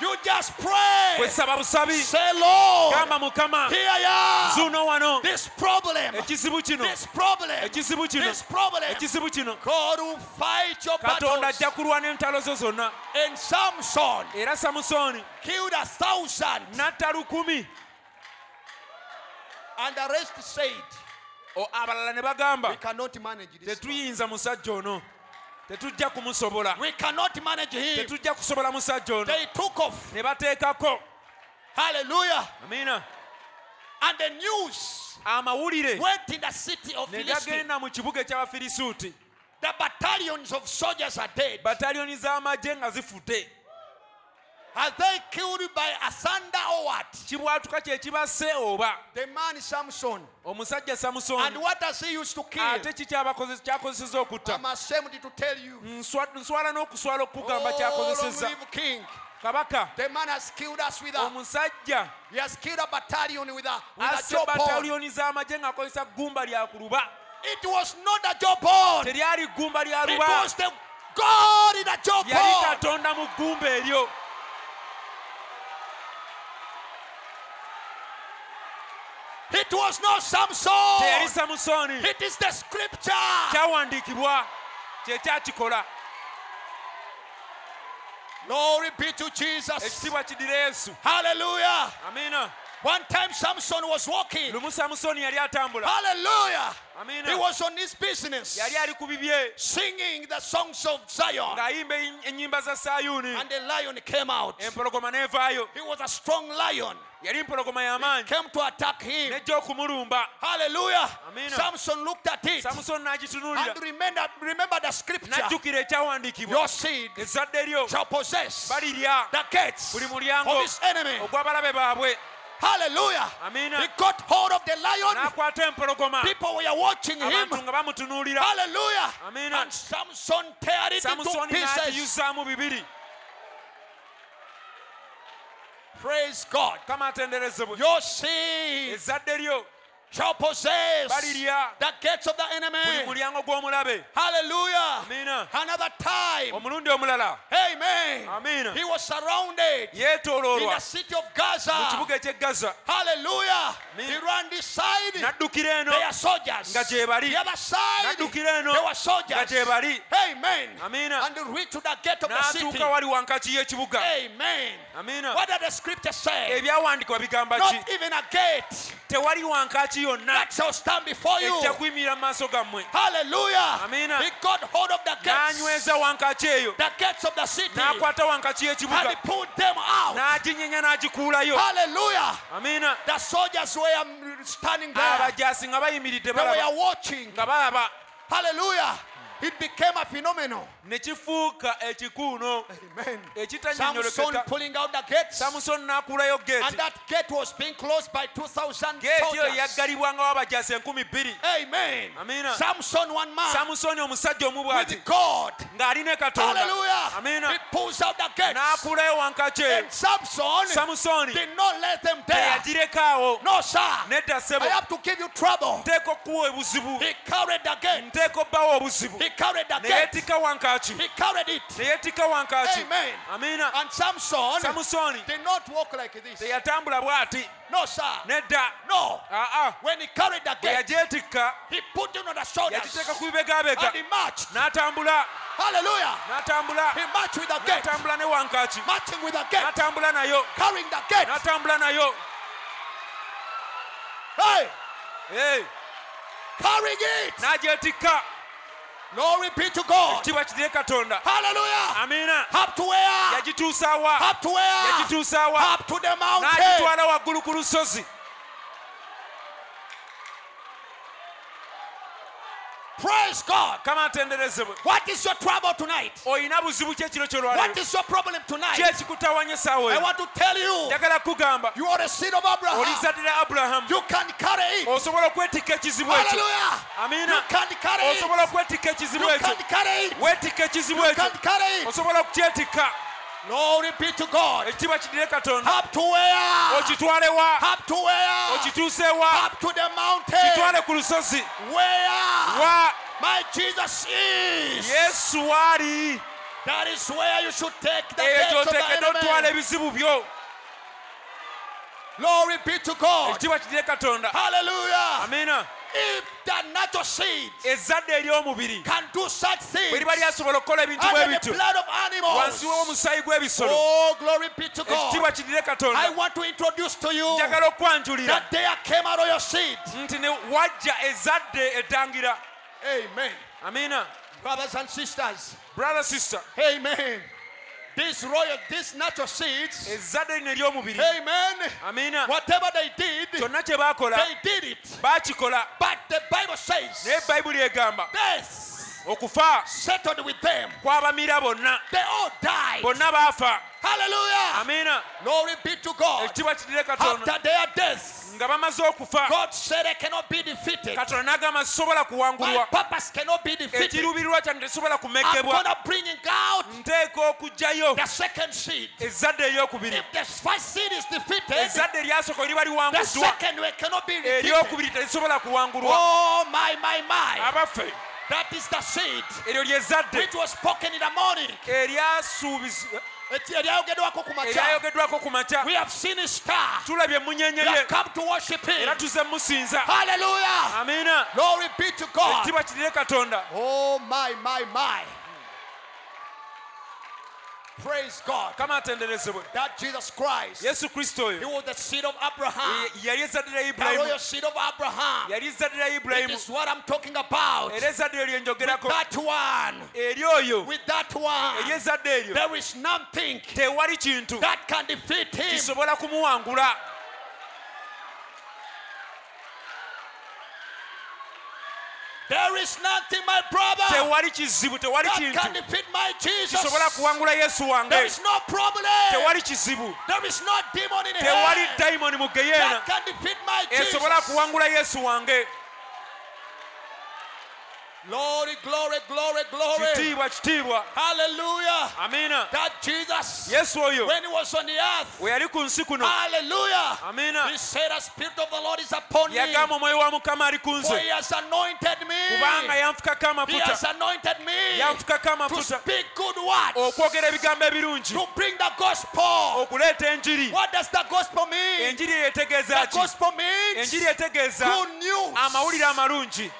[SPEAKER 2] You just pray.
[SPEAKER 1] gwe saba busabi
[SPEAKER 2] Say, Lord,
[SPEAKER 1] gamba mukama
[SPEAKER 2] here I am.
[SPEAKER 1] zuuno wano
[SPEAKER 2] This problem,
[SPEAKER 1] ekizibu kino
[SPEAKER 2] this problem,
[SPEAKER 1] ekizibu kino
[SPEAKER 2] this problem.
[SPEAKER 1] ekizibu kino
[SPEAKER 2] God will fight your
[SPEAKER 1] katonda
[SPEAKER 2] battles.
[SPEAKER 1] ajja kulwana entalo zo zonna
[SPEAKER 2] And Samson
[SPEAKER 1] era samusoni
[SPEAKER 2] killed a thousand.
[SPEAKER 1] n'atta lukumi
[SPEAKER 2] And the rest said,
[SPEAKER 1] O- abalala ne
[SPEAKER 2] We
[SPEAKER 1] bagamba
[SPEAKER 2] cannot manage this. man.
[SPEAKER 1] tetuyinza musajja ono tetujja kumusobola
[SPEAKER 2] We cannot manage him.
[SPEAKER 1] tetujja kusobola musajja ono
[SPEAKER 2] They took off.
[SPEAKER 1] ne bateekako
[SPEAKER 2] Hallelujah.
[SPEAKER 1] amina
[SPEAKER 2] And the news
[SPEAKER 1] amawulire
[SPEAKER 2] went in the city of
[SPEAKER 1] ne
[SPEAKER 2] Philistine.
[SPEAKER 1] gagenda mu kibuga eky'abafirisuuti
[SPEAKER 2] The battalions of soldiers are dead.
[SPEAKER 1] batalyoni z'amagye nga zifudde
[SPEAKER 2] Are they killed by a thunder or what?
[SPEAKER 1] kibwatuka kye kibase oba
[SPEAKER 2] The man Samson.
[SPEAKER 1] omusajja
[SPEAKER 2] And
[SPEAKER 1] samusoni
[SPEAKER 2] what does he used to kill?
[SPEAKER 1] ate kikyabakozesa- kyakozeseza okutta
[SPEAKER 2] I'm ashamed to tell you.
[SPEAKER 1] Nswa- nswala n'okuswala okukugamba
[SPEAKER 2] Oh, long
[SPEAKER 1] kyakozeseza
[SPEAKER 2] live king.
[SPEAKER 1] kabaka
[SPEAKER 2] The man has killed us with
[SPEAKER 1] Oh,
[SPEAKER 2] a,
[SPEAKER 1] omusajja
[SPEAKER 2] he has killed a battalion with a, with a
[SPEAKER 1] asse
[SPEAKER 2] jawbone.
[SPEAKER 1] batalyoni z'amagye ng'akozesa ggumba lya kuluba
[SPEAKER 2] It was not a jawbone.
[SPEAKER 1] teryali ggumba lya
[SPEAKER 2] It
[SPEAKER 1] luba
[SPEAKER 2] was the God in a
[SPEAKER 1] yali
[SPEAKER 2] jawbone.
[SPEAKER 1] katonda mu ggumba eryo
[SPEAKER 2] was not
[SPEAKER 1] teyali
[SPEAKER 2] Samson.
[SPEAKER 1] samusooni
[SPEAKER 2] It is the scripture.
[SPEAKER 1] kyawandiikibwa kyekyakikola
[SPEAKER 2] Glory be to Jesus.
[SPEAKER 1] ekitiibwa kidire yesu
[SPEAKER 2] Hallelujah.
[SPEAKER 1] amiina
[SPEAKER 2] One time Samson was walking.
[SPEAKER 1] lumu samusooni yali atambula
[SPEAKER 2] Hallelujah.
[SPEAKER 1] Amen.
[SPEAKER 2] He was on his business
[SPEAKER 1] yali ali ku bibye
[SPEAKER 2] singing the songs of Zion.
[SPEAKER 1] ng'ayimba enny- ennyimba za sayuuni
[SPEAKER 2] (laughs) And the lion came out.
[SPEAKER 1] empologoma n'evaayo
[SPEAKER 2] He was a strong lion.
[SPEAKER 1] yali empologoma y'amaanyi
[SPEAKER 2] Came to attack him.
[SPEAKER 1] n'ejja okumulumba
[SPEAKER 2] Hallelujah.
[SPEAKER 1] Amen.
[SPEAKER 2] Samson looked at it
[SPEAKER 1] samusooni n'agitunuulira
[SPEAKER 2] and remembered, remembered the scripture.
[SPEAKER 1] n'ajjukira ekyawandiikibwa
[SPEAKER 2] Your seed
[SPEAKER 1] ezadde lyo
[SPEAKER 2] shall possess
[SPEAKER 1] balirya
[SPEAKER 2] the gates
[SPEAKER 1] buli
[SPEAKER 2] of
[SPEAKER 1] mulyango
[SPEAKER 2] his enemy.
[SPEAKER 1] ogw'abalabe baabwe
[SPEAKER 2] Hallelujah.
[SPEAKER 1] Amen.
[SPEAKER 2] He got hold of the lion.
[SPEAKER 1] n'akwata empologoma
[SPEAKER 2] People were watching him.
[SPEAKER 1] abantu nga bamutunuulira
[SPEAKER 2] Hallelujah.
[SPEAKER 1] Amen.
[SPEAKER 2] And Samson tear it into
[SPEAKER 1] samusooni
[SPEAKER 2] pieces.
[SPEAKER 1] n'agiyuzaamu bibiri
[SPEAKER 2] Praise God.
[SPEAKER 1] kama atenderezebwe
[SPEAKER 2] Your seed
[SPEAKER 1] ezadde lyo
[SPEAKER 2] shall possess
[SPEAKER 1] Balirya.
[SPEAKER 2] the gates of the
[SPEAKER 1] buli
[SPEAKER 2] enemy.
[SPEAKER 1] mulyango gw'omulabe
[SPEAKER 2] Hallelujah.
[SPEAKER 1] Amen.
[SPEAKER 2] Another time.
[SPEAKER 1] omulundi omulala
[SPEAKER 2] Amen.
[SPEAKER 1] Amen.
[SPEAKER 2] He was surrounded in
[SPEAKER 1] yeetooloolwa
[SPEAKER 2] the city of
[SPEAKER 1] mu
[SPEAKER 2] Gaza.
[SPEAKER 1] kibuga eky'e gaza
[SPEAKER 2] Hallelujah.
[SPEAKER 1] Amen.
[SPEAKER 2] He ran this side.
[SPEAKER 1] n'addukira eno
[SPEAKER 2] They are soldiers.
[SPEAKER 1] Nga gye bali.
[SPEAKER 2] The other side.
[SPEAKER 1] N'addukira eno.
[SPEAKER 2] They were soldiers.
[SPEAKER 1] Nga gye bali.
[SPEAKER 2] Amen.
[SPEAKER 1] Amen.
[SPEAKER 2] And reach to the gate of the city.
[SPEAKER 1] n'atuuka wali wankaki y'ekibuga
[SPEAKER 2] Amen.
[SPEAKER 1] amiina
[SPEAKER 2] What did the scripture say?
[SPEAKER 1] ebyawandiikibwa bigamba ki
[SPEAKER 2] Not even a gate
[SPEAKER 1] tewali wankaki yonna
[SPEAKER 2] that shall stand before you.
[SPEAKER 1] ejja kuyimirira mu maaso gammwe
[SPEAKER 2] Hallelujah.
[SPEAKER 1] Amen.
[SPEAKER 2] He got hold of the gates.
[SPEAKER 1] n'anyweza wankaki eyo
[SPEAKER 2] The gates of the city.
[SPEAKER 1] n'akwata wankaki
[SPEAKER 2] And he
[SPEAKER 1] y'ekibuga
[SPEAKER 2] pulled them out.
[SPEAKER 1] n'aginyenya n'agikuulayo
[SPEAKER 2] Hallelujah.
[SPEAKER 1] amiina
[SPEAKER 2] The soldiers were um, standing there.
[SPEAKER 1] abajasi nga bayimiridde
[SPEAKER 2] They were
[SPEAKER 1] balaba
[SPEAKER 2] watching.
[SPEAKER 1] nga balaba
[SPEAKER 2] Hallelujah. It became a phenomenon.
[SPEAKER 1] ne kifuuka ekikuuno
[SPEAKER 2] Amen. Samson
[SPEAKER 1] ekitanyonyolekeka
[SPEAKER 2] pulling out the gates. And
[SPEAKER 1] samusoni n'akuulayo geeti
[SPEAKER 2] that gate was being closed by 2,000
[SPEAKER 1] geeti eyo
[SPEAKER 2] soldiers.
[SPEAKER 1] yaggalibwangawo abajasi enkumi bbiri
[SPEAKER 2] Amen.
[SPEAKER 1] Amen.
[SPEAKER 2] Samson, one man
[SPEAKER 1] samusoni omusajja omubwati
[SPEAKER 2] with God.
[SPEAKER 1] ng'alina ekatonda
[SPEAKER 2] Hallelujah. He
[SPEAKER 1] amiina
[SPEAKER 2] pulls out the gates.
[SPEAKER 1] n'akuulayo wankaki eyo
[SPEAKER 2] And Samson
[SPEAKER 1] samusoni
[SPEAKER 2] did not let them there.
[SPEAKER 1] teyagirekaawo
[SPEAKER 2] No, sir. I
[SPEAKER 1] nedda ssebo
[SPEAKER 2] have to give you trouble.
[SPEAKER 1] nteeka okuwa ebuzibu
[SPEAKER 2] He carried the gate.
[SPEAKER 1] nteeka obbawo obuzibu
[SPEAKER 2] He carried the
[SPEAKER 1] ne
[SPEAKER 2] gate.
[SPEAKER 1] yeetikka wankaki
[SPEAKER 2] He carried it.
[SPEAKER 1] ne yeetikka wankaki
[SPEAKER 2] Amen.
[SPEAKER 1] amiina
[SPEAKER 2] And Samson
[SPEAKER 1] samusoni
[SPEAKER 2] did not walk like this.
[SPEAKER 1] teyatambula bw'ati
[SPEAKER 2] No, sir.
[SPEAKER 1] nedda Ah,
[SPEAKER 2] No.
[SPEAKER 1] aa
[SPEAKER 2] When he carried the
[SPEAKER 1] bwe
[SPEAKER 2] gate,
[SPEAKER 1] yagyetikka
[SPEAKER 2] he put it on the shoulders.
[SPEAKER 1] yagiteeka ku bibegabega
[SPEAKER 2] And he marched.
[SPEAKER 1] n'atambula
[SPEAKER 2] Hallelujah.
[SPEAKER 1] n'atambula
[SPEAKER 2] He marched with the gate.
[SPEAKER 1] n'atambula ne wankaki
[SPEAKER 2] Marching with the gate.
[SPEAKER 1] n'atambula nayo
[SPEAKER 2] Carrying the gate.
[SPEAKER 1] n'atambula nayo
[SPEAKER 2] Hey.
[SPEAKER 1] Hey,
[SPEAKER 2] Carrying it.
[SPEAKER 1] n'agyetikka
[SPEAKER 2] Glory be to God.
[SPEAKER 1] kiba kirire katonda
[SPEAKER 2] Hallelujah.
[SPEAKER 1] amiina
[SPEAKER 2] Up to where?
[SPEAKER 1] yagituusaawa
[SPEAKER 2] Up to where?
[SPEAKER 1] yagituusaawa
[SPEAKER 2] Up to the mountain.
[SPEAKER 1] n'agitwala waggulu ku lusozi
[SPEAKER 2] Praise God.
[SPEAKER 1] kama atenderezebwe
[SPEAKER 2] What is your trouble tonight?
[SPEAKER 1] olina buzibu ki ekiro
[SPEAKER 2] What
[SPEAKER 1] kyolwaleero
[SPEAKER 2] is your problem tonight?
[SPEAKER 1] ki ekikutawanya essaawa
[SPEAKER 2] I
[SPEAKER 1] eyo
[SPEAKER 2] want to tell you,
[SPEAKER 1] njagala kukugamba
[SPEAKER 2] you are the seed of
[SPEAKER 1] Oh,
[SPEAKER 2] Abraham.
[SPEAKER 1] olizaddira abulahamu
[SPEAKER 2] You can carry it.
[SPEAKER 1] osobola okwetikka ekizibu ekyo
[SPEAKER 2] Hallelujah. You
[SPEAKER 1] amiina
[SPEAKER 2] can carry it.
[SPEAKER 1] osobola okwetikka ekizibu
[SPEAKER 2] You can
[SPEAKER 1] ekyo
[SPEAKER 2] carry it.
[SPEAKER 1] weetikka ekizibu
[SPEAKER 2] You can
[SPEAKER 1] ekyo
[SPEAKER 2] carry it.
[SPEAKER 1] osobola okukyetikka
[SPEAKER 2] Glory be to God.
[SPEAKER 1] ekitiibwa kidire katonda
[SPEAKER 2] Up to where?
[SPEAKER 1] okitwalewa
[SPEAKER 2] Up to where?
[SPEAKER 1] okituusewa
[SPEAKER 2] Up to the
[SPEAKER 1] kitwale
[SPEAKER 2] mountain.
[SPEAKER 1] ku lusozi
[SPEAKER 2] Where
[SPEAKER 1] wa
[SPEAKER 2] my Jesus is.
[SPEAKER 1] yesu waali
[SPEAKER 2] That is where you should take the
[SPEAKER 1] eyo
[SPEAKER 2] gates of
[SPEAKER 1] gyoteekedde
[SPEAKER 2] the
[SPEAKER 1] otwala
[SPEAKER 2] enemy.
[SPEAKER 1] ebizibu byo
[SPEAKER 2] Glory be to God.
[SPEAKER 1] ekitiibwa kidire katonda
[SPEAKER 2] Hallelujah.
[SPEAKER 1] amiina
[SPEAKER 2] If the natural seed
[SPEAKER 1] Eh. ezzadde ery'omubiri
[SPEAKER 2] can do such
[SPEAKER 1] bwe
[SPEAKER 2] things
[SPEAKER 1] liba lyasobola okukola ebintu bwe
[SPEAKER 2] under the
[SPEAKER 1] bityo
[SPEAKER 2] blood of
[SPEAKER 1] wansi
[SPEAKER 2] animals.
[SPEAKER 1] w'omusaayi gw'ebisolo
[SPEAKER 2] Oh, glory be to God.
[SPEAKER 1] ekitiibwa kirire
[SPEAKER 2] I
[SPEAKER 1] katonda
[SPEAKER 2] want to introduce to you
[SPEAKER 1] njagala okwanjulira
[SPEAKER 2] that there came out of your seed.
[SPEAKER 1] nti ne wajja ezadde etangira
[SPEAKER 2] Amen.
[SPEAKER 1] amina
[SPEAKER 2] Brothers and sisters.
[SPEAKER 1] brother sister
[SPEAKER 2] Amen. This royal, this natural seeds.
[SPEAKER 1] ezzadde lino ery'omubiri
[SPEAKER 2] Amen.
[SPEAKER 1] amina
[SPEAKER 2] Whatever they did,
[SPEAKER 1] kyonna kye baakola
[SPEAKER 2] they did it.
[SPEAKER 1] baakikola
[SPEAKER 2] But the Bible says
[SPEAKER 1] naye bayibuli egamba
[SPEAKER 2] death
[SPEAKER 1] okufa
[SPEAKER 2] settled with them.
[SPEAKER 1] kw'abamira bonna
[SPEAKER 2] They all died.
[SPEAKER 1] bonna baafa
[SPEAKER 2] Hallelujah.
[SPEAKER 1] amina
[SPEAKER 2] Glory be to God.
[SPEAKER 1] ekitiibwa kirire katonda
[SPEAKER 2] After their death,
[SPEAKER 1] nga bamaze okufa
[SPEAKER 2] God said I cannot be defeated.
[SPEAKER 1] katonda n'agamba
[SPEAKER 2] My
[SPEAKER 1] sisobola kuwangulwa
[SPEAKER 2] purpose cannot be defeated.
[SPEAKER 1] ekiruubirirwa kyange tekisobola
[SPEAKER 2] I'm
[SPEAKER 1] kumekebwa
[SPEAKER 2] gonna bring it out
[SPEAKER 1] nteeka okugjayo
[SPEAKER 2] the second seed.
[SPEAKER 1] ezzadde eryokubiri
[SPEAKER 2] If the first seed is defeated,
[SPEAKER 1] ezzadde eryasooka liba
[SPEAKER 2] the
[SPEAKER 1] liwanguddwa
[SPEAKER 2] second one cannot
[SPEAKER 1] Eh,
[SPEAKER 2] be defeated.
[SPEAKER 1] eryokubiri terisobola kuwangulwa
[SPEAKER 2] Oh my my my!
[SPEAKER 1] abaffe
[SPEAKER 2] That is the seed
[SPEAKER 1] eryo lyezadde
[SPEAKER 2] which was spoken in the morning.
[SPEAKER 1] eryasuubiz
[SPEAKER 2] eki- eryayogerwako ku makya
[SPEAKER 1] eryayogeddwako ku makya
[SPEAKER 2] we have seen a star
[SPEAKER 1] tulabye emunyenye
[SPEAKER 2] we
[SPEAKER 1] ye
[SPEAKER 2] have come to worship
[SPEAKER 1] era
[SPEAKER 2] him
[SPEAKER 1] tuze musinza
[SPEAKER 2] hallelujah
[SPEAKER 1] amiina
[SPEAKER 2] glory be to god
[SPEAKER 1] ekitiibwa kirire katonda
[SPEAKER 2] oh my my my praise god
[SPEAKER 1] mukama atenderezebwe
[SPEAKER 2] that jesus christ
[SPEAKER 1] yesu kristo
[SPEAKER 2] he
[SPEAKER 1] oyo
[SPEAKER 2] was the seed of abraham
[SPEAKER 1] ye- yali ezzadde lya
[SPEAKER 2] the royal
[SPEAKER 1] ibulayimu
[SPEAKER 2] seed of abraham
[SPEAKER 1] yali ezzadde lya
[SPEAKER 2] it
[SPEAKER 1] ibulayimu
[SPEAKER 2] is what i'm talking about
[SPEAKER 1] era ezzadde eryo lyenjogerako
[SPEAKER 2] that one
[SPEAKER 1] eri oyo
[SPEAKER 2] with that one
[SPEAKER 1] eryezadde eryo
[SPEAKER 2] there is nothing
[SPEAKER 1] tewali kintu
[SPEAKER 2] that can defeat him
[SPEAKER 1] kisobola kumuwangula
[SPEAKER 2] there is nothing my brother
[SPEAKER 1] tewali kizibu tewali
[SPEAKER 2] that can
[SPEAKER 1] kintu
[SPEAKER 2] defeat my jesus
[SPEAKER 1] kisobola kuwangula yesu
[SPEAKER 2] there
[SPEAKER 1] wange
[SPEAKER 2] is no problem
[SPEAKER 1] tewali kizibu
[SPEAKER 2] there is no demon in
[SPEAKER 1] tewali
[SPEAKER 2] hell
[SPEAKER 1] dayimoni mu
[SPEAKER 2] that
[SPEAKER 1] geyeena
[SPEAKER 2] can defeat my
[SPEAKER 1] esobola
[SPEAKER 2] jesus
[SPEAKER 1] kuwangula yesu wange
[SPEAKER 2] glory glory glory glory
[SPEAKER 1] kitiibwa kitiibwa
[SPEAKER 2] hallelujah
[SPEAKER 1] amiina
[SPEAKER 2] that jesus
[SPEAKER 1] yesu oyo
[SPEAKER 2] when he was on the earth
[SPEAKER 1] we yali ku nsi kuno
[SPEAKER 2] hallelujah he
[SPEAKER 1] amiina
[SPEAKER 2] said the spirit of the lord is upon me
[SPEAKER 1] yagamba omwoyo wa mukama ali ku
[SPEAKER 2] for he
[SPEAKER 1] nze
[SPEAKER 2] has anointed
[SPEAKER 1] kubanga
[SPEAKER 2] me
[SPEAKER 1] yanfukako
[SPEAKER 2] he has
[SPEAKER 1] amafuta
[SPEAKER 2] anointed me
[SPEAKER 1] yanfukako
[SPEAKER 2] to
[SPEAKER 1] amafuta
[SPEAKER 2] speak good words
[SPEAKER 1] okwogera ebigambo ebirungi
[SPEAKER 2] to bring the gospel.
[SPEAKER 1] okuleeta enjiri
[SPEAKER 2] What does the gospel mean?
[SPEAKER 1] enjiri eyo etegeeza
[SPEAKER 2] The
[SPEAKER 1] ki
[SPEAKER 2] gospel means
[SPEAKER 1] enjiri etegeeza
[SPEAKER 2] good news.
[SPEAKER 1] amawulire amalungi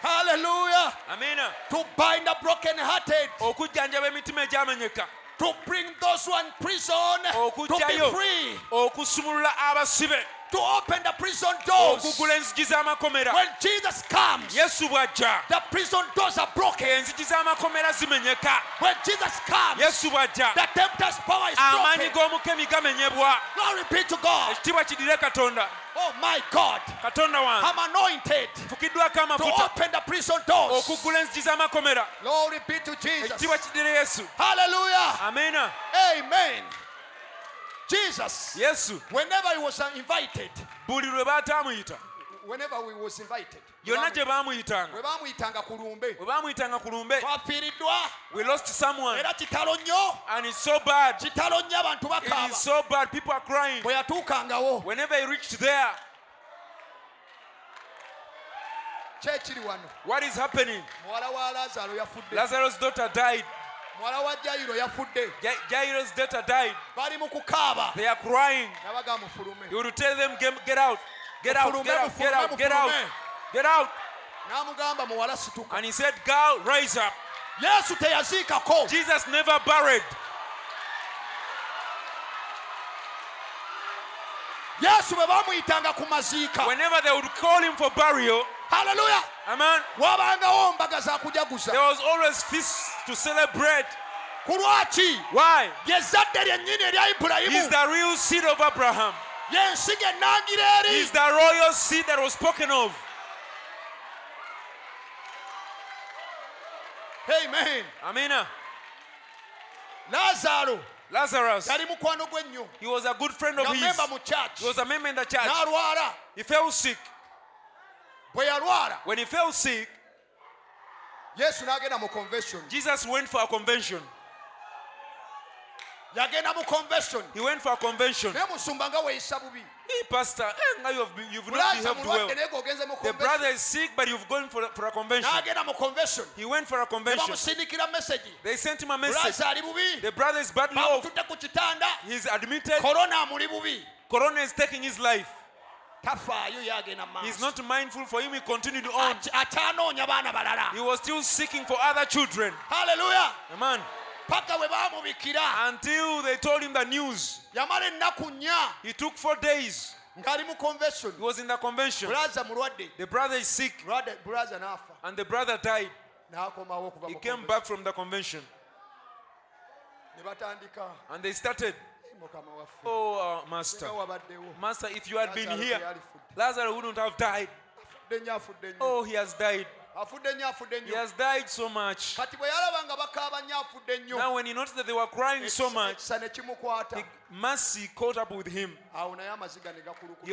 [SPEAKER 2] Hallelujah.
[SPEAKER 1] amiina
[SPEAKER 2] To bind the brokenhearted,
[SPEAKER 1] okujjanjaba emitima egyamenyeka
[SPEAKER 2] to bring those who are in prison to be
[SPEAKER 1] Okuggyayo.
[SPEAKER 2] free,
[SPEAKER 1] okusumulula abasibe
[SPEAKER 2] to open the prison doors.
[SPEAKER 1] okugula enzigi z'amakomera
[SPEAKER 2] When Jesus comes,
[SPEAKER 1] yesu bw'ajja
[SPEAKER 2] the prison doors are broken.
[SPEAKER 1] enzigi z'amakomera zimenyeka
[SPEAKER 2] When Jesus comes,
[SPEAKER 1] yesu bw'ajja
[SPEAKER 2] the tempter's power is
[SPEAKER 1] amaanyi
[SPEAKER 2] broken.
[SPEAKER 1] g'omukemi gamenyebwa
[SPEAKER 2] Glory be to God.
[SPEAKER 1] ekitiibwa kidire katonda
[SPEAKER 2] Oh my God.
[SPEAKER 1] katonda wange
[SPEAKER 2] I'm anointed
[SPEAKER 1] fukiddwako
[SPEAKER 2] to
[SPEAKER 1] amafuta
[SPEAKER 2] open the prison doors.
[SPEAKER 1] okugula enzigi z'amakomera
[SPEAKER 2] Glory be to Jesus.
[SPEAKER 1] ekitiibwa kidire yesu
[SPEAKER 2] Hallelujah.
[SPEAKER 1] amiina
[SPEAKER 2] Amen. Jesus,
[SPEAKER 1] yesu
[SPEAKER 2] whenever he was invited,
[SPEAKER 1] buli lwe baatamuyita
[SPEAKER 2] whenever we was invited,
[SPEAKER 1] yonna gye baamuyitanga
[SPEAKER 2] bwe bamuyitanga ku lumbe,
[SPEAKER 1] bwe baamuyitanga ku lumbe
[SPEAKER 2] twafiiriddwa
[SPEAKER 1] we lost someone
[SPEAKER 2] era kitalo nnyo,
[SPEAKER 1] and it's so bad
[SPEAKER 2] kitalo nnyo abantu
[SPEAKER 1] It is
[SPEAKER 2] bakaaba.
[SPEAKER 1] so bad. People are crying.
[SPEAKER 2] Bwe yatuukangawo,
[SPEAKER 1] Whenever he reached there,
[SPEAKER 2] ki ekiri wano?
[SPEAKER 1] what is happening?
[SPEAKER 2] Muwala wa Laazaalo yafudde,
[SPEAKER 1] Lazarus' daughter died.
[SPEAKER 2] muwala wa Jayiro yafudde,
[SPEAKER 1] Ja- Jairus' daughter died.
[SPEAKER 2] bali mu kukaaba.
[SPEAKER 1] They are crying.
[SPEAKER 2] Nabaga mufulume.
[SPEAKER 1] He would tell them, get, get out. Get out. Get out. Get out. Get out. Get out.
[SPEAKER 2] N'amugamba muwala situka.
[SPEAKER 1] And he said, girl, rise up.
[SPEAKER 2] Yesu teyaziikako.
[SPEAKER 1] Jesus never buried.
[SPEAKER 2] Yesu bwe bamuyitanga ku maziika.
[SPEAKER 1] Whenever they would call him for burial,
[SPEAKER 2] Hallelujah.
[SPEAKER 1] amen,
[SPEAKER 2] wabangawo mbaga za
[SPEAKER 1] there
[SPEAKER 2] kujaguza
[SPEAKER 1] was always feasts to celebrate.
[SPEAKER 2] ku lwaki
[SPEAKER 1] Why?
[SPEAKER 2] lyezadde lyennyini erya
[SPEAKER 1] He's
[SPEAKER 2] ibulayimu
[SPEAKER 1] the real seed of Abraham.
[SPEAKER 2] yensiga ennangira
[SPEAKER 1] He's
[SPEAKER 2] eri
[SPEAKER 1] the royal seed that was spoken of.
[SPEAKER 2] amen
[SPEAKER 1] Amina.
[SPEAKER 2] laazaalo
[SPEAKER 1] Lazarus.
[SPEAKER 2] yali mukwano gwe ennyo
[SPEAKER 1] He was a good friend of
[SPEAKER 2] nga
[SPEAKER 1] his.
[SPEAKER 2] memba mu
[SPEAKER 1] He was
[SPEAKER 2] kyaki
[SPEAKER 1] a member in the church.
[SPEAKER 2] n'alwala
[SPEAKER 1] He fell sick.
[SPEAKER 2] bwe yalwala
[SPEAKER 1] When he fell sick,
[SPEAKER 2] yesu n'agenda mu convention
[SPEAKER 1] Jesus went for a convention.
[SPEAKER 2] yagenda mu convention
[SPEAKER 1] He went for a convention.
[SPEAKER 2] naye musumba nga weeyisa bubi
[SPEAKER 1] Hey, Pastor, eh, now you have, been- you've not
[SPEAKER 2] bulaaza
[SPEAKER 1] behaved well.
[SPEAKER 2] mulwadde naye geogenze mu
[SPEAKER 1] The brother
[SPEAKER 2] convention
[SPEAKER 1] is sick, but you've gone for, for a convention.
[SPEAKER 2] n'agenda mu convention
[SPEAKER 1] He went for
[SPEAKER 2] ne
[SPEAKER 1] a convention.
[SPEAKER 2] bamusindikira mesegi
[SPEAKER 1] They sent him a message.
[SPEAKER 2] bulaaza ali bubi
[SPEAKER 1] The brother is badly off.
[SPEAKER 2] bamutudde ku kitanda
[SPEAKER 1] He's admitted.
[SPEAKER 2] korona amuli bubi
[SPEAKER 1] Corona is taking his life.
[SPEAKER 2] tafaayo yagenda mu maaso
[SPEAKER 1] He's not mindful for him. He continued on.
[SPEAKER 2] At- atanoonya baana balala
[SPEAKER 1] He was still seeking for other children.
[SPEAKER 2] haleluya
[SPEAKER 1] Amen.
[SPEAKER 2] paka bwe bamubikira
[SPEAKER 1] Until they told him the news.
[SPEAKER 2] yamala ennaku nnya
[SPEAKER 1] He took four days.
[SPEAKER 2] ng'ali mu
[SPEAKER 1] He
[SPEAKER 2] convention
[SPEAKER 1] was in the convention.
[SPEAKER 2] bulaza mulwadde
[SPEAKER 1] The brother is sick.
[SPEAKER 2] Brother- bulaza n'afa
[SPEAKER 1] And the brother died.
[SPEAKER 2] n'akomawo okuva
[SPEAKER 1] He
[SPEAKER 2] mu
[SPEAKER 1] came
[SPEAKER 2] convention.
[SPEAKER 1] back from the convention
[SPEAKER 2] ne batandika
[SPEAKER 1] and they started,
[SPEAKER 2] "Hey, mukama waffe
[SPEAKER 1] Oh, uh, Master,
[SPEAKER 2] nga wabaddewo
[SPEAKER 1] Master, if you had been
[SPEAKER 2] Lazarus
[SPEAKER 1] here,
[SPEAKER 2] yali afudde.
[SPEAKER 1] Lazarus wouldn't have died.
[SPEAKER 2] afudde nnyo afudde nnyo
[SPEAKER 1] Oh, he has died.
[SPEAKER 2] afudde nnyo afudde
[SPEAKER 1] He
[SPEAKER 2] nnyo
[SPEAKER 1] has died so much.
[SPEAKER 2] kati bwe yalaba nga bakaaba nnyo afudde nnyo
[SPEAKER 1] Now, when he noticed that they were crying so much,
[SPEAKER 2] ekisa ne kimukwata
[SPEAKER 1] the mercy caught up with him.
[SPEAKER 2] awo naye amaziga ne
[SPEAKER 1] He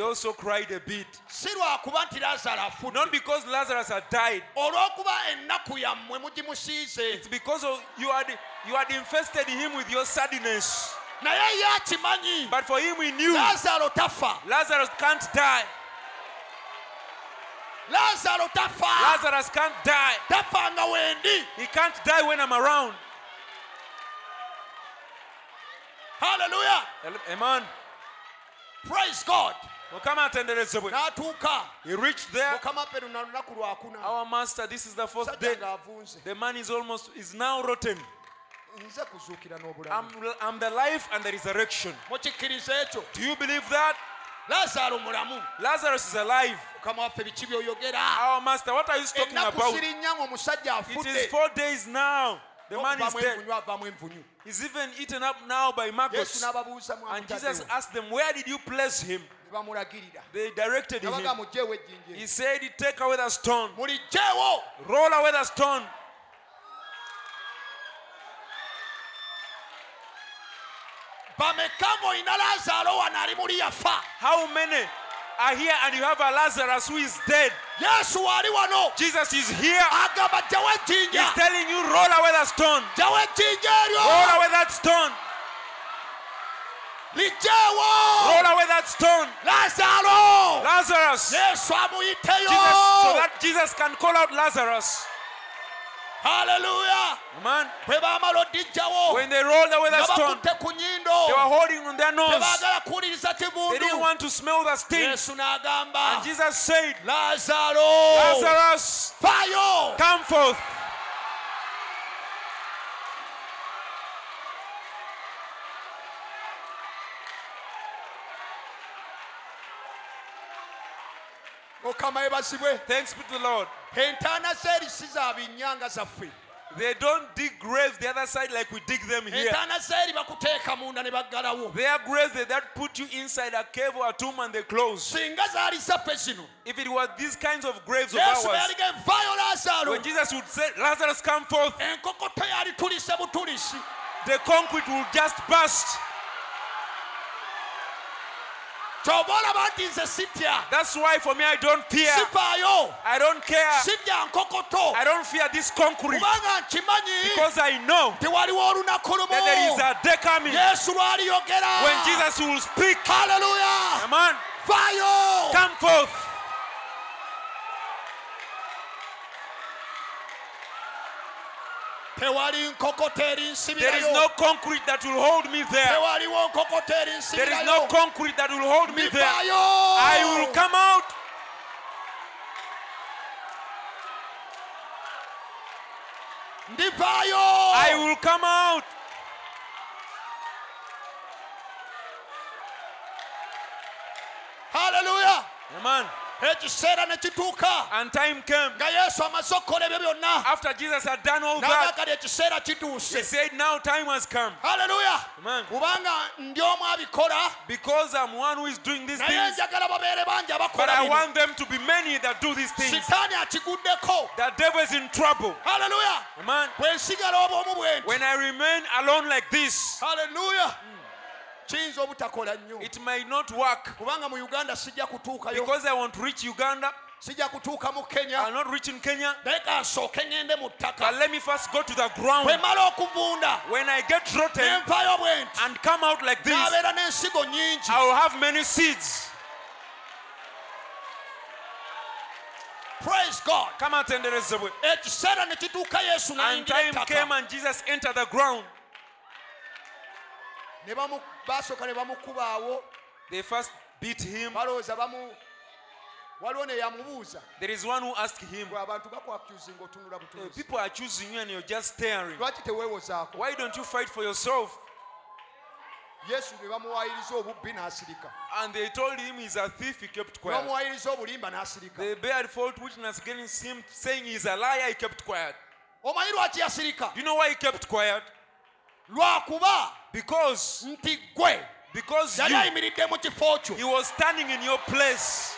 [SPEAKER 2] gakulukuta
[SPEAKER 1] also cried a bit.
[SPEAKER 2] si lwakuba nti lazaalo afudde
[SPEAKER 1] Not because Lazarus had died,
[SPEAKER 2] olw'okuba ennaku yammwe mugimusiize
[SPEAKER 1] it's because of you had you had infested him with your sadness.
[SPEAKER 2] naye ye akimanyi
[SPEAKER 1] But for him, he knew
[SPEAKER 2] laazaalo tafa
[SPEAKER 1] Lazarus can't die.
[SPEAKER 2] lazaro tafa
[SPEAKER 1] Lazarus can't die.
[SPEAKER 2] tafa nga wendi
[SPEAKER 1] He can't die when I'm around.
[SPEAKER 2] haleluya
[SPEAKER 1] Hel- Amen.
[SPEAKER 2] praise god
[SPEAKER 1] Mukama atenderezebwe.
[SPEAKER 2] n'atuuka
[SPEAKER 1] He reached there.
[SPEAKER 2] mukama pe luna lunaku lwakuna
[SPEAKER 1] Our master, this is the fourth
[SPEAKER 2] sajja
[SPEAKER 1] day.
[SPEAKER 2] ng'avunze
[SPEAKER 1] The man is almost is now rotten.
[SPEAKER 2] nze kuzuukira
[SPEAKER 1] I'm,
[SPEAKER 2] n'obulamu
[SPEAKER 1] I'm the life and the resurrection.
[SPEAKER 2] mukikkiriza ekyo
[SPEAKER 1] Do you believe that?
[SPEAKER 2] lazaro mulamu
[SPEAKER 1] Lazarus is alive.
[SPEAKER 2] mukama waffe biki byoyogera
[SPEAKER 1] Our master, what are you talking
[SPEAKER 2] ennaku
[SPEAKER 1] about?
[SPEAKER 2] ziri nnya ng'omusajja
[SPEAKER 1] It is
[SPEAKER 2] afudde
[SPEAKER 1] four days now. The man is
[SPEAKER 2] N'okuvamu
[SPEAKER 1] dead.
[SPEAKER 2] envunyu avaamu envunyu
[SPEAKER 1] He's even eaten up now by
[SPEAKER 2] yesu
[SPEAKER 1] maggots.
[SPEAKER 2] n'ababuuza
[SPEAKER 1] And Jesus
[SPEAKER 2] mwamutaddewo
[SPEAKER 1] asked them, Where did you place him?
[SPEAKER 2] ne bamulagirira
[SPEAKER 1] They directed him.
[SPEAKER 2] nabaga mugjeewo
[SPEAKER 1] He
[SPEAKER 2] ejjinja
[SPEAKER 1] said, Take away the stone.
[SPEAKER 2] muligjeewo
[SPEAKER 1] Roll away the stone.
[SPEAKER 2] bameka ng'olina laazaalo wano ali muli yafa
[SPEAKER 1] How many are here and you have a Lazarus who is dead?
[SPEAKER 2] yesu waali wano
[SPEAKER 1] Jesus is here.
[SPEAKER 2] agamba gjewo
[SPEAKER 1] He's
[SPEAKER 2] ejjinja
[SPEAKER 1] telling you, Roll away the stone.
[SPEAKER 2] gjewo ejjinja
[SPEAKER 1] Roll
[SPEAKER 2] eryo
[SPEAKER 1] away that stone.
[SPEAKER 2] ligjeewo
[SPEAKER 1] Roll away that stone.
[SPEAKER 2] laazaalo
[SPEAKER 1] Lazarus.
[SPEAKER 2] yesu
[SPEAKER 1] Jesus, so
[SPEAKER 2] amuyiteyo
[SPEAKER 1] that Jesus can call out Lazarus.
[SPEAKER 2] haleluya
[SPEAKER 1] Amen.
[SPEAKER 2] bwe baamala oddijjawo
[SPEAKER 1] When they rolled away that
[SPEAKER 2] nga
[SPEAKER 1] stone,
[SPEAKER 2] bakutte ku
[SPEAKER 1] they were
[SPEAKER 2] nyindo
[SPEAKER 1] holding on their nose.
[SPEAKER 2] tebaagala kuwuliriza
[SPEAKER 1] They didn't
[SPEAKER 2] kibundu
[SPEAKER 1] want to smell the stink.
[SPEAKER 2] yesu n'agamba
[SPEAKER 1] And Jesus said,
[SPEAKER 2] laazaalo
[SPEAKER 1] Lazarus,
[SPEAKER 2] fayo
[SPEAKER 1] come forth.
[SPEAKER 2] mukama yebazibwe
[SPEAKER 1] Thanks be to the Lord.
[SPEAKER 2] entaana z'erisi za binyanga zaffe
[SPEAKER 1] They don't dig graves the other side like we dig them here.
[SPEAKER 2] entaana z'eri bakuteeka munda ne baggalawo
[SPEAKER 1] Their graves they that put you inside a cave or a tomb and they close.
[SPEAKER 2] singa zaali zaffe zino
[SPEAKER 1] If it was these kinds of graves of
[SPEAKER 2] yesu bwe
[SPEAKER 1] ours,
[SPEAKER 2] yaliga envaayo laazaalo
[SPEAKER 1] when Jesus would say, Lazarus, come forth,
[SPEAKER 2] enkokoto yali tulise butulisi
[SPEAKER 1] the concrete will just burst.
[SPEAKER 2] kyoba olaba nti nze sitya
[SPEAKER 1] That's why for me I don't fear.
[SPEAKER 2] sifaayo
[SPEAKER 1] I don't care.
[SPEAKER 2] sirya nkokoto
[SPEAKER 1] I don't fear this concrete
[SPEAKER 2] kubanga nkimanyi
[SPEAKER 1] because I know
[SPEAKER 2] tewaliwo olunaku lumu
[SPEAKER 1] that there is a day coming
[SPEAKER 2] yesu lwaliyogera
[SPEAKER 1] when Jesus will speak.
[SPEAKER 2] haleluya
[SPEAKER 1] Amen.
[SPEAKER 2] fayo
[SPEAKER 1] Come forth.
[SPEAKER 2] tewali nkokoto eri
[SPEAKER 1] There is no
[SPEAKER 2] nsibirayo
[SPEAKER 1] concrete that will hold me there.
[SPEAKER 2] tewaliwo nkokoto eri
[SPEAKER 1] There is no
[SPEAKER 2] nsibirayo
[SPEAKER 1] concrete that will hold me there.
[SPEAKER 2] Bifaayo.
[SPEAKER 1] I will come out.
[SPEAKER 2] ndivaayo
[SPEAKER 1] I will come out.
[SPEAKER 2] haleluya
[SPEAKER 1] Amen.
[SPEAKER 2] ekiseera ne kituuka
[SPEAKER 1] And time came.
[SPEAKER 2] nga yesu amaze okukola ebyo byonna
[SPEAKER 1] After Jesus had done all that,
[SPEAKER 2] n'agakali ekiseera
[SPEAKER 1] he
[SPEAKER 2] kituuse
[SPEAKER 1] said, Now time has come.
[SPEAKER 2] haleluya
[SPEAKER 1] Amen.
[SPEAKER 2] kubanga ndi omu abikola
[SPEAKER 1] Because I'm one who is doing these
[SPEAKER 2] naye
[SPEAKER 1] things,
[SPEAKER 2] njagala babeere bangi
[SPEAKER 1] but
[SPEAKER 2] abakola
[SPEAKER 1] I
[SPEAKER 2] bino
[SPEAKER 1] want them to be many that do these things.
[SPEAKER 2] sitaani akiguddeko
[SPEAKER 1] The devil is in trouble.
[SPEAKER 2] haleluya
[SPEAKER 1] Amen.
[SPEAKER 2] bwe nsigala obwomu bwe nti
[SPEAKER 1] When I remain alone like this,
[SPEAKER 2] haleluya kiyinza obutakola nnyo
[SPEAKER 1] it may not work.
[SPEAKER 2] kubanga mu uganda sijja kutuukayo
[SPEAKER 1] Because I want to reach Uganda,
[SPEAKER 2] sijja kutuuka mu
[SPEAKER 1] I'll
[SPEAKER 2] kenya
[SPEAKER 1] not reach in Kenya.
[SPEAKER 2] naye kansooke ŋŋende mu
[SPEAKER 1] But
[SPEAKER 2] ttaka
[SPEAKER 1] let me first go to the ground.
[SPEAKER 2] bwe mala okuvunda
[SPEAKER 1] When I get
[SPEAKER 2] ne
[SPEAKER 1] rotten
[SPEAKER 2] nvaayo bwe nti
[SPEAKER 1] and come out like this,
[SPEAKER 2] n'abeera n'ensigo nnyingi
[SPEAKER 1] I will have many seeds.
[SPEAKER 2] praise god
[SPEAKER 1] Come and tender us away.
[SPEAKER 2] ekiseera ne kituuka yesu n'ayingira
[SPEAKER 1] And time came
[SPEAKER 2] ettaka
[SPEAKER 1] and Jesus entered the ground.
[SPEAKER 2] Ne bamu- basooka ne bamukubaawo
[SPEAKER 1] They first beat him.
[SPEAKER 2] balowooza bamu waliwo neyamubuuza
[SPEAKER 1] There is one who asked him,
[SPEAKER 2] gwe abantu bakwakuzinga otunula
[SPEAKER 1] "Hey,
[SPEAKER 2] butunuzi
[SPEAKER 1] People are choosing you and you're just staring.
[SPEAKER 2] lwaki teweewozaako
[SPEAKER 1] Why don't you fight for yourself?
[SPEAKER 2] yesu ne bamuwayiriza obubbi n'asirika
[SPEAKER 1] And they told him he's a thief. He kept
[SPEAKER 2] Ne
[SPEAKER 1] quiet.
[SPEAKER 2] bamuwayiriza obulimba n'asirika
[SPEAKER 1] They bared false witness against him, saying he's a liar. He kept quiet.
[SPEAKER 2] omanyi lwaki yasirika
[SPEAKER 1] Do you know why he kept quiet?
[SPEAKER 2] lwakuba
[SPEAKER 1] Because,
[SPEAKER 2] nti gwe
[SPEAKER 1] because
[SPEAKER 2] yali
[SPEAKER 1] you,
[SPEAKER 2] ayimiridde mu kifo kyo
[SPEAKER 1] he was standing in your place.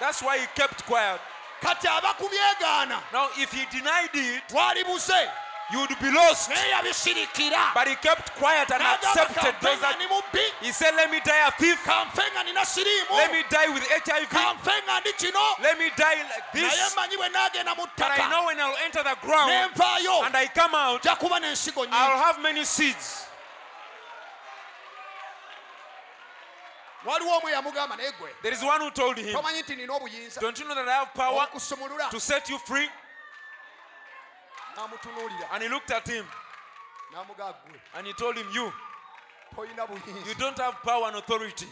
[SPEAKER 1] That's why he kept quiet.
[SPEAKER 2] kati abakubyegaana
[SPEAKER 1] Now, if he denied it,
[SPEAKER 2] twalibuze
[SPEAKER 1] you would be lost.
[SPEAKER 2] naye yabisirikira
[SPEAKER 1] But he kept quiet and accepted those
[SPEAKER 2] kamfenga
[SPEAKER 1] that.
[SPEAKER 2] ndi mubbi
[SPEAKER 1] He said, Let me die a thief.
[SPEAKER 2] kamfenga nina
[SPEAKER 1] Let
[SPEAKER 2] siriimu
[SPEAKER 1] me die with HIV.
[SPEAKER 2] kamfenga ndi kino
[SPEAKER 1] Let me die like
[SPEAKER 2] naye
[SPEAKER 1] this.
[SPEAKER 2] mmanyi bwe naagenda mu
[SPEAKER 1] But I
[SPEAKER 2] ttaka
[SPEAKER 1] know when I'll enter the ground
[SPEAKER 2] nenvaayo
[SPEAKER 1] and I come out,
[SPEAKER 2] nja kuba n'ensigo nyingi
[SPEAKER 1] I'll have many seeds.
[SPEAKER 2] waliwo omu yamugamba naye gwe
[SPEAKER 1] There is one who told him,
[SPEAKER 2] tomanyi nti nina obuyinza
[SPEAKER 1] Don't you know that I have power
[SPEAKER 2] okusumulula
[SPEAKER 1] to set you free?
[SPEAKER 2] n'amutunuulira
[SPEAKER 1] And he looked at him
[SPEAKER 2] n'amugamba gwe
[SPEAKER 1] and he told him, You,
[SPEAKER 2] tolina
[SPEAKER 1] you
[SPEAKER 2] buyinza
[SPEAKER 1] don't have power and authority.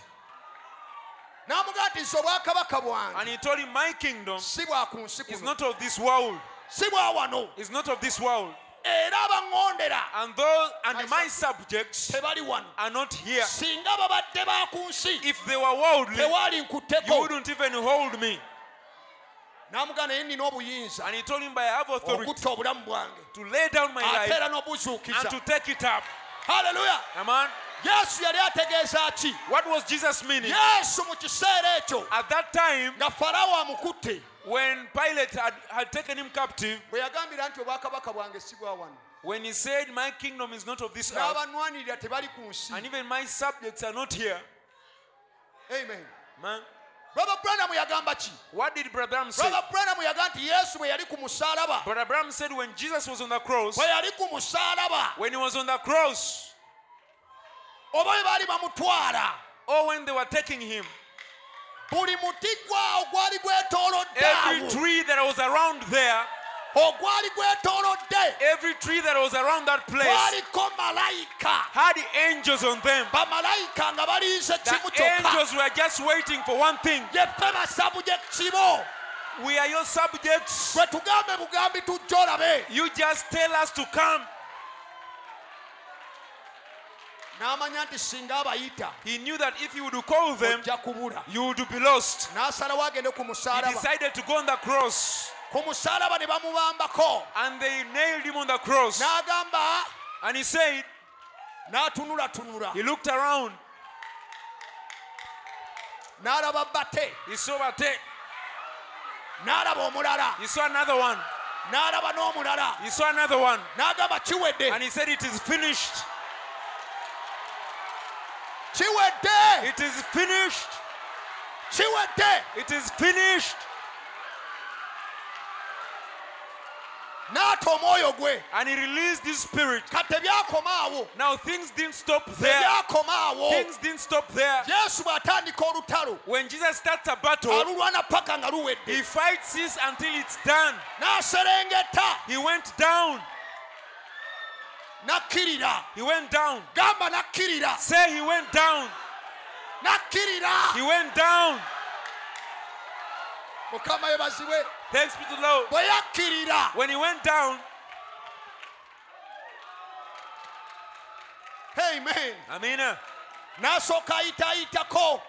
[SPEAKER 2] n'amugamba ti nze obwakabaka
[SPEAKER 1] And
[SPEAKER 2] bwange
[SPEAKER 1] he told him, My kingdom
[SPEAKER 2] si bwa ku nsi
[SPEAKER 1] is
[SPEAKER 2] kuno
[SPEAKER 1] not of this world,
[SPEAKER 2] si bwa wano
[SPEAKER 1] is not of this world.
[SPEAKER 2] era abaŋŋondera
[SPEAKER 1] And those and my subjects
[SPEAKER 2] tebali wano
[SPEAKER 1] are not here.
[SPEAKER 2] singa babadde ba ku nsi
[SPEAKER 1] If they were worldly,
[SPEAKER 2] tewaali
[SPEAKER 1] you
[SPEAKER 2] nkutteko
[SPEAKER 1] wouldn't even hold me.
[SPEAKER 2] n'amugamba naye nina obuyinza
[SPEAKER 1] And he told him, But I have authority
[SPEAKER 2] okutta obulamu bwange
[SPEAKER 1] to lay down my
[SPEAKER 2] ate
[SPEAKER 1] life
[SPEAKER 2] era
[SPEAKER 1] and
[SPEAKER 2] n'obuzuukiza
[SPEAKER 1] to take it up.
[SPEAKER 2] haleluya
[SPEAKER 1] Amen.
[SPEAKER 2] yesu yali ategeeza ki
[SPEAKER 1] What was Jesus meaning?
[SPEAKER 2] yesu mu kiseera ekyo
[SPEAKER 1] At that time,
[SPEAKER 2] nga farawo amukutte
[SPEAKER 1] when Pilate had, had taken him captive,
[SPEAKER 2] bwe yagambira nti obwakabaka bwange si bwa wano
[SPEAKER 1] when he said, My kingdom is not of this earth,
[SPEAKER 2] n'abanwanirira tebali ku nsi
[SPEAKER 1] and even my subjects are not here.
[SPEAKER 2] amen
[SPEAKER 1] Man,
[SPEAKER 2] brother branamu yagamba ki
[SPEAKER 1] what did Brother Bram say?
[SPEAKER 2] brother branamu yagamba nti yesu bwe yali ku musalaba
[SPEAKER 1] Brother Bram said, When Jesus was on the cross,
[SPEAKER 2] bwe yali ku musalaba
[SPEAKER 1] when he was on the cross,
[SPEAKER 2] oba bwe baali bamutwala
[SPEAKER 1] or oh, when they were taking him,
[SPEAKER 2] buli muti gwawo gwali gwetoolodde
[SPEAKER 1] every
[SPEAKER 2] awo
[SPEAKER 1] tree that was around there,
[SPEAKER 2] ogwali gwetoolodde
[SPEAKER 1] every tree that was around that place
[SPEAKER 2] kwaliko malayika
[SPEAKER 1] had angels on them.
[SPEAKER 2] bamalayika nga baliise
[SPEAKER 1] The
[SPEAKER 2] kimu kyokka
[SPEAKER 1] angels were just waiting for one thing.
[SPEAKER 2] yeffe basabu gye kibo
[SPEAKER 1] We are your subjects.
[SPEAKER 2] bwe tugambe bugambi tujja olabe
[SPEAKER 1] You just tell us to come.
[SPEAKER 2] n'amanya nti singa abayita
[SPEAKER 1] He knew that if he would call them,
[SPEAKER 2] ojja kubula
[SPEAKER 1] you would be lost.
[SPEAKER 2] n'asalawo agende ku
[SPEAKER 1] He
[SPEAKER 2] musalaba
[SPEAKER 1] decided to go on the cross,
[SPEAKER 2] ku musalaba ne bamubambako
[SPEAKER 1] and they nailed him on the cross.
[SPEAKER 2] n'agamba
[SPEAKER 1] And he said,
[SPEAKER 2] n'atunulatunula
[SPEAKER 1] he looked around,
[SPEAKER 2] n'alaba bate
[SPEAKER 1] he saw a te-
[SPEAKER 2] n'alaba omulala
[SPEAKER 1] he saw another one,
[SPEAKER 2] n'alaba n'omulala
[SPEAKER 1] he saw another one,
[SPEAKER 2] n'agamba
[SPEAKER 1] and
[SPEAKER 2] kiwedde
[SPEAKER 1] he said, "It is finished.
[SPEAKER 2] kiwedde
[SPEAKER 1] It is finished.
[SPEAKER 2] kiwedde
[SPEAKER 1] It is finished."
[SPEAKER 2] n'ata omwoyo gwe
[SPEAKER 1] And he released his spirit.
[SPEAKER 2] kate byakomaawo
[SPEAKER 1] Now things didn't stop there.
[SPEAKER 2] tebyakomaawo
[SPEAKER 1] Things didn't stop there.
[SPEAKER 2] yesu bw'atandika olutalo
[SPEAKER 1] When Jesus starts a battle,
[SPEAKER 2] alulwana paka nga
[SPEAKER 1] he
[SPEAKER 2] luwedde
[SPEAKER 1] fights this until it's done.
[SPEAKER 2] n'aserengeta
[SPEAKER 1] He went down.
[SPEAKER 2] n'akkirira
[SPEAKER 1] He went down.
[SPEAKER 2] gamba n'akkirira
[SPEAKER 1] Say he went down. He
[SPEAKER 2] n'akkirira
[SPEAKER 1] went down.
[SPEAKER 2] mukama yebazibwe
[SPEAKER 1] Thanks be to the Lord.
[SPEAKER 2] bwe yakkirira
[SPEAKER 1] When he went down,
[SPEAKER 2] amen
[SPEAKER 1] Amina,
[SPEAKER 2] n'asooka ayitaayitako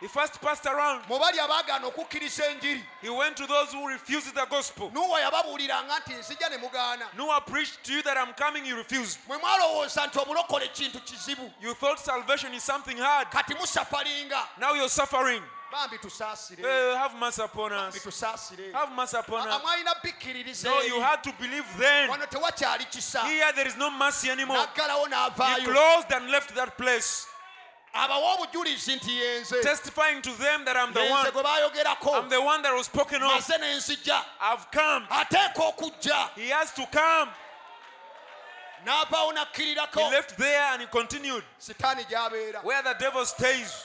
[SPEAKER 1] he first passed around.
[SPEAKER 2] mu bali abaagaana okukkiriza enjiri
[SPEAKER 1] He went to those who refused the gospel.
[SPEAKER 2] nuwa yababuuliranga nti nzija ne mugaana
[SPEAKER 1] Noah preached to you that I'm coming, you refused.
[SPEAKER 2] mwe mwalowooza nti obulokole kintu kizibu
[SPEAKER 1] You thought salvation is something hard.
[SPEAKER 2] kati musapalinga
[SPEAKER 1] Now you're suffering.
[SPEAKER 2] bambi tusaasire
[SPEAKER 1] Eh, have mercy upon
[SPEAKER 2] bambi
[SPEAKER 1] us.
[SPEAKER 2] tusaasire
[SPEAKER 1] Have mercy upon
[SPEAKER 2] Ah, ah,
[SPEAKER 1] us.
[SPEAKER 2] mwalina bikkiririza
[SPEAKER 1] No, you had to believe then.
[SPEAKER 2] wano tewakyali kisa
[SPEAKER 1] Here there is no mercy anymore.
[SPEAKER 2] naggalawo
[SPEAKER 1] He
[SPEAKER 2] n'avaayo
[SPEAKER 1] closed and left that place,
[SPEAKER 2] abawa obujulizi nti yenze
[SPEAKER 1] testifying to them that I'm the
[SPEAKER 2] yenze
[SPEAKER 1] one.
[SPEAKER 2] gwe baayogerako
[SPEAKER 1] I'm the one that was spoken of.
[SPEAKER 2] maze n'enzija
[SPEAKER 1] I've come.
[SPEAKER 2] ateeka okujja
[SPEAKER 1] He has to come.
[SPEAKER 2] n'avaawo
[SPEAKER 1] He
[SPEAKER 2] nakkirirako
[SPEAKER 1] left there and he continued.
[SPEAKER 2] sitaani gy'abeera
[SPEAKER 1] Where the devil stays.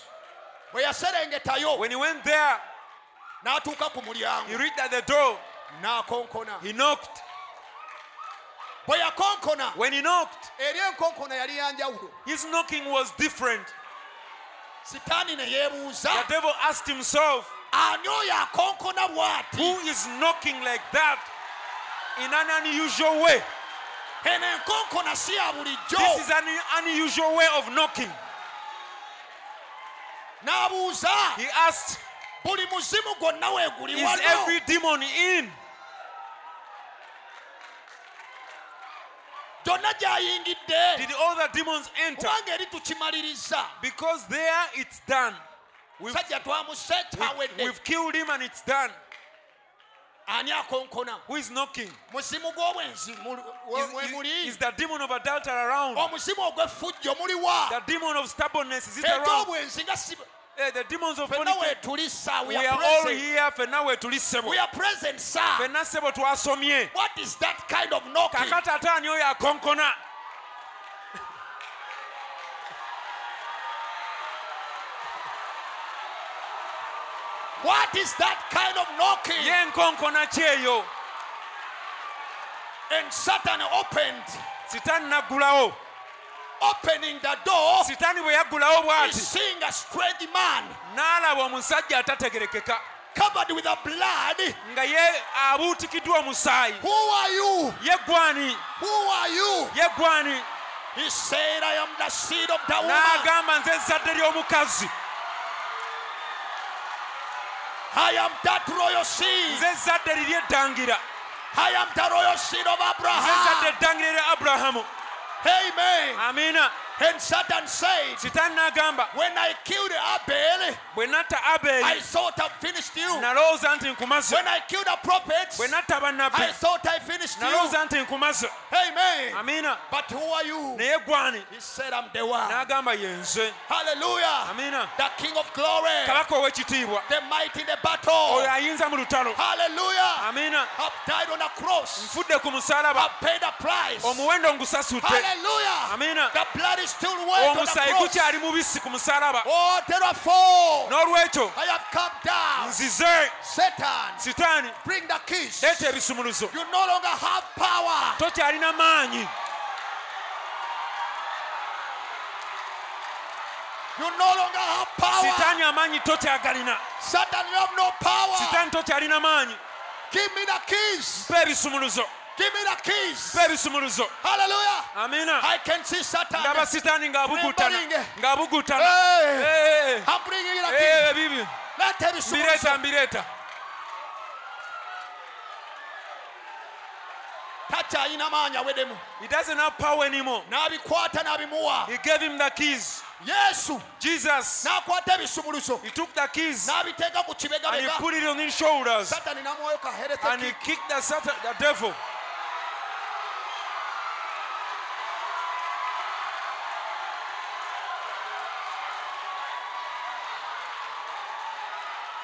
[SPEAKER 2] bwe yaserengetayo
[SPEAKER 1] When he went there,
[SPEAKER 2] n'atuuka ku
[SPEAKER 1] he
[SPEAKER 2] mulyango
[SPEAKER 1] reached at the door.
[SPEAKER 2] n'akonkona
[SPEAKER 1] He knocked.
[SPEAKER 2] bwe yakonkona
[SPEAKER 1] When he knocked,
[SPEAKER 2] eri enkonkona yali yanjawulo
[SPEAKER 1] his knocking was different.
[SPEAKER 2] sitaani ne
[SPEAKER 1] The
[SPEAKER 2] yeebuuza
[SPEAKER 1] devil asked himself,
[SPEAKER 2] ani oyo akonkona bw'ati
[SPEAKER 1] Who is knocking like that in an unusual way?
[SPEAKER 2] eno enkonkona si ya bulijjo
[SPEAKER 1] This is an unusual way of knocking.
[SPEAKER 2] n'abuuza
[SPEAKER 1] He asked,
[SPEAKER 2] buli muzimu gwonna weeguli
[SPEAKER 1] Is
[SPEAKER 2] wano
[SPEAKER 1] every demon in?
[SPEAKER 2] gyonna gy'ayingidde
[SPEAKER 1] Did all the demons enter?
[SPEAKER 2] kubanga eri tukimaliriza
[SPEAKER 1] Because there it's done. We've,
[SPEAKER 2] sajja twamuse
[SPEAKER 1] we've,
[SPEAKER 2] tawedde
[SPEAKER 1] we've killed him and it's done.
[SPEAKER 2] ani akonkona
[SPEAKER 1] Who is knocking?
[SPEAKER 2] muzimu gw'obwenzi mul- we-
[SPEAKER 1] Is,
[SPEAKER 2] we
[SPEAKER 1] is, is
[SPEAKER 2] muli
[SPEAKER 1] the demon of adultery around?
[SPEAKER 2] omuzimu ogw'effujjo muliwa
[SPEAKER 1] The demon of stubbornness is it around?
[SPEAKER 2] egy'obwenzi nga si
[SPEAKER 1] Eh, the demons of
[SPEAKER 2] fenna
[SPEAKER 1] fornication.
[SPEAKER 2] weetuli sa
[SPEAKER 1] We are all
[SPEAKER 2] we
[SPEAKER 1] here fenna weetulisebo.
[SPEAKER 2] are present sa
[SPEAKER 1] Fenna sebo twasomye.
[SPEAKER 2] what is that kind of knocking
[SPEAKER 1] Kakati ate ani oyo akonkona?
[SPEAKER 2] What is that kind of knocking?
[SPEAKER 1] yenkonkona ki eyo
[SPEAKER 2] And Satan opened,
[SPEAKER 1] sitaani naggulawo
[SPEAKER 2] opening the door.
[SPEAKER 1] sitaani bwe yaggulawo
[SPEAKER 2] He's
[SPEAKER 1] bw'ati
[SPEAKER 2] seeing a strange man
[SPEAKER 1] n'alaba omusajja atategerekeka
[SPEAKER 2] covered with the blood.
[SPEAKER 1] nga ye abuutikiddwa omusaayi
[SPEAKER 2] Who are you?
[SPEAKER 1] yeggwani
[SPEAKER 2] Who are you?
[SPEAKER 1] yeggwani
[SPEAKER 2] He said, I am the seed of the woman.
[SPEAKER 1] n'agamba nze ezzadde ly'omukazi
[SPEAKER 2] I am that royal seed.
[SPEAKER 1] nze ezzadde liri eddangira
[SPEAKER 2] I am the royal seed of
[SPEAKER 1] nze ezzadde
[SPEAKER 2] Abraham.
[SPEAKER 1] eddangira erya abulahamu Ah.
[SPEAKER 2] Amen.
[SPEAKER 1] amiina
[SPEAKER 2] And Satan said,
[SPEAKER 1] sitaani n'agamba
[SPEAKER 2] When I killed Abel,
[SPEAKER 1] bwe natta
[SPEAKER 2] I
[SPEAKER 1] abeeri
[SPEAKER 2] thought I finished you.
[SPEAKER 1] nalowooza nti nkumaze
[SPEAKER 2] When I killed the prophets,
[SPEAKER 1] bwe natta
[SPEAKER 2] I
[SPEAKER 1] bannabbi
[SPEAKER 2] thought I finished you.
[SPEAKER 1] nalowooza nti nkumaze
[SPEAKER 2] Amen.
[SPEAKER 1] amiina
[SPEAKER 2] But who are you?
[SPEAKER 1] naye gwani
[SPEAKER 2] He said, I'm the one.
[SPEAKER 1] n'agamba ye nze
[SPEAKER 2] Hallelujah.
[SPEAKER 1] amiina
[SPEAKER 2] The King of glory.
[SPEAKER 1] kabaka ow'ekitiibwa
[SPEAKER 2] The mighty in the
[SPEAKER 1] oyo
[SPEAKER 2] battle.
[SPEAKER 1] ayinza mu lutalo
[SPEAKER 2] Hallelujah.
[SPEAKER 1] amiina
[SPEAKER 2] I've died on a cross.
[SPEAKER 1] nfudde ku musalaba
[SPEAKER 2] I've paid a price.
[SPEAKER 1] omuwendo ngusasudde
[SPEAKER 2] Hallelujah.
[SPEAKER 1] amiina
[SPEAKER 2] The blood is still wet on the
[SPEAKER 1] omusayi
[SPEAKER 2] cross.
[SPEAKER 1] gukyali mubisi ku musalaba
[SPEAKER 2] Oh, therefore,
[SPEAKER 1] n'olwekyo
[SPEAKER 2] I have come down.
[SPEAKER 1] Mm. nzize
[SPEAKER 2] Satan,
[SPEAKER 1] sitaani
[SPEAKER 2] bring the keys.
[SPEAKER 1] leeta ebisumuluzo
[SPEAKER 2] You no longer have power.
[SPEAKER 1] tokyalina maanyi
[SPEAKER 2] You no longer have power.
[SPEAKER 1] sitaani amaanyi tokyagalina
[SPEAKER 2] Satan, you have no power.
[SPEAKER 1] sitaani tokyalina maanyi
[SPEAKER 2] Give me the keys.
[SPEAKER 1] mpa ebisumuluzo
[SPEAKER 2] Give me the keys.
[SPEAKER 1] mpa ebisumuluzo
[SPEAKER 2] Hallelujah.
[SPEAKER 1] amiina
[SPEAKER 2] I can see Satan.
[SPEAKER 1] ndaba sitaani ng'abugutana ng'abugutana
[SPEAKER 2] Hey,
[SPEAKER 1] Eh, eh,
[SPEAKER 2] I'm bringing you the
[SPEAKER 1] eh,
[SPEAKER 2] keys.
[SPEAKER 1] eh, bibi
[SPEAKER 2] Let there be some
[SPEAKER 1] mbireeta mbireeta
[SPEAKER 2] touch ayina maanyi awedemu
[SPEAKER 1] he doesn't have power anymore
[SPEAKER 2] n'abikwata n'abimuwa
[SPEAKER 1] he gave him the keys
[SPEAKER 2] yesu
[SPEAKER 1] jesus
[SPEAKER 2] n'akwata ebisumuluso
[SPEAKER 1] he took the keys
[SPEAKER 2] n'abiteeka ku
[SPEAKER 1] and he
[SPEAKER 2] kibegabega
[SPEAKER 1] put it on his shoulders
[SPEAKER 2] satani n'amuwayo ka
[SPEAKER 1] and he
[SPEAKER 2] heretic
[SPEAKER 1] kicked the, satan, the devil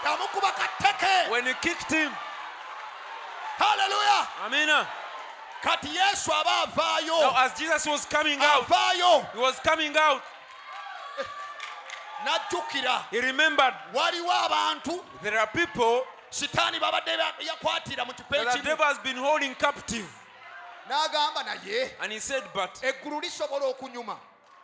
[SPEAKER 2] amukuba kateke
[SPEAKER 1] when he kicked him
[SPEAKER 2] haleluya
[SPEAKER 1] amina
[SPEAKER 2] kati yesu aba
[SPEAKER 1] now
[SPEAKER 2] avaayo
[SPEAKER 1] as jesus was coming out
[SPEAKER 2] avaayo
[SPEAKER 1] he was coming out
[SPEAKER 2] n'ajjukira
[SPEAKER 1] he remembered
[SPEAKER 2] waliwo abantu
[SPEAKER 1] there are people
[SPEAKER 2] sitaani babadde ba- yakwatira mu kifo
[SPEAKER 1] that the
[SPEAKER 2] ekimu
[SPEAKER 1] devil has been holding captive
[SPEAKER 2] n'agamba naye
[SPEAKER 1] and he said but
[SPEAKER 2] eggulu lisobola okunyuma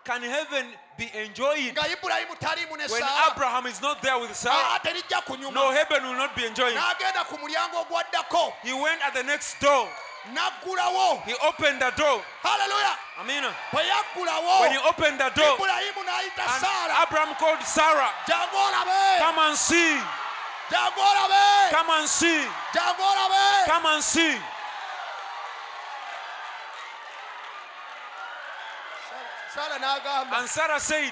[SPEAKER 1] can heaven be enjoyed
[SPEAKER 2] nga ibulayimu taliimu ne
[SPEAKER 1] when
[SPEAKER 2] saara
[SPEAKER 1] abraham is not there with sarah
[SPEAKER 2] Ah, terijja
[SPEAKER 1] Eh, no
[SPEAKER 2] kunyuma
[SPEAKER 1] heaven will not be enjoyed
[SPEAKER 2] n'agenda ku mulyango ogwaddako
[SPEAKER 1] he went at the next door
[SPEAKER 2] n'aggulawo
[SPEAKER 1] he opened the door
[SPEAKER 2] haleluya
[SPEAKER 1] amina
[SPEAKER 2] bwe yaggulawo
[SPEAKER 1] when he opened the door
[SPEAKER 2] ibulayimu n'ayita
[SPEAKER 1] and
[SPEAKER 2] saara
[SPEAKER 1] abraham called sarah
[SPEAKER 2] jangu olabe
[SPEAKER 1] come and see
[SPEAKER 2] jangu olabe
[SPEAKER 1] come and see
[SPEAKER 2] jangu olabe
[SPEAKER 1] come and see
[SPEAKER 2] saara n'agamba
[SPEAKER 1] and sarah said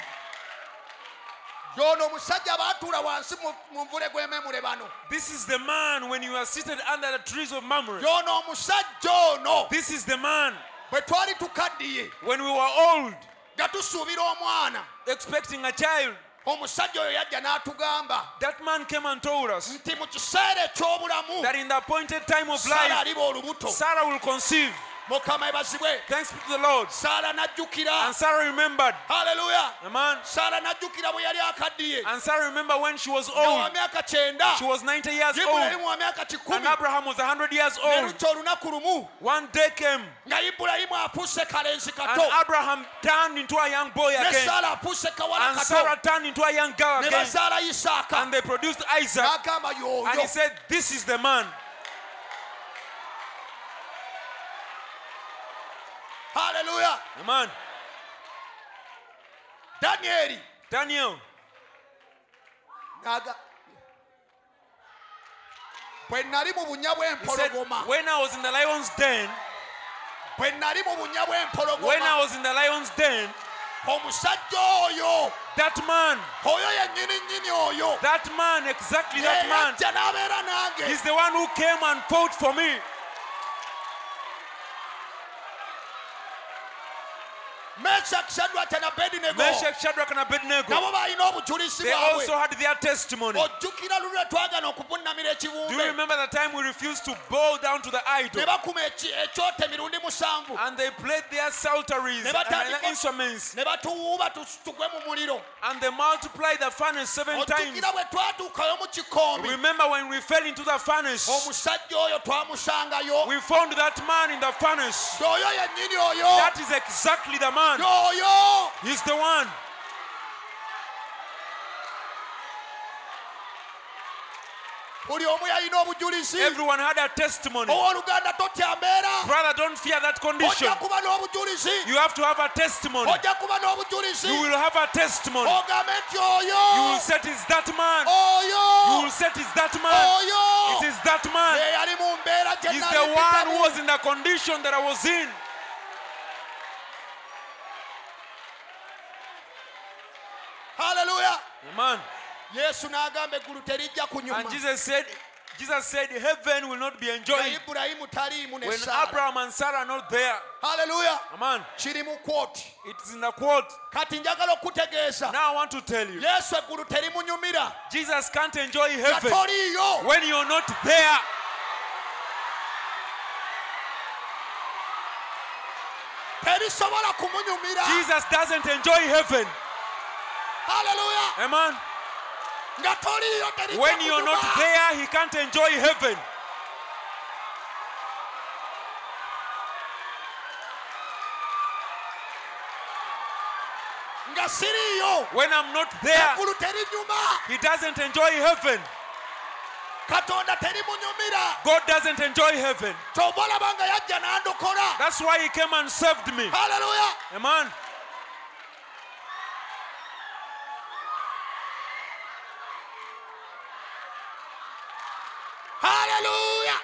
[SPEAKER 2] yono omusajja baatuula wansi mu- mu nvule gw'ememule bano
[SPEAKER 1] This is the man when you are seated under the trees of Mamre.
[SPEAKER 2] yono omusajja ono
[SPEAKER 1] This is the man
[SPEAKER 2] bwe twali tukaddiye
[SPEAKER 1] when we were old,
[SPEAKER 2] nga tusuubira omwana
[SPEAKER 1] expecting a child.
[SPEAKER 2] omusajja oyo yajja n'atugamba
[SPEAKER 1] That man came and told us
[SPEAKER 2] nti mu kiseera eky'obulamu
[SPEAKER 1] that in the appointed time of
[SPEAKER 2] saala
[SPEAKER 1] life,
[SPEAKER 2] aliba olubuto
[SPEAKER 1] Sarah will conceive.
[SPEAKER 2] mukama ebazibwe
[SPEAKER 1] Thanks be to the Lord.
[SPEAKER 2] saala n'ajjukira
[SPEAKER 1] And Sarah remembered
[SPEAKER 2] haleluya
[SPEAKER 1] the man.
[SPEAKER 2] saala n'ajjukira bwe yali akaddiye
[SPEAKER 1] And Sarah remembered when she was
[SPEAKER 2] nga wa
[SPEAKER 1] old.
[SPEAKER 2] myaka kyenda
[SPEAKER 1] She was 90 years old.
[SPEAKER 2] ibulayimu wa myaka
[SPEAKER 1] And
[SPEAKER 2] kikumi
[SPEAKER 1] Abraham was 100 years old.
[SPEAKER 2] nerukya olunaku lumu
[SPEAKER 1] One day came.
[SPEAKER 2] nga ibulayimu afuuse kalenzi
[SPEAKER 1] And
[SPEAKER 2] kato
[SPEAKER 1] Abraham turned into a young boy
[SPEAKER 2] ne
[SPEAKER 1] again.
[SPEAKER 2] saala afuuse kawala
[SPEAKER 1] And
[SPEAKER 2] kato
[SPEAKER 1] Sarah turned into a young girl
[SPEAKER 2] ne
[SPEAKER 1] again.
[SPEAKER 2] bazaala isaaka
[SPEAKER 1] And they produced Isaac.
[SPEAKER 2] n'agamba
[SPEAKER 1] And he
[SPEAKER 2] yoyo
[SPEAKER 1] said, This is the man.
[SPEAKER 2] haleluya
[SPEAKER 1] The man.
[SPEAKER 2] danyeri
[SPEAKER 1] Daniel.
[SPEAKER 2] n'aga- bwe nali mu bunya
[SPEAKER 1] He said,
[SPEAKER 2] bw'empologoma
[SPEAKER 1] When I was in the lion's den,
[SPEAKER 2] bwe nali mu bunya
[SPEAKER 1] when I
[SPEAKER 2] bw'empologoma
[SPEAKER 1] was in the lion's den,
[SPEAKER 2] omusajja oyo
[SPEAKER 1] that man,
[SPEAKER 2] oyo yennyini nnyini oyo
[SPEAKER 1] that man, exactly that man,
[SPEAKER 2] yeyajja n'abeera nange
[SPEAKER 1] is the one who came and fought for me.
[SPEAKER 2] meshaki shadraka na bedinego
[SPEAKER 1] meshaki shadraka na abednego
[SPEAKER 2] nabo balina obujulizi
[SPEAKER 1] they
[SPEAKER 2] bwabwe
[SPEAKER 1] also had their testimony
[SPEAKER 2] Oh, ojjukira lulwe twagana okuvunamira
[SPEAKER 1] do you
[SPEAKER 2] ekibumbe
[SPEAKER 1] remember the time we refused to bow down to the idol
[SPEAKER 2] ne bakuma eki- ekyoto emirundi musanvu
[SPEAKER 1] and they played their psalteries and
[SPEAKER 2] Ne batandika-
[SPEAKER 1] their instruments
[SPEAKER 2] ne batuwuuba tu- tugwe mu muliro
[SPEAKER 1] and they multiplied the furnace
[SPEAKER 2] Oh,
[SPEAKER 1] seven times
[SPEAKER 2] ojjukira bwe twatuukayo mu kikoomi
[SPEAKER 1] remember when we fell into the
[SPEAKER 2] Oh,
[SPEAKER 1] furnace
[SPEAKER 2] omusajja oyo twamusangayo
[SPEAKER 1] we found that man in the furnace
[SPEAKER 2] oyo yennyini oyo
[SPEAKER 1] that is exactly the man
[SPEAKER 2] oyo
[SPEAKER 1] he's the one
[SPEAKER 2] buli omu yalina obujulizi
[SPEAKER 1] everyone had a testimony
[SPEAKER 2] owooluganda totya mbeera
[SPEAKER 1] brother don't fear that condition
[SPEAKER 2] ojja kuba n'obujulizi
[SPEAKER 1] you have to have a testimony
[SPEAKER 2] ojja kuba
[SPEAKER 1] you
[SPEAKER 2] n'obujulizi
[SPEAKER 1] will have a testimony
[SPEAKER 2] ogambe nti
[SPEAKER 1] you will
[SPEAKER 2] oyo
[SPEAKER 1] say it's that man you will
[SPEAKER 2] oyo
[SPEAKER 1] say it's that man
[SPEAKER 2] oyo
[SPEAKER 1] it is that man
[SPEAKER 2] eyali mu mbeera gye
[SPEAKER 1] he's
[SPEAKER 2] nali
[SPEAKER 1] the one who
[SPEAKER 2] mpitamu.
[SPEAKER 1] was in the condition that I was in
[SPEAKER 2] Hallelujah.
[SPEAKER 1] amen
[SPEAKER 2] yesu n'agamba eggulu terijja kunyuma
[SPEAKER 1] and Jesus said Jesus said heaven will not be
[SPEAKER 2] nga
[SPEAKER 1] enjoyed
[SPEAKER 2] ibulayimu taliimu ne
[SPEAKER 1] when
[SPEAKER 2] saara
[SPEAKER 1] Abraham and Sarah are not there
[SPEAKER 2] haleluya
[SPEAKER 1] amen
[SPEAKER 2] kiri mu kwoti
[SPEAKER 1] it's in the quote
[SPEAKER 2] kati njagala okutegeeza
[SPEAKER 1] now I want to tell you
[SPEAKER 2] yesu eggulu terimunyumira
[SPEAKER 1] Jesus can't enjoy
[SPEAKER 2] nga
[SPEAKER 1] heaven
[SPEAKER 2] toliiyo
[SPEAKER 1] when you're not there
[SPEAKER 2] terisobola kumunyumira
[SPEAKER 1] Jesus doesn't enjoy heaven
[SPEAKER 2] haleluya
[SPEAKER 1] amen
[SPEAKER 2] nga toliiyo terijja
[SPEAKER 1] when you're not
[SPEAKER 2] kunyuma.
[SPEAKER 1] there he can't enjoy heaven
[SPEAKER 2] nga siriiyo
[SPEAKER 1] when I'm not there
[SPEAKER 2] eggulu terinyuma
[SPEAKER 1] he doesn't enjoy heaven
[SPEAKER 2] katonda terimunyumira
[SPEAKER 1] God doesn't enjoy heaven
[SPEAKER 2] kyoba olaba nga yajja n'andokola
[SPEAKER 1] that's why he came and saved me
[SPEAKER 2] haleluya
[SPEAKER 1] amen
[SPEAKER 2] haleluya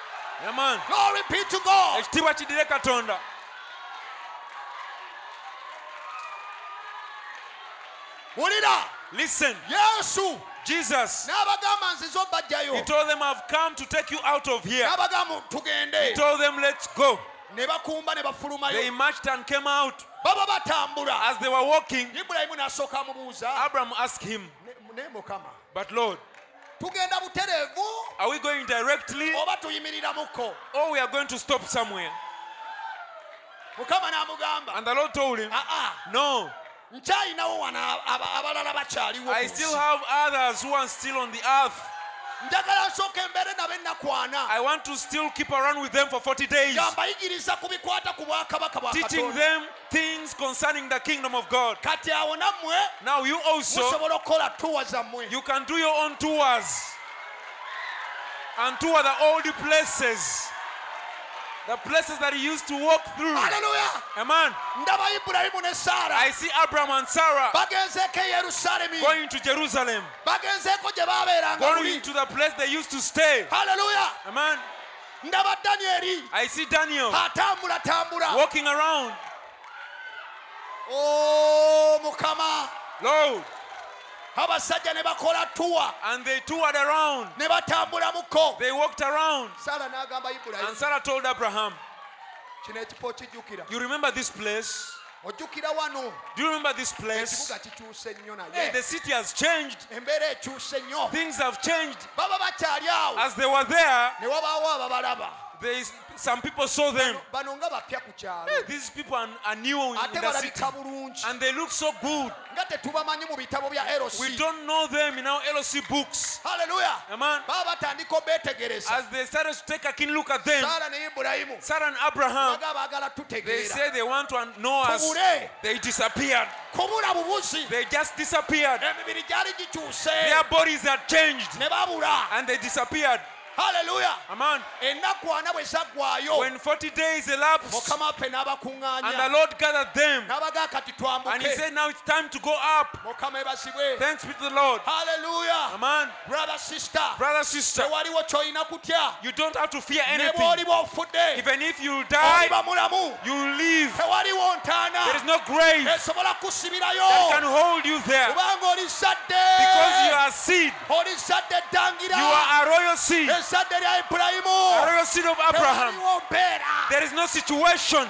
[SPEAKER 1] amen
[SPEAKER 2] glory be to god
[SPEAKER 1] ekitiibwa kidire katonda
[SPEAKER 2] wulira
[SPEAKER 1] listen
[SPEAKER 2] yesu
[SPEAKER 1] Jesus
[SPEAKER 2] n'abagamba nzize
[SPEAKER 1] he
[SPEAKER 2] obajjayo
[SPEAKER 1] told them I've come to take you out of here
[SPEAKER 2] n'abagamba tugende
[SPEAKER 1] he told them let's go
[SPEAKER 2] ne bakumba ne
[SPEAKER 1] they
[SPEAKER 2] bafulumayo
[SPEAKER 1] marched and came out
[SPEAKER 2] baba batambula
[SPEAKER 1] as they were walking
[SPEAKER 2] ibulayimu n'asooka amubuuza
[SPEAKER 1] Abraham asked him
[SPEAKER 2] "Ne- ne mukama
[SPEAKER 1] but Lord
[SPEAKER 2] tugenda butereevu
[SPEAKER 1] are we going directly
[SPEAKER 2] oba tuyimiriramukko
[SPEAKER 1] or we are going to stop somewhere
[SPEAKER 2] mukama n'amugamba
[SPEAKER 1] and the Lord told him
[SPEAKER 2] aa
[SPEAKER 1] no
[SPEAKER 2] nkyalinawo wano aba- aba- abalala bakyaliwo ku
[SPEAKER 1] I
[SPEAKER 2] nsi.
[SPEAKER 1] still have others who are still on the earth
[SPEAKER 2] njagala nsooka embeere nabo ennakwana
[SPEAKER 1] I want to still keep around with them for 40 days
[SPEAKER 2] gyambayigiriza ku bikwata ku bwakabaka bwa
[SPEAKER 1] teaching
[SPEAKER 2] katonda
[SPEAKER 1] them things concerning the kingdom of God
[SPEAKER 2] kati awo nammwe
[SPEAKER 1] now you also
[SPEAKER 2] musobola okukola tuwa zammwe
[SPEAKER 1] You can do your own tours and tour the old places, the places that you used to walk through.
[SPEAKER 2] haleluya
[SPEAKER 1] Amen.
[SPEAKER 2] ndaba ibulayimu ne saara
[SPEAKER 1] I see Abraham and Sarah
[SPEAKER 2] bagenzeeko e yerusaalemi
[SPEAKER 1] going to Jerusalem,
[SPEAKER 2] bagenzeeko gye babeeranga
[SPEAKER 1] going
[SPEAKER 2] luli
[SPEAKER 1] to the place they used to stay.
[SPEAKER 2] haleluya
[SPEAKER 1] Amen.
[SPEAKER 2] ndaba danyeri
[SPEAKER 1] I see Daniel
[SPEAKER 2] atambulatambula
[SPEAKER 1] walking around.
[SPEAKER 2] o Oh, mukama
[SPEAKER 1] Lord,
[SPEAKER 2] abasajja ne bakola tuwa
[SPEAKER 1] and they toured around.
[SPEAKER 2] ne batambulamukko
[SPEAKER 1] They walked around.
[SPEAKER 2] saala n'agamba ibulayimu
[SPEAKER 1] And Sarah told Abraham,
[SPEAKER 2] kino ekifo okijjukira
[SPEAKER 1] You remember this place?
[SPEAKER 2] ojjukira wano
[SPEAKER 1] Do you remember this place?
[SPEAKER 2] ekibuga kikyuse nnyo
[SPEAKER 1] Hey, the
[SPEAKER 2] naye
[SPEAKER 1] city has changed.
[SPEAKER 2] embeera ekyuse nnyo
[SPEAKER 1] Things have changed.
[SPEAKER 2] baba bakyali awo
[SPEAKER 1] As they were there,
[SPEAKER 2] ne wabaawo ababalaba
[SPEAKER 1] There is, some people saw them.
[SPEAKER 2] bano nga bapya ku
[SPEAKER 1] Hey,
[SPEAKER 2] kyalo
[SPEAKER 1] These people are, are new in
[SPEAKER 2] ate
[SPEAKER 1] the city.
[SPEAKER 2] balabika bulungi
[SPEAKER 1] And they look so good.
[SPEAKER 2] nga tetubamanyi mu bitabo bya
[SPEAKER 1] We
[SPEAKER 2] erosi
[SPEAKER 1] don't know them in our LOC books.
[SPEAKER 2] haleluya
[SPEAKER 1] Amen.
[SPEAKER 2] baba batandika obetegereza
[SPEAKER 1] As they started to take a keen look at them,
[SPEAKER 2] saala ne ibulayimu
[SPEAKER 1] Sarah and Abraham,
[SPEAKER 2] baga baagala
[SPEAKER 1] they
[SPEAKER 2] tutegeera
[SPEAKER 1] say they want to know us.
[SPEAKER 2] tubule
[SPEAKER 1] They disappeared.
[SPEAKER 2] kubula bubuzi
[SPEAKER 1] They just disappeared.
[SPEAKER 2] emibiri gyali gikyuse
[SPEAKER 1] Their bodies had changed.
[SPEAKER 2] ne babula
[SPEAKER 1] And they disappeared.
[SPEAKER 2] haleluya
[SPEAKER 1] Amen.
[SPEAKER 2] ennaku ana bwe zaggwayo
[SPEAKER 1] When 40 days elapsed,
[SPEAKER 2] mukama waffe
[SPEAKER 1] and the
[SPEAKER 2] n'abakuŋŋaanya
[SPEAKER 1] Lord gathered them,
[SPEAKER 2] n'abagaa kati
[SPEAKER 1] and He
[SPEAKER 2] twambuke
[SPEAKER 1] said, Now it's time to go up.
[SPEAKER 2] mukama ebazibwe
[SPEAKER 1] Thanks be to the Lord.
[SPEAKER 2] haleluya
[SPEAKER 1] Amen.
[SPEAKER 2] brother sister
[SPEAKER 1] Um, Brother, sister,
[SPEAKER 2] tewaliwo ky'olina kutya
[SPEAKER 1] you don't have to fear
[SPEAKER 2] ne
[SPEAKER 1] anything.
[SPEAKER 2] bw'oliba ofudde
[SPEAKER 1] Even if you die,
[SPEAKER 2] oliba mulamu
[SPEAKER 1] you live.
[SPEAKER 2] tewaliwo
[SPEAKER 1] There is
[SPEAKER 2] ntaana
[SPEAKER 1] no grave that
[SPEAKER 2] esobola kukusibirayo
[SPEAKER 1] can hold you there
[SPEAKER 2] kubanga oli sadde
[SPEAKER 1] because you are seed.
[SPEAKER 2] oli sadde eddangira
[SPEAKER 1] You are a royal seed,
[SPEAKER 2] esadde lya
[SPEAKER 1] a
[SPEAKER 2] ibulayimu
[SPEAKER 1] royal seed of Abraham.
[SPEAKER 2] tewaliwo mbeera
[SPEAKER 1] There is no situation.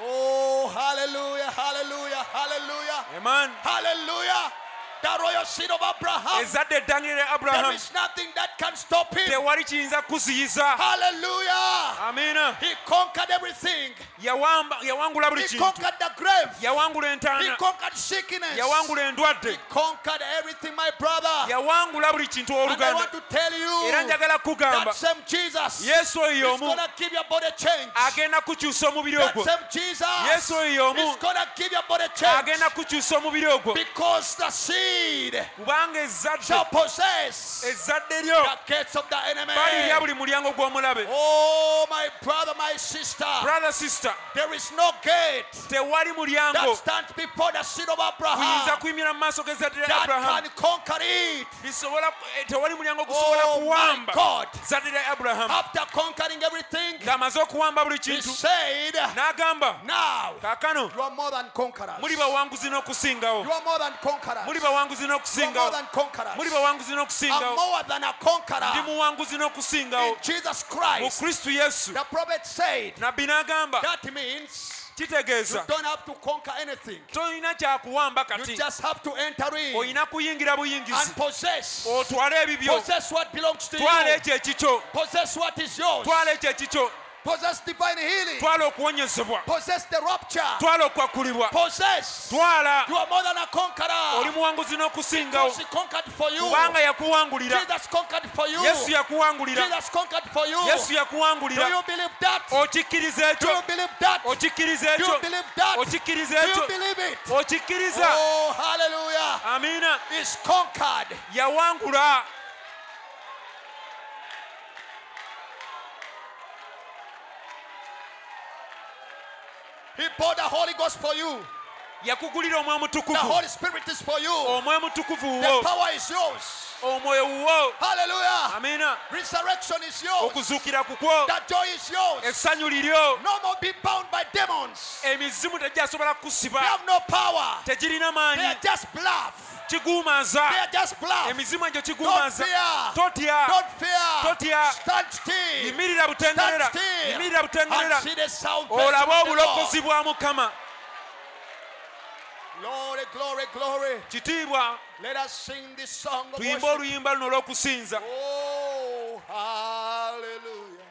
[SPEAKER 2] Oh, hallelujah, hallelujah, hallelujah,
[SPEAKER 1] amen
[SPEAKER 2] hallelujah. The royal seed of Abraham.
[SPEAKER 1] ezzadde eddangiriro ya
[SPEAKER 2] There
[SPEAKER 1] aburahamu
[SPEAKER 2] is nothing that can stop him.
[SPEAKER 1] tewali kiyinza kukuziyiza
[SPEAKER 2] Hallelujah.
[SPEAKER 1] amiina
[SPEAKER 2] He conquered everything.
[SPEAKER 1] Yawamba- yawangula buli
[SPEAKER 2] He
[SPEAKER 1] kintu
[SPEAKER 2] conquered the grave.
[SPEAKER 1] yawangula
[SPEAKER 2] He
[SPEAKER 1] entaana
[SPEAKER 2] conquered sickness.
[SPEAKER 1] yawangula endwadde
[SPEAKER 2] Conquered everything, my brother.
[SPEAKER 1] yawangula buli kintu
[SPEAKER 2] And I want
[SPEAKER 1] owooluganda
[SPEAKER 2] to tell
[SPEAKER 1] era
[SPEAKER 2] you
[SPEAKER 1] njagala
[SPEAKER 2] that
[SPEAKER 1] kukugamba
[SPEAKER 2] same Jesus
[SPEAKER 1] yesu
[SPEAKER 2] is
[SPEAKER 1] oyo omu
[SPEAKER 2] going to give your body change.
[SPEAKER 1] agenda kukyusa omubiri
[SPEAKER 2] That
[SPEAKER 1] ogwo
[SPEAKER 2] same Jesus
[SPEAKER 1] yesu oyo
[SPEAKER 2] is
[SPEAKER 1] omu
[SPEAKER 2] going to give your body change.
[SPEAKER 1] agenda kukyusa omubiri ogwo
[SPEAKER 2] Because the seed
[SPEAKER 1] kubanga ezzadde
[SPEAKER 2] shall possess
[SPEAKER 1] ezzadde lyo
[SPEAKER 2] the gates of the
[SPEAKER 1] balirya
[SPEAKER 2] enemy.
[SPEAKER 1] buli mulyango gw'omulabe
[SPEAKER 2] Oh, my brother, my sister,
[SPEAKER 1] brother sister
[SPEAKER 2] there is no gate
[SPEAKER 1] tewali
[SPEAKER 2] that
[SPEAKER 1] mulyango
[SPEAKER 2] stands before the seed of
[SPEAKER 1] kuyinza
[SPEAKER 2] Abraham
[SPEAKER 1] kuyimirira mu maaso g'ezzadde lya
[SPEAKER 2] that
[SPEAKER 1] aburahamu
[SPEAKER 2] can conquer it.
[SPEAKER 1] lisobola eh, tewali mulyango gusobola
[SPEAKER 2] Oh, my
[SPEAKER 1] kuwamba
[SPEAKER 2] God.
[SPEAKER 1] zadde lya aburahamu
[SPEAKER 2] After conquering everything,
[SPEAKER 1] ng'amaze okuwamba buli
[SPEAKER 2] he
[SPEAKER 1] kintu
[SPEAKER 2] said,
[SPEAKER 1] n'agamba
[SPEAKER 2] Now
[SPEAKER 1] kaakano
[SPEAKER 2] you are more than conquerors.
[SPEAKER 1] muli bawanguzi n'okusingawo
[SPEAKER 2] You are more than
[SPEAKER 1] muli
[SPEAKER 2] conquerors. You are more
[SPEAKER 1] bawanguzi n'okusingawo
[SPEAKER 2] than conquerors.
[SPEAKER 1] muli bawanguzi
[SPEAKER 2] I'm
[SPEAKER 1] n'okusingawo
[SPEAKER 2] more than a
[SPEAKER 1] ndi
[SPEAKER 2] conqueror
[SPEAKER 1] muwanguzi
[SPEAKER 2] in
[SPEAKER 1] n'okusingawo
[SPEAKER 2] Jesus
[SPEAKER 1] mu
[SPEAKER 2] Christ.
[SPEAKER 1] kristu yesu
[SPEAKER 2] The prophet said,
[SPEAKER 1] nabbi n'agamba
[SPEAKER 2] That means you
[SPEAKER 1] kitegeeza
[SPEAKER 2] don't have to conquer anything.
[SPEAKER 1] tolina kyakuwamba
[SPEAKER 2] You
[SPEAKER 1] kati
[SPEAKER 2] just have to enter in
[SPEAKER 1] olina kuyingira buyingizi
[SPEAKER 2] and possess.
[SPEAKER 1] otwale ebibyo
[SPEAKER 2] Possess what belongs to
[SPEAKER 1] twala
[SPEAKER 2] you.
[SPEAKER 1] ekyo ekikyo
[SPEAKER 2] Possess what is yours.
[SPEAKER 1] twala ekyo ekikyo
[SPEAKER 2] Possess divine healing.
[SPEAKER 1] twala okuwonyezebwa
[SPEAKER 2] Possess the rapture.
[SPEAKER 1] twala okwakulibwa
[SPEAKER 2] Possess.
[SPEAKER 1] twala
[SPEAKER 2] You are more than a
[SPEAKER 1] oli
[SPEAKER 2] conqueror.
[SPEAKER 1] muwanguzi n'okusingawo
[SPEAKER 2] Because he conquered for you.
[SPEAKER 1] kubanga yakuwangulira
[SPEAKER 2] Jesus conquered for you.
[SPEAKER 1] yesu yakuwangulira
[SPEAKER 2] Jesus conquered for you. Oh,
[SPEAKER 1] yesu
[SPEAKER 2] Do you
[SPEAKER 1] yakuwangulira
[SPEAKER 2] believe that?
[SPEAKER 1] okikkiriza
[SPEAKER 2] Do you
[SPEAKER 1] ekyo
[SPEAKER 2] believe that?
[SPEAKER 1] okikkiriza
[SPEAKER 2] Do you
[SPEAKER 1] ekyo
[SPEAKER 2] believe that?
[SPEAKER 1] okikkiriza
[SPEAKER 2] Do you
[SPEAKER 1] ekyo
[SPEAKER 2] believe it?
[SPEAKER 1] okikkiriza
[SPEAKER 2] Oh, hallelujah.
[SPEAKER 1] amiina
[SPEAKER 2] It's conquered.
[SPEAKER 1] yawangula
[SPEAKER 2] He poured the Holy Ghost for you.
[SPEAKER 1] yakugulira omwe
[SPEAKER 2] The
[SPEAKER 1] mutukuvu
[SPEAKER 2] Holy Spirit is for you.
[SPEAKER 1] omwe mutukuvu
[SPEAKER 2] The
[SPEAKER 1] wuwo
[SPEAKER 2] power is yours.
[SPEAKER 1] omwoyo wuwo
[SPEAKER 2] Hallelujah.
[SPEAKER 1] amiina
[SPEAKER 2] Resurrection is yours.
[SPEAKER 1] okuzuukira kukwo
[SPEAKER 2] That joy is yours.
[SPEAKER 1] essanyu liryo
[SPEAKER 2] No more be bound by demons.
[SPEAKER 1] emizimu tegyasobola
[SPEAKER 2] They
[SPEAKER 1] kukusiba
[SPEAKER 2] have no power.
[SPEAKER 1] tegirina
[SPEAKER 2] They
[SPEAKER 1] maanyi
[SPEAKER 2] are just bluff. They
[SPEAKER 1] kiguumaza
[SPEAKER 2] are just bluff.
[SPEAKER 1] emizimu egyo
[SPEAKER 2] Don't
[SPEAKER 1] kiguumaza
[SPEAKER 2] fear.
[SPEAKER 1] totya
[SPEAKER 2] Don't fear.
[SPEAKER 1] Totya.
[SPEAKER 2] Stand still.
[SPEAKER 1] yimirira butengerera
[SPEAKER 2] Stand still.
[SPEAKER 1] yimirira butengerera
[SPEAKER 2] And see the salvation
[SPEAKER 1] olabe
[SPEAKER 2] of the Lord.
[SPEAKER 1] obulokozi bwa mukama
[SPEAKER 2] Glory, glory, glory.
[SPEAKER 1] kitiibwa
[SPEAKER 2] Let us sing this song of
[SPEAKER 1] tuyimbe
[SPEAKER 2] worship.
[SPEAKER 1] oluyimba luno olw'okusinza
[SPEAKER 2] Oh, hallelujah.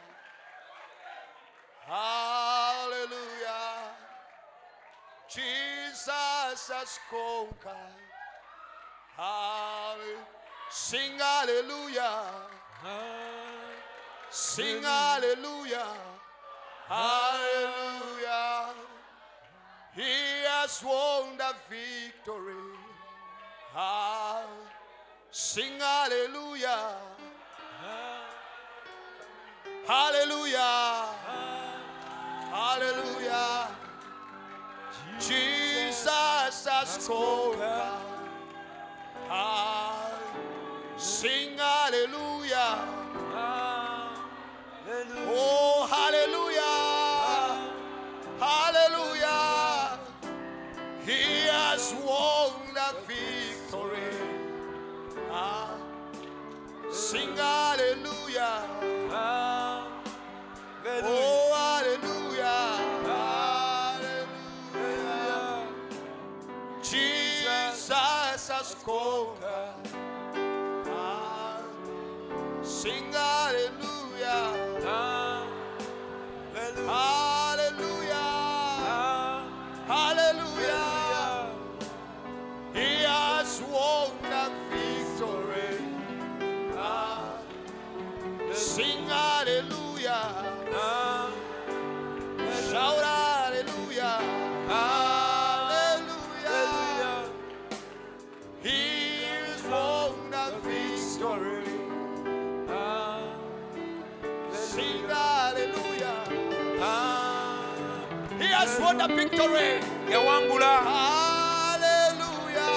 [SPEAKER 2] Hallelujah. Jesus has conquered. Hallelujah. Sing hallelujah. Sing hallelujah. Hallelujah. He has won the victory. Hallelujah. Sing hallelujah. Hallelujah. Hallelujah. Jesus has conquered. Ah, Sing hallelujah. Oh, hallelujah. Hallelujah. He has won the victory. Ah, Sing hallelujah. Oh, hallelujah. Hallelujah. Jesus has conquered. Ah, Sing hallelujah. Hallelujah. Hallelujah. He has won the victory. Ah, Sing hallelujah. Shout hallelujah. Hallelujah. He has won the victory. Ah. Sing hallelujah. Ah. He has won the victory.
[SPEAKER 1] yawangula
[SPEAKER 2] Hallelujah.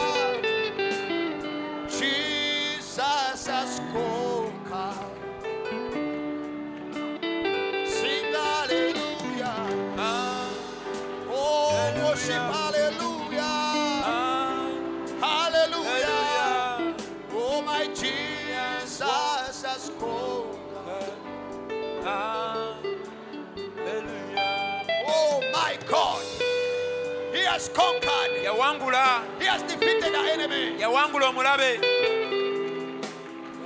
[SPEAKER 2] Jesus has conquered. Sing hallelujah. Oh, worship hallelujah. Hallelujah. Oh, my Jesus has conquered. Oh, my God. has conquered.
[SPEAKER 1] yawangula
[SPEAKER 2] He has defeated the enemy.
[SPEAKER 1] yawangula omulabe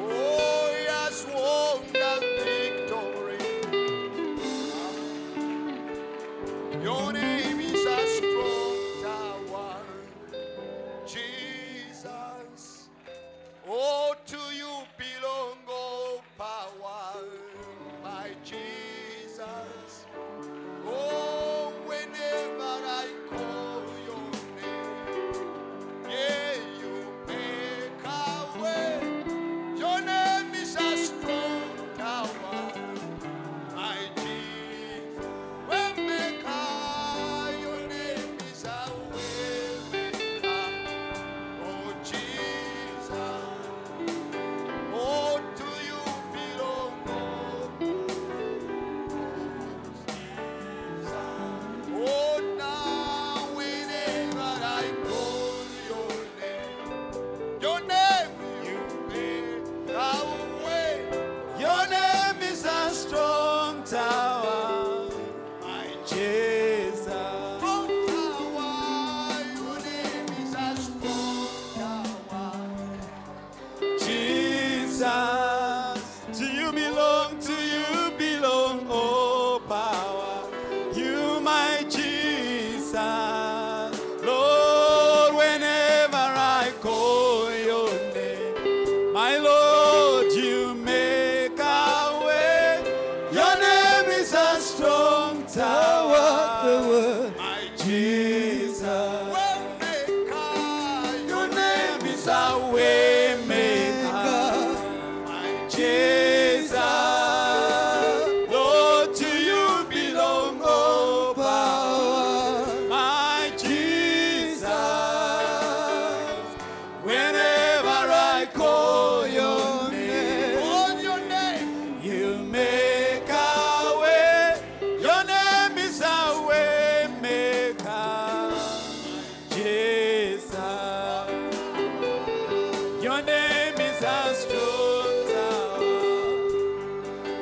[SPEAKER 2] Oh, he has won the victory. Your name is a strong tower, Jesus. Oh, to you belong all power, my Jesus. Oh, whenever I call your name, yeah, you make a way. Your name is a strong tower, my Jesus. When make a, your name is a way maker. Oh, Jesus. Oh, to you belong all Oh, now whenever I call your name, your name you make our way. Your name is a strong tower, my Jesus. Strong tower, your name is a strong tower. Jesus, to you belong, to you belong all power. You, my Jesus, Lord, whenever I call your name, my Lord, you make a way. Your name is a strong tower, my Jesus. Your name is a way maker, my Jesus. Lord, to you belong all power, my Jesus. Whenever I call your name, you make a way. Your name is a way maker, Jesus. Your name is a strong tower,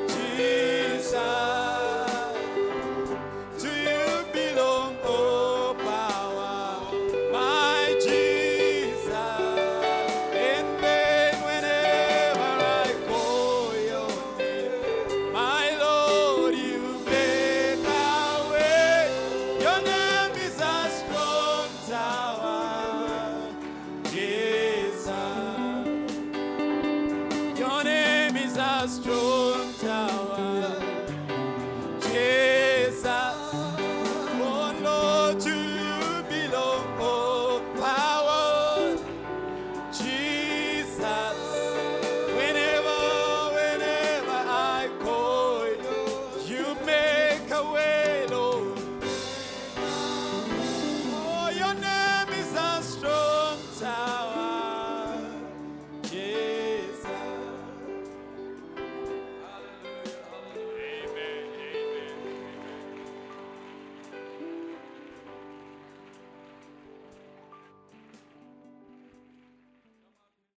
[SPEAKER 2] Jesus. To you belong all power, my Jesus. And then whenever I call your name, my Lord, you make a way. Your name is a strong tower. Jesus. Your name is a strong oh, Oh,